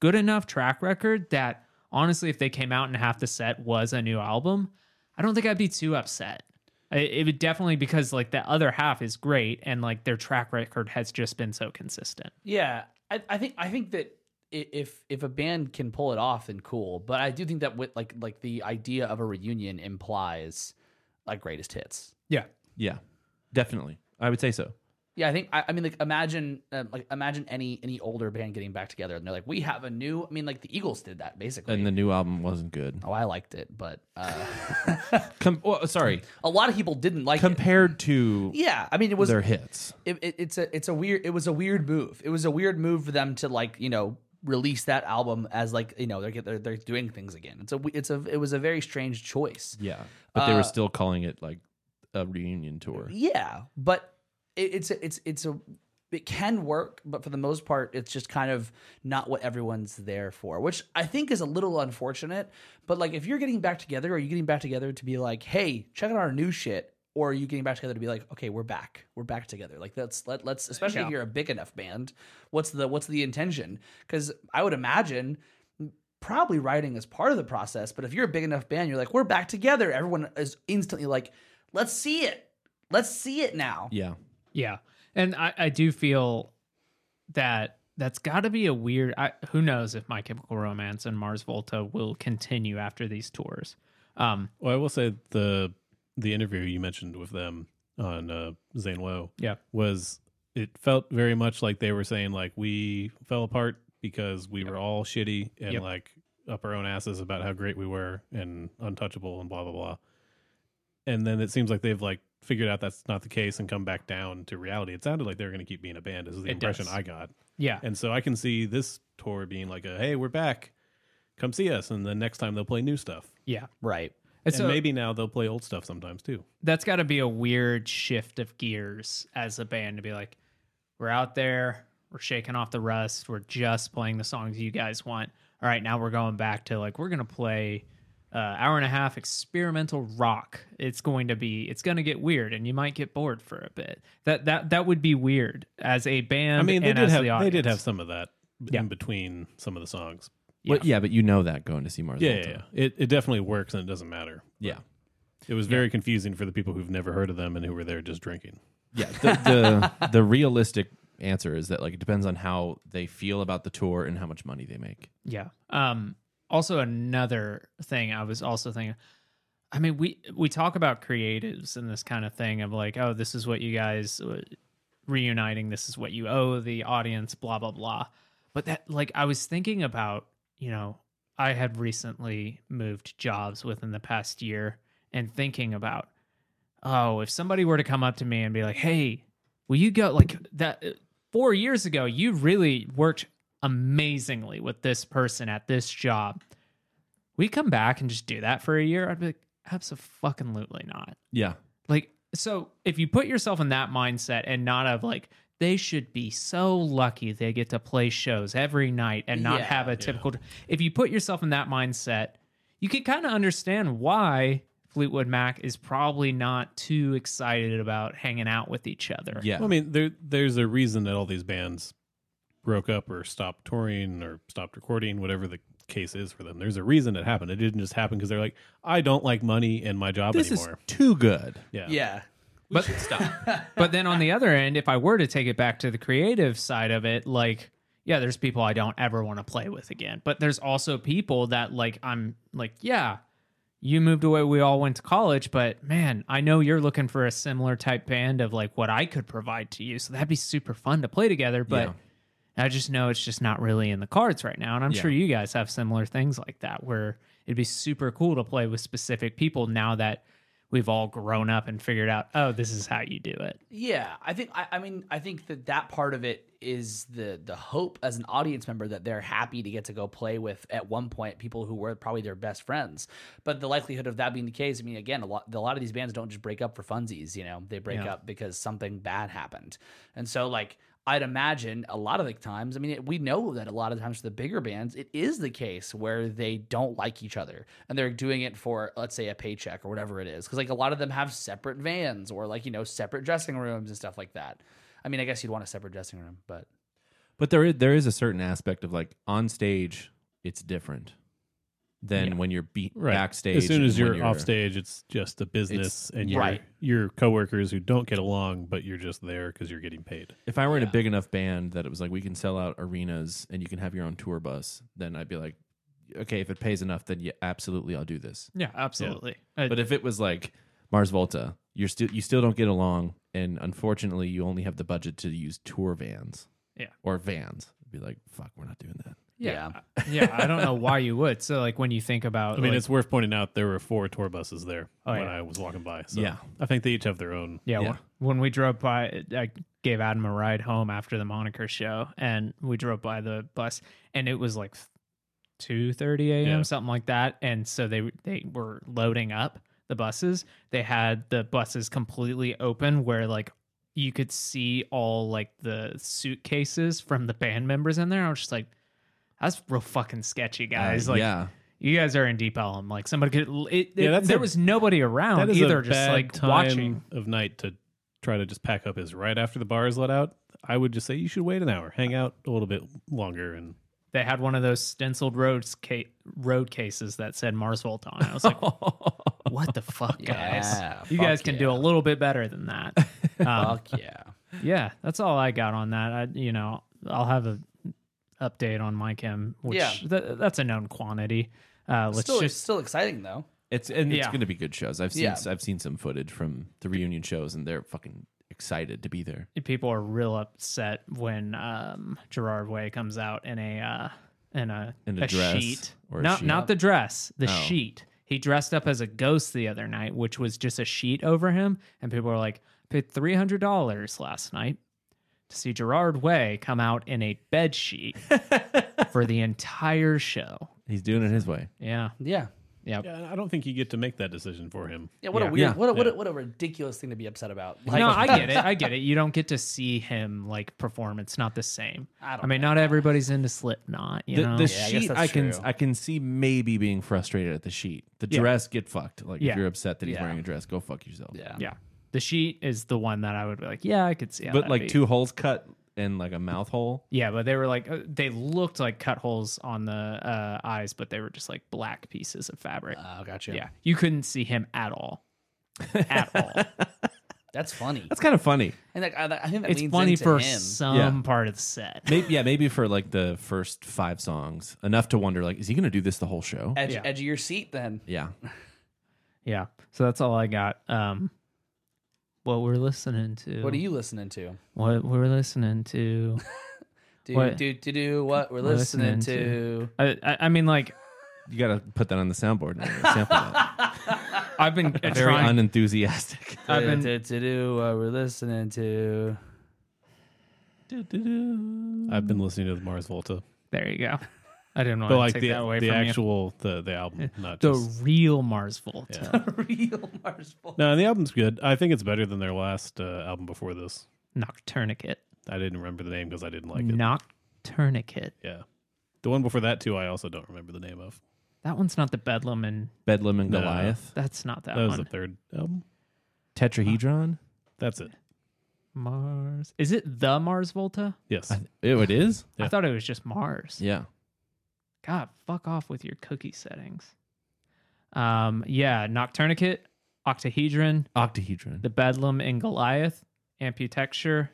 Speaker 5: good enough track record that honestly, if they came out and half the set was a new album, I don't think I'd be too upset. I- It would definitely because like the other half is great and like their track record has just been so consistent.
Speaker 1: Yeah, I, I think I think that i- if if a band can pull it off, then cool. But I do think that with like like the idea of a reunion implies like greatest hits.
Speaker 5: Yeah.
Speaker 2: Yeah. Definitely. I would say so.
Speaker 1: Yeah, I think I, I mean like imagine uh, like imagine any any older band getting back together and they're like we have a new. I mean like the Eagles did that basically.
Speaker 2: And the new album wasn't good.
Speaker 1: oh, I liked it, but uh,
Speaker 2: Com- well, sorry.
Speaker 1: a lot of people didn't like it.
Speaker 2: Compared to
Speaker 1: Yeah, I mean it was
Speaker 2: their hits.
Speaker 1: it, it, it's a it's a weird it was a weird move. It was a weird move for them to like you know release that album as like you know they're get- they're, they're doing things again. It's a we- it's a it was a very strange choice.
Speaker 2: Yeah. But they
Speaker 1: Uh,
Speaker 2: were still calling it like a reunion tour.
Speaker 1: Yeah, but it, it's a, it's it's a it can work, but for the most part, it's just kind of not what everyone's there for, which I think is a little unfortunate. But like, if you're getting back together, are you getting back together to be like, hey, check out our new shit? Or are you getting back together to be like, okay, we're back, we're back together. Like that's let let's especially if
Speaker 5: Yeah.
Speaker 1: you're a big enough band, what's the what's the intention? Because I would imagine probably writing is part of the process. But if you're a big enough band, you're like, we're back together. Everyone is instantly like, let's see it. Let's see it now.
Speaker 2: Yeah.
Speaker 5: Yeah. And I, I do feel that that's got to be a weird. I, who knows if My Chemical Romance and Mars Volta will continue after these tours? Um,
Speaker 3: Well, I will say the the interview you mentioned with them on uh, Zane Lowe
Speaker 5: yeah.
Speaker 3: was it felt very much like they were saying like we fell apart because we were all shitty and
Speaker 5: Yep.
Speaker 3: like up our own asses about how great we were and untouchable and blah blah blah. And then it seems like they've like figured out that's not the case and come back down to reality. It sounded like they were going to keep being a band. Is the
Speaker 5: It
Speaker 3: impression
Speaker 5: does.
Speaker 3: I got.
Speaker 5: Yeah.
Speaker 3: And so I can see this tour being like a hey, we're back. Come see us and then next time they'll play new stuff.
Speaker 5: Yeah.
Speaker 1: Right.
Speaker 5: And
Speaker 3: And maybe now they'll play old stuff sometimes too.
Speaker 5: that's got to be a weird shift of gears as a band to be like, we're out there, we're shaking off the rust, we're just playing the songs you guys want. All right, now we're going back to like we're gonna play uh, hour and a half experimental rock. It's going to be it's going to get weird, and you might get bored for a bit. That that that would be weird as a band.
Speaker 3: I mean, they
Speaker 5: and
Speaker 3: did
Speaker 5: as
Speaker 3: have
Speaker 5: the
Speaker 3: they did
Speaker 5: audience.
Speaker 3: have some of that
Speaker 5: Yeah.
Speaker 3: in between some of the songs.
Speaker 5: Yeah.
Speaker 2: Well, yeah, but you know that going to see Mars
Speaker 3: Yeah, yeah,
Speaker 2: Volta.
Speaker 3: yeah. It it definitely works and it doesn't matter.
Speaker 2: Yeah.
Speaker 3: It was very confusing for the people who've never heard of them and who were there just drinking.
Speaker 2: Yeah, the, the the realistic answer is that like it depends on how they feel about the tour and how much money they make.
Speaker 5: Yeah. Um also another thing I was also thinking I mean we we talk about creatives and this kind of thing of like oh this is what you guys uh, reuniting this is what you owe the audience blah blah blah. But that like I was thinking about, you know, I had recently moved jobs within the past year and thinking about, oh, if somebody were to come up to me and be like, hey, will you go like that uh, four years ago, you really worked amazingly with this person at this job. We come back and just do that for a year. I'd be like, absolutely not.
Speaker 2: Yeah.
Speaker 5: Like, so if you put yourself in that mindset and not of like, they should be so lucky they get to play shows every night and not
Speaker 1: Yeah,
Speaker 5: have a typical. If you put yourself in that mindset, you can kind of understand why Fleetwood Mac is probably not too excited about hanging out with each other.
Speaker 2: Yeah.
Speaker 3: Well, I mean, there there's a reason that all these bands broke up or stopped touring or stopped recording, whatever the case is for them. There's a reason it happened. It didn't just happen because they're like, I don't like money and my job
Speaker 2: this
Speaker 3: anymore.
Speaker 2: is too good.
Speaker 3: yeah.
Speaker 1: Yeah.
Speaker 5: But-
Speaker 1: stop.
Speaker 5: but then on the other end, if I were to take it back to the creative side of it, like, yeah, there's people I don't ever want to play with again. But there's also people that, like, I'm like, yeah, you moved away. We all went to college, but man, I know you're looking for a similar type band of like what I could provide to you. So that'd be super fun to play together. But I just know it's just not really in the cards right now. And I'm
Speaker 2: Yeah.
Speaker 5: sure you guys have similar things like that where it'd be super cool to play with specific people now that we've all grown up and figured out, oh, this is how you do it.
Speaker 1: Yeah, I think I, I mean I think that that part of it is the the hope as an audience member that they're happy to get to go play with at one point people who were probably their best friends. But the likelihood of that being the case, I mean, again, a lot a lot of these bands don't just break up for funsies. You know, they break
Speaker 5: Yeah.
Speaker 1: up because something bad happened, and so like. I'd imagine a lot of the times, I mean, it, we know that a lot of times for the bigger bands, it is the case where they don't like each other and they're doing it for, let's say, a paycheck or whatever it is. Cause like a lot of them have separate vans or like, you know, separate dressing rooms and stuff like that. I mean, I guess you'd want a separate dressing room, but
Speaker 2: But there is, there is a certain aspect of like on stage, it's different than when you're beat
Speaker 3: Right.
Speaker 2: backstage.
Speaker 3: As soon
Speaker 2: and
Speaker 3: as
Speaker 2: when
Speaker 3: you're, off stage, it's just a business and your
Speaker 1: Right.
Speaker 3: your coworkers who don't get along, but you're just there because you're getting paid.
Speaker 2: If I were in
Speaker 1: Yeah.
Speaker 2: a big enough band that it was like we can sell out arenas and you can have your own tour bus, then I'd be like, okay, if it pays enough, then yeah, absolutely, I'll do this.
Speaker 5: Yeah, absolutely. Uh,
Speaker 2: But if it was like Mars Volta, you're still you still don't get along, and unfortunately, you only have the budget to use tour vans.
Speaker 5: Yeah.
Speaker 2: or vans. I'd be like, fuck, we're not doing that.
Speaker 5: yeah. yeah, I don't know why you would. So, like, when you think about,
Speaker 3: I mean,
Speaker 5: like-
Speaker 3: it's worth pointing out there were four tour buses there
Speaker 5: Oh,
Speaker 3: when
Speaker 5: yeah.
Speaker 3: I was walking by. So
Speaker 2: Yeah.
Speaker 3: I think they each have their own.
Speaker 5: Yeah,
Speaker 2: Yeah.
Speaker 5: wh- When we drove by, I gave Adam a ride home after the Moniker show, and we drove by the bus, and it was like two thirty a.m.
Speaker 3: Yeah.
Speaker 5: something like that. And so they they were loading up the buses. They had the buses completely open, where like you could see all like the suitcases from the band members in there. I was just like, that's real fucking sketchy, guys.
Speaker 2: Uh,
Speaker 5: like,
Speaker 2: yeah,
Speaker 5: you guys are in deep elm. Like somebody could. It, it-
Speaker 3: Yeah, that's
Speaker 5: there
Speaker 3: a-
Speaker 5: was nobody around either. Just
Speaker 3: bad
Speaker 5: like
Speaker 3: time
Speaker 5: watching.
Speaker 3: of night to try to just pack up is right after the bar is let out. I would just say you should wait an hour, hang out a little bit longer, and
Speaker 5: they had one of those stenciled roads ca- road cases that said Mars Volta on. it. I was like, what the fuck, guys?
Speaker 1: Yeah,
Speaker 5: you
Speaker 1: fuck
Speaker 5: guys can do
Speaker 1: yeah.
Speaker 5: a little bit better than that. Um,
Speaker 1: Fuck yeah.
Speaker 5: yeah, that's all I got on that. I, you know, I'll have a update on my chem, which
Speaker 1: Yeah.
Speaker 5: th- that's a known quantity. Uh, let's
Speaker 1: still,
Speaker 5: just
Speaker 1: still exciting though.
Speaker 2: it's and it's
Speaker 5: Yeah.
Speaker 2: going to be good shows. I've seen
Speaker 1: Yeah.
Speaker 2: I've seen some footage from the reunion shows, and they're fucking excited to be there.
Speaker 5: people are real upset when um, Gerard Way comes out in a uh, in a
Speaker 2: In a dress
Speaker 5: sheet.
Speaker 2: or a
Speaker 5: not
Speaker 2: sheet. Oh.
Speaker 5: not the dress, the sheet. He dressed up as a ghost the other night, which was just a sheet over him, and people were like, "Paid three hundred dollars last night to see Gerard Way come out in a bed sheet for the entire show."
Speaker 2: He's doing it his way.
Speaker 5: Yeah,
Speaker 1: Yeah.
Speaker 5: yeah,
Speaker 3: yeah, I don't don't think you get to make that decision for him.
Speaker 1: Yeah. What a
Speaker 5: Yeah.
Speaker 1: weird,
Speaker 2: Yeah.
Speaker 1: What, a, what, a, what a ridiculous thing to be upset about. Like,
Speaker 5: no, I get it. I get it. You don't get to see him like perform. It's not the same.
Speaker 1: I don't
Speaker 5: mean,
Speaker 1: know.
Speaker 5: not everybody's into Slipknot. You
Speaker 2: The,
Speaker 5: know,
Speaker 2: the
Speaker 1: Yeah, I guess
Speaker 2: sheet,
Speaker 1: that's
Speaker 2: I, can
Speaker 1: true.
Speaker 2: I can see maybe being frustrated at the sheet. The
Speaker 5: Yeah.
Speaker 2: dress, get fucked. Like
Speaker 5: Yeah.
Speaker 2: if you're upset that he's
Speaker 1: Yeah.
Speaker 2: wearing a dress, go fuck yourself.
Speaker 1: Yeah.
Speaker 5: Yeah. The sheet is the one that I would be like, yeah, I could see. How
Speaker 2: but
Speaker 5: that'd
Speaker 2: like
Speaker 5: be.
Speaker 2: two holes cut and like a mouth hole.
Speaker 5: Yeah, but they were like, uh, they looked like cut holes on the uh, eyes, but they were just like black pieces of fabric.
Speaker 1: Oh, gotcha.
Speaker 5: yeah. You couldn't see him at all. At all.
Speaker 1: That's funny.
Speaker 2: That's kind of funny.
Speaker 1: And like, I, I think that
Speaker 5: it's
Speaker 1: leans
Speaker 5: funny
Speaker 1: into
Speaker 5: for
Speaker 1: him.
Speaker 5: some
Speaker 2: Yeah.
Speaker 5: part of the set.
Speaker 2: Maybe yeah, maybe for like the first five songs, enough to wonder like, is he going to do this the whole show?
Speaker 1: edge,
Speaker 5: Yeah.
Speaker 1: edge of your seat then.
Speaker 2: Yeah,
Speaker 5: Yeah. So that's all I got. Um, what we're listening to.
Speaker 1: What are you listening to?
Speaker 5: What we're listening to.
Speaker 1: Do
Speaker 5: What?
Speaker 1: do do do what we're
Speaker 5: We're
Speaker 1: listening, to.
Speaker 5: listening I, I, I mean, like,
Speaker 2: You gotta put that on the soundboard. Now. Sample that.
Speaker 5: I've been
Speaker 2: Very
Speaker 5: trying.
Speaker 2: unenthusiastic.
Speaker 5: I've been-
Speaker 1: to, to do what we're listening to.
Speaker 3: I've been listening to the Mars Volta,
Speaker 5: there you go. I didn't want
Speaker 3: but
Speaker 5: to
Speaker 3: like
Speaker 5: take
Speaker 3: the,
Speaker 5: that away
Speaker 3: the
Speaker 5: from
Speaker 3: actual the the album, not
Speaker 5: you.
Speaker 3: just
Speaker 5: The real Mars Volta.
Speaker 3: Yeah.
Speaker 1: Real Mars Volta.
Speaker 3: no. The album's good. I think it's better than their last uh, album before this.
Speaker 5: Nocturnicate.
Speaker 3: I didn't remember the name because I didn't like it.
Speaker 5: Nocturnicate.
Speaker 3: Yeah, the one before that too. I also don't remember the name of.
Speaker 5: That one's not the Bedlam, and
Speaker 2: Bedlam and
Speaker 3: No.
Speaker 2: Goliath.
Speaker 5: that's not that,
Speaker 3: That was
Speaker 5: one.
Speaker 3: the third album.
Speaker 2: Tetrahedron.
Speaker 3: That's it.
Speaker 5: Mars. Is it the Mars Volta?
Speaker 3: Yes.
Speaker 2: I, ew, it is.
Speaker 5: I
Speaker 3: Yeah.
Speaker 5: thought it was just Mars.
Speaker 2: Yeah.
Speaker 5: God, fuck off with your cookie settings. Um, yeah, Nocturnicate, Octahedron,
Speaker 2: Octahedron.
Speaker 5: the Bedlam and Goliath, Amputecture,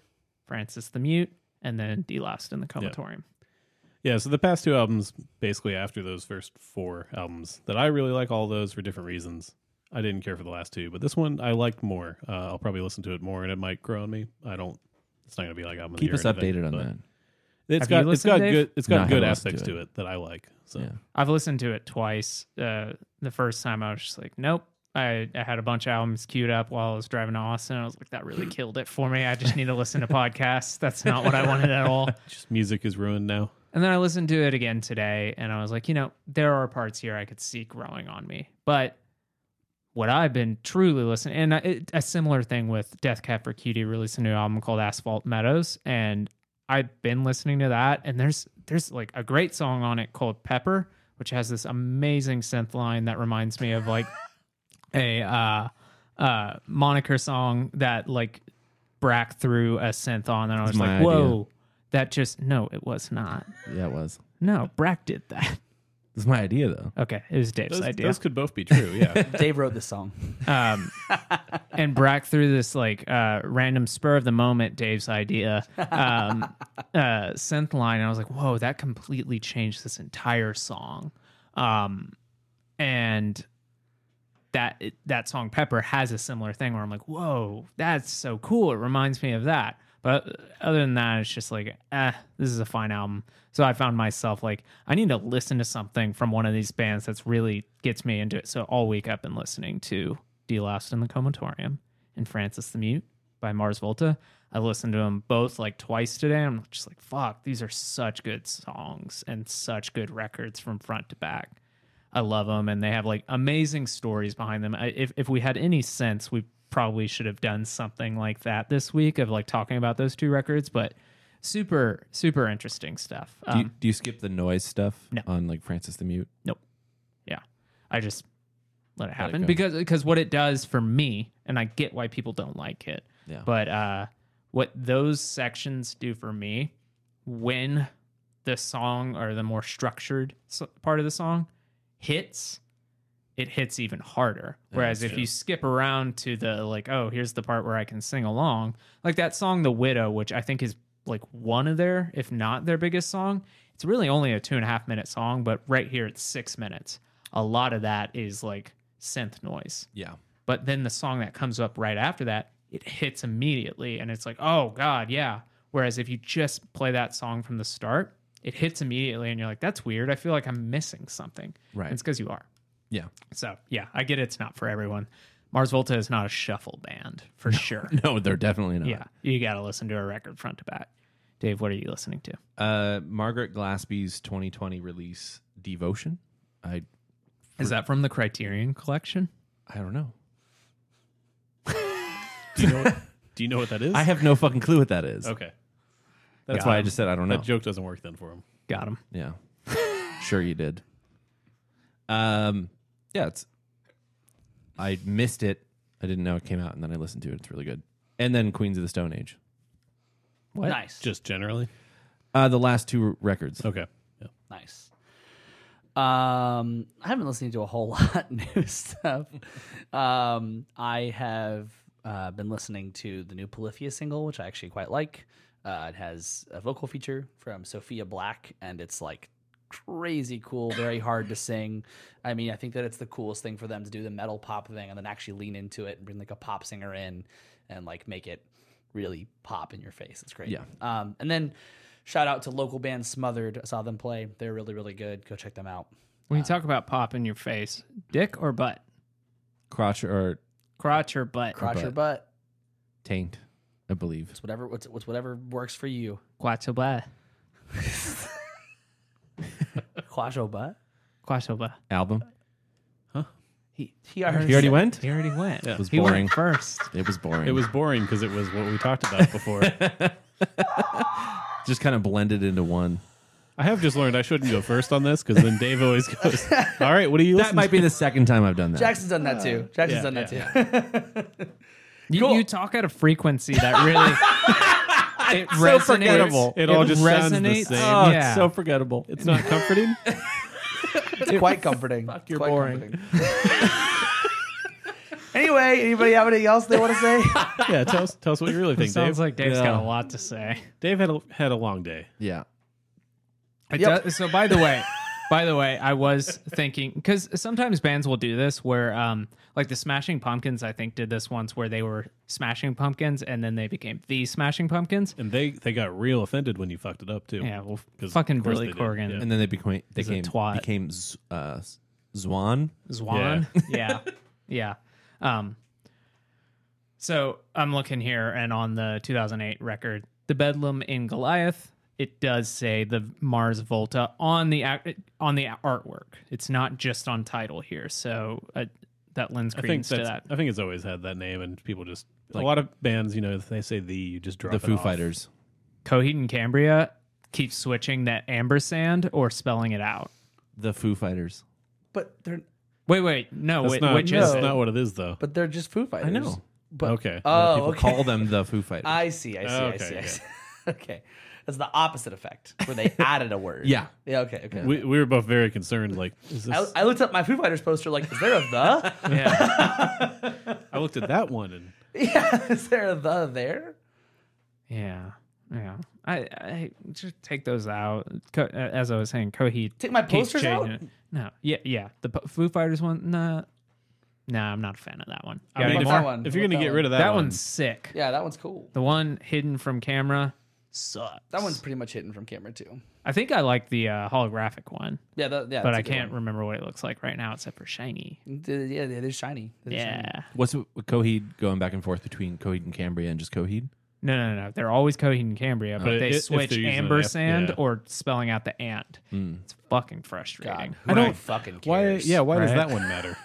Speaker 5: Francis the Mute, and then D Lost in the Comatorium.
Speaker 3: Yeah, so the past two albums, basically after those first four albums, that I really like all those for different reasons. I didn't care for the last two, but this one I liked more. Uh, I'll probably listen to it more, and it might grow on me. I don't. It's not going to be like I'm.
Speaker 2: Keep us updated on that.
Speaker 3: that. It's
Speaker 5: Have
Speaker 3: got
Speaker 5: you
Speaker 3: it's got
Speaker 5: listened, Dave?
Speaker 3: good it's
Speaker 2: No, I
Speaker 3: got
Speaker 2: haven't
Speaker 3: good
Speaker 2: listened to
Speaker 3: aspects to it.
Speaker 2: it.
Speaker 3: that I like. So
Speaker 2: Yeah.
Speaker 5: I've listened to it twice. Uh, the first time I was just like, nope. I, I had a bunch of albums queued up while I was driving to Austin. I was like, that really killed it for me. I just need to listen to podcasts. That's not what I wanted at all.
Speaker 3: just music is ruined now.
Speaker 5: And then I listened to it again today and I was like, you know, there are parts here I could see growing on me. But what I've been truly listening, and I, it, a similar thing with Death Cab for Cutie released a new album called Asphalt Meadows. And I've been listening to that. And there's, there's like a great song on it called Pepper, which has this amazing synth line that reminds me of like a uh, uh, moniker song that like Brack threw a synth on. And I was
Speaker 2: my
Speaker 5: like,
Speaker 2: idea.
Speaker 5: whoa, that just, no, it was not.
Speaker 2: Yeah, it was.
Speaker 5: No, Brack did that.
Speaker 2: It's my idea though.
Speaker 5: Okay, it was Dave's
Speaker 3: Those,
Speaker 5: idea.
Speaker 3: those could both be true. Yeah,
Speaker 1: Dave wrote this song.
Speaker 5: Um, and Brack threw this like uh, random spur of the moment Dave's idea um, uh, synth line, and I was like, "Whoa, that completely changed this entire song." Um, and that that song Pepper has a similar thing where I'm like, "Whoa, that's so cool!" It reminds me of that. But other than that, it's just like, eh, this is a fine album. So I found myself like, I need to listen to something from one of these bands that's really gets me into it. So all week I've been listening to D Last in the Comatorium and Francis the Mute by Mars Volta. I listened to them both like twice today. and I'm just like, fuck, these are such good songs and such good records from front to back. I love them, and they have like amazing stories behind them. I, if if we had any sense, we probably should have done something like that this week of like talking about those two records. But super super interesting stuff.
Speaker 2: Do you,
Speaker 5: Um,
Speaker 2: do you skip the noise stuff
Speaker 5: No.
Speaker 2: on like Francis the Mute?
Speaker 5: yeah, I just let it happen
Speaker 2: go.
Speaker 5: because because what it does for me, and I get why people don't like it.
Speaker 2: Yeah.
Speaker 5: But uh, what those sections do for me, when the song or the more structured s- part of the song hits, it hits even harder. Whereas if you skip around to the like, oh, here's the part where I can sing along, like that song "The Widow," which I think is like one of their, if not their biggest song. It's really only a two and a half minute song, but right here it's six minutes. A lot of that is like synth noise
Speaker 2: Yeah.
Speaker 5: but then the song that comes up right after that it hits immediately and it's like oh god yeah whereas if you just play that song from the start it hits immediately and you're like that's weird i feel like i'm missing something
Speaker 2: Right.
Speaker 5: And it's because you are
Speaker 2: Yeah.
Speaker 5: so yeah i get it's not for everyone mars volta is not a shuffle band for sure
Speaker 2: No, they're definitely not.
Speaker 5: yeah you gotta listen to a record front to back dave what are you listening to
Speaker 2: Uh, Margaret Glaspie's 2020 release Devotion. I
Speaker 5: is that from the criterion collection
Speaker 2: I don't know.
Speaker 3: do you know what, do you know what that is?
Speaker 2: I have no fucking clue what that is.
Speaker 3: okay.
Speaker 2: That's why I just said I don't know.
Speaker 3: That joke doesn't work then for him.
Speaker 5: got him
Speaker 2: Yeah. sure you did. Um yeah, it's I missed it. I didn't know it came out and then I listened to it. It's really good. And then Queens of the Stone Age.
Speaker 5: what
Speaker 1: Nice.
Speaker 3: Just generally.
Speaker 2: Uh the last two records.
Speaker 3: Okay. Yeah.
Speaker 1: Nice. Um, I haven't listened to a whole lot new stuff. Um, I have uh, been listening to the new Polyphia single, which I actually quite like. Uh, it has a vocal feature from Sophia Black, and it's like crazy cool, very hard to sing. I mean, I think that it's the coolest thing for them to do the metal pop thing and then actually lean into it and bring like a pop singer in and like make it really pop in your face. It's great.
Speaker 2: Yeah.
Speaker 1: Um, and then shout out to local band Smothered. I saw them play. They're really, really good. Go check them out.
Speaker 5: When you talk about pop in your face, dick or butt,
Speaker 2: Crotch or
Speaker 5: crotch or butt,
Speaker 1: Crotch
Speaker 2: butt.
Speaker 1: your butt.
Speaker 2: taint, I believe.
Speaker 1: It's whatever. What's, what's whatever works for you.
Speaker 5: crotch or butt,
Speaker 1: Quash your butt.
Speaker 5: crotch or butt.
Speaker 2: Album.
Speaker 1: He he already,
Speaker 2: He already went?
Speaker 5: He already went.
Speaker 2: It was
Speaker 5: He
Speaker 2: boring.
Speaker 5: went first.
Speaker 2: It was boring.
Speaker 3: It was boring because it was what we talked about before.
Speaker 2: just kind of blended into one.
Speaker 3: I have just learned I shouldn't go first on this because then Dave always goes, All right, what do you
Speaker 2: That
Speaker 3: listen
Speaker 2: might be the second time I've done that.
Speaker 1: Jackson's done that too. Jackson's done that too.
Speaker 5: You,
Speaker 1: Cool.
Speaker 5: you talk at a frequency that really it resonates.
Speaker 2: forgettable.
Speaker 3: It all just sounds the same.
Speaker 2: Oh,
Speaker 5: yeah.
Speaker 2: it's so forgettable. It's
Speaker 3: It's not comforting.
Speaker 1: It's quite comforting. Fuck,
Speaker 2: you're
Speaker 1: quite
Speaker 2: boring.
Speaker 1: comforting. anyway, anybody have anything else they want to say?
Speaker 3: yeah, tell us, tell us what you really think,
Speaker 5: sounds
Speaker 3: Dave.
Speaker 5: like Dave's
Speaker 2: Yeah.
Speaker 5: got a lot to say.
Speaker 3: Dave had a, had a long day.
Speaker 2: yeah.
Speaker 5: It
Speaker 1: Yep.
Speaker 5: does, so by the way, by the way, I was thinking because sometimes bands will do this where, um, like the Smashing Pumpkins, I think did this once where they were Smashing Pumpkins and then they became the Smashing Pumpkins.
Speaker 3: And they, they got real offended when you fucked it up, too.
Speaker 5: Yeah, well,
Speaker 3: 'Cause of
Speaker 5: fucking
Speaker 3: course
Speaker 5: Billy
Speaker 3: they did,
Speaker 5: Corgan,
Speaker 3: yeah.
Speaker 2: And then they became they
Speaker 5: He's a
Speaker 2: came,
Speaker 5: twat.
Speaker 2: became Z- uh, Zwan.
Speaker 5: Zwan. Yeah, yeah. Um, so I'm looking here, and on the 2008 record, "The Bedlam in Goliath," it does say the Mars Volta on the ac- on the artwork. It's not just on title here, so uh, that lends
Speaker 3: I think
Speaker 5: credence to
Speaker 3: that's,
Speaker 5: that.
Speaker 3: I think it's always had that name, and people just a lot of bands, you know, if they say the, you just drop
Speaker 2: The
Speaker 3: it
Speaker 2: Foo
Speaker 3: off.
Speaker 2: Fighters.
Speaker 5: Coheed and Cambria keep switching that ampersand or spelling it out.
Speaker 2: The Foo Fighters.
Speaker 1: But they're
Speaker 5: Wait, wait, no,
Speaker 3: That's
Speaker 5: wait,
Speaker 3: not,
Speaker 5: which
Speaker 3: that's
Speaker 5: is it?
Speaker 3: not what it is, though.
Speaker 1: but they're just Foo Fighters.
Speaker 2: know.
Speaker 1: But
Speaker 3: Okay.
Speaker 1: Oh,
Speaker 2: People
Speaker 1: okay.
Speaker 2: call them the Foo Fighters.
Speaker 1: I see. I see. I
Speaker 3: Okay,
Speaker 1: see. I
Speaker 3: yeah.
Speaker 1: see. okay, that's the opposite effect where they added a word.
Speaker 2: Yeah.
Speaker 1: Yeah. Okay. Okay.
Speaker 3: we, we were both very concerned. Like, is this,
Speaker 1: I, I looked up my Foo Fighters poster. Like, is there a the?
Speaker 5: Yeah.
Speaker 3: I looked at that one and
Speaker 1: yeah. Is there a the there?
Speaker 5: yeah. Yeah, I, I just take those out. Co- as I was saying, Coheed
Speaker 1: Take my
Speaker 5: keeps
Speaker 1: posters out.
Speaker 5: changing it. No, yeah, yeah. The P- Foo Fighters one, nah, nah. I'm not a fan of that one.
Speaker 3: I
Speaker 5: Got
Speaker 3: mean,
Speaker 5: any
Speaker 3: if,
Speaker 5: more?
Speaker 1: that one.
Speaker 3: if you're gonna
Speaker 1: That
Speaker 3: get
Speaker 1: one.
Speaker 3: rid of that,
Speaker 5: that
Speaker 3: one,
Speaker 5: one's sick.
Speaker 1: Yeah, that one's cool.
Speaker 5: The one hidden from camera sucks.
Speaker 1: That one's pretty much hidden from camera too.
Speaker 5: I think I like the uh, holographic one,
Speaker 1: Yeah. That, yeah.
Speaker 5: but
Speaker 1: that's
Speaker 5: I
Speaker 1: a good
Speaker 5: can't
Speaker 1: one.
Speaker 5: remember what it looks like right now, except for shiny.
Speaker 1: D- Yeah. They're shiny. They're shiny.
Speaker 5: Yeah.
Speaker 2: What's with Coheed going back and forth between Coheed and Cambria and just Coheed?
Speaker 5: No, no, no. They're always Coheed and Cambria, but
Speaker 3: But
Speaker 5: they
Speaker 3: i- if
Speaker 5: switch
Speaker 3: they're using an F-
Speaker 5: ampersand
Speaker 3: yeah. Hmm.
Speaker 5: or spelling out the ant. It's fucking frustrating.
Speaker 1: God. Who I don't fucking
Speaker 3: why?
Speaker 1: cares.
Speaker 3: Yeah, why does
Speaker 5: Right.
Speaker 3: that one matter?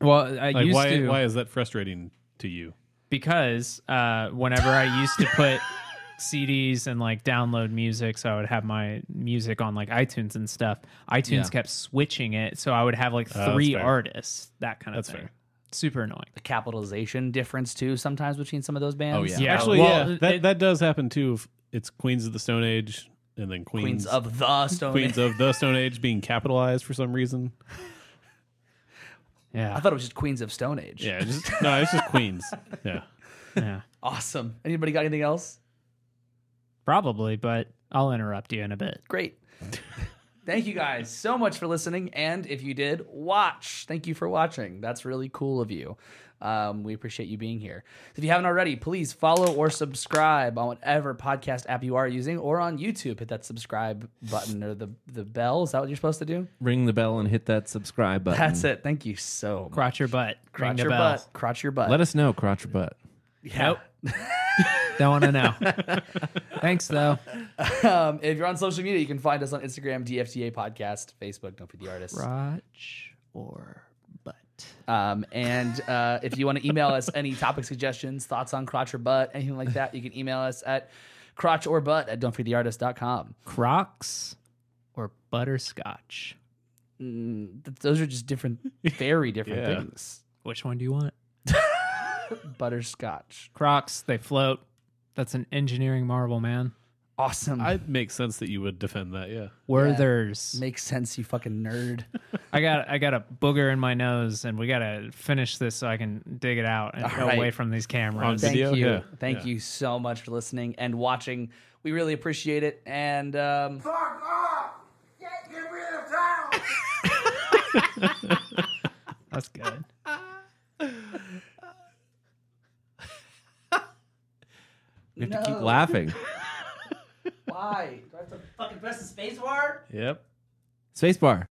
Speaker 5: Well, I
Speaker 3: Like,
Speaker 5: used
Speaker 3: why?
Speaker 5: to
Speaker 3: Why is that frustrating to you?
Speaker 5: because uh, whenever I used to put CDs and like download music, so I would have my music on like iTunes and stuff. iTunes
Speaker 2: Yeah.
Speaker 5: kept switching it, so I would have like
Speaker 3: Oh, that's
Speaker 5: three
Speaker 3: fair.
Speaker 5: artists. That kind of
Speaker 3: That's
Speaker 5: thing.
Speaker 3: fair.
Speaker 5: Super annoying.
Speaker 1: The capitalization difference too sometimes between some of those bands.
Speaker 2: Oh, yeah.
Speaker 5: Yeah.
Speaker 3: Actually,
Speaker 5: well,
Speaker 3: yeah, that,
Speaker 5: it-
Speaker 3: that does happen too. If it's Queens of the Stone Age and then Queens,
Speaker 1: Queens of the Stone
Speaker 3: Queens
Speaker 1: Age.
Speaker 3: of the Stone Age being capitalized for some reason.
Speaker 1: I
Speaker 5: Yeah.
Speaker 1: thought it was just Queens of Stone Age.
Speaker 3: Yeah, it's just no, it's just Queens. Yeah,
Speaker 5: yeah.
Speaker 1: Awesome. Anybody got anything else?
Speaker 5: Probably, but I'll interrupt you in a bit.
Speaker 1: Great. Thank you guys so much for listening. And if you did, watch. Thank you for watching. That's really cool of you. Um, we appreciate you being here. If you haven't already, please follow or subscribe on whatever podcast app you are using or on YouTube. Hit that subscribe button or the, the bell. Is that what you're supposed to do?
Speaker 2: Ring the bell and hit that subscribe button.
Speaker 1: That's it. Thank you so much.
Speaker 5: Crotch your butt. Ring
Speaker 1: Crotch
Speaker 5: the
Speaker 1: your
Speaker 5: bell.
Speaker 1: butt. Crotch your butt.
Speaker 2: Let us know, crotch or butt.
Speaker 1: yeah.
Speaker 5: Don't want to know. Thanks though.
Speaker 1: Um, if you're on social media, you can find us on Instagram, DFTA Podcast, Facebook, Don't Feed the Artist.
Speaker 5: Crotch or butt.
Speaker 1: Um, and uh, if you want to email us any topic suggestions, thoughts on crotch or butt, anything like that, you can email us at crotch or butt at don'tfeedtheartist.com.
Speaker 5: Crocs or butterscotch.
Speaker 1: Mm, th- those are just different, very different
Speaker 3: Yeah.
Speaker 1: things.
Speaker 5: Which one do you want?
Speaker 1: Butterscotch.
Speaker 5: Crocs, they float. That's an engineering marvel, man.
Speaker 1: Awesome.
Speaker 3: I makes sense that you would defend that. Yeah,
Speaker 5: Werther's.
Speaker 1: Makes sense, you fucking nerd.
Speaker 5: I got I got a booger in my nose, and we gotta finish this so I can dig it out and
Speaker 1: All
Speaker 5: away
Speaker 1: right.
Speaker 5: from these
Speaker 3: On
Speaker 5: cameras.
Speaker 1: Thank
Speaker 3: Video?
Speaker 1: you.
Speaker 3: Yeah.
Speaker 1: Thank
Speaker 3: Yeah.
Speaker 1: you so much for listening and watching. We really appreciate it. And um,
Speaker 6: Fuck off! Get get rid of town!
Speaker 5: That's good.
Speaker 2: We have to keep
Speaker 1: No.
Speaker 2: laughing.
Speaker 1: why? Do I have to fucking press the space bar?
Speaker 3: yep.
Speaker 2: Spacebar.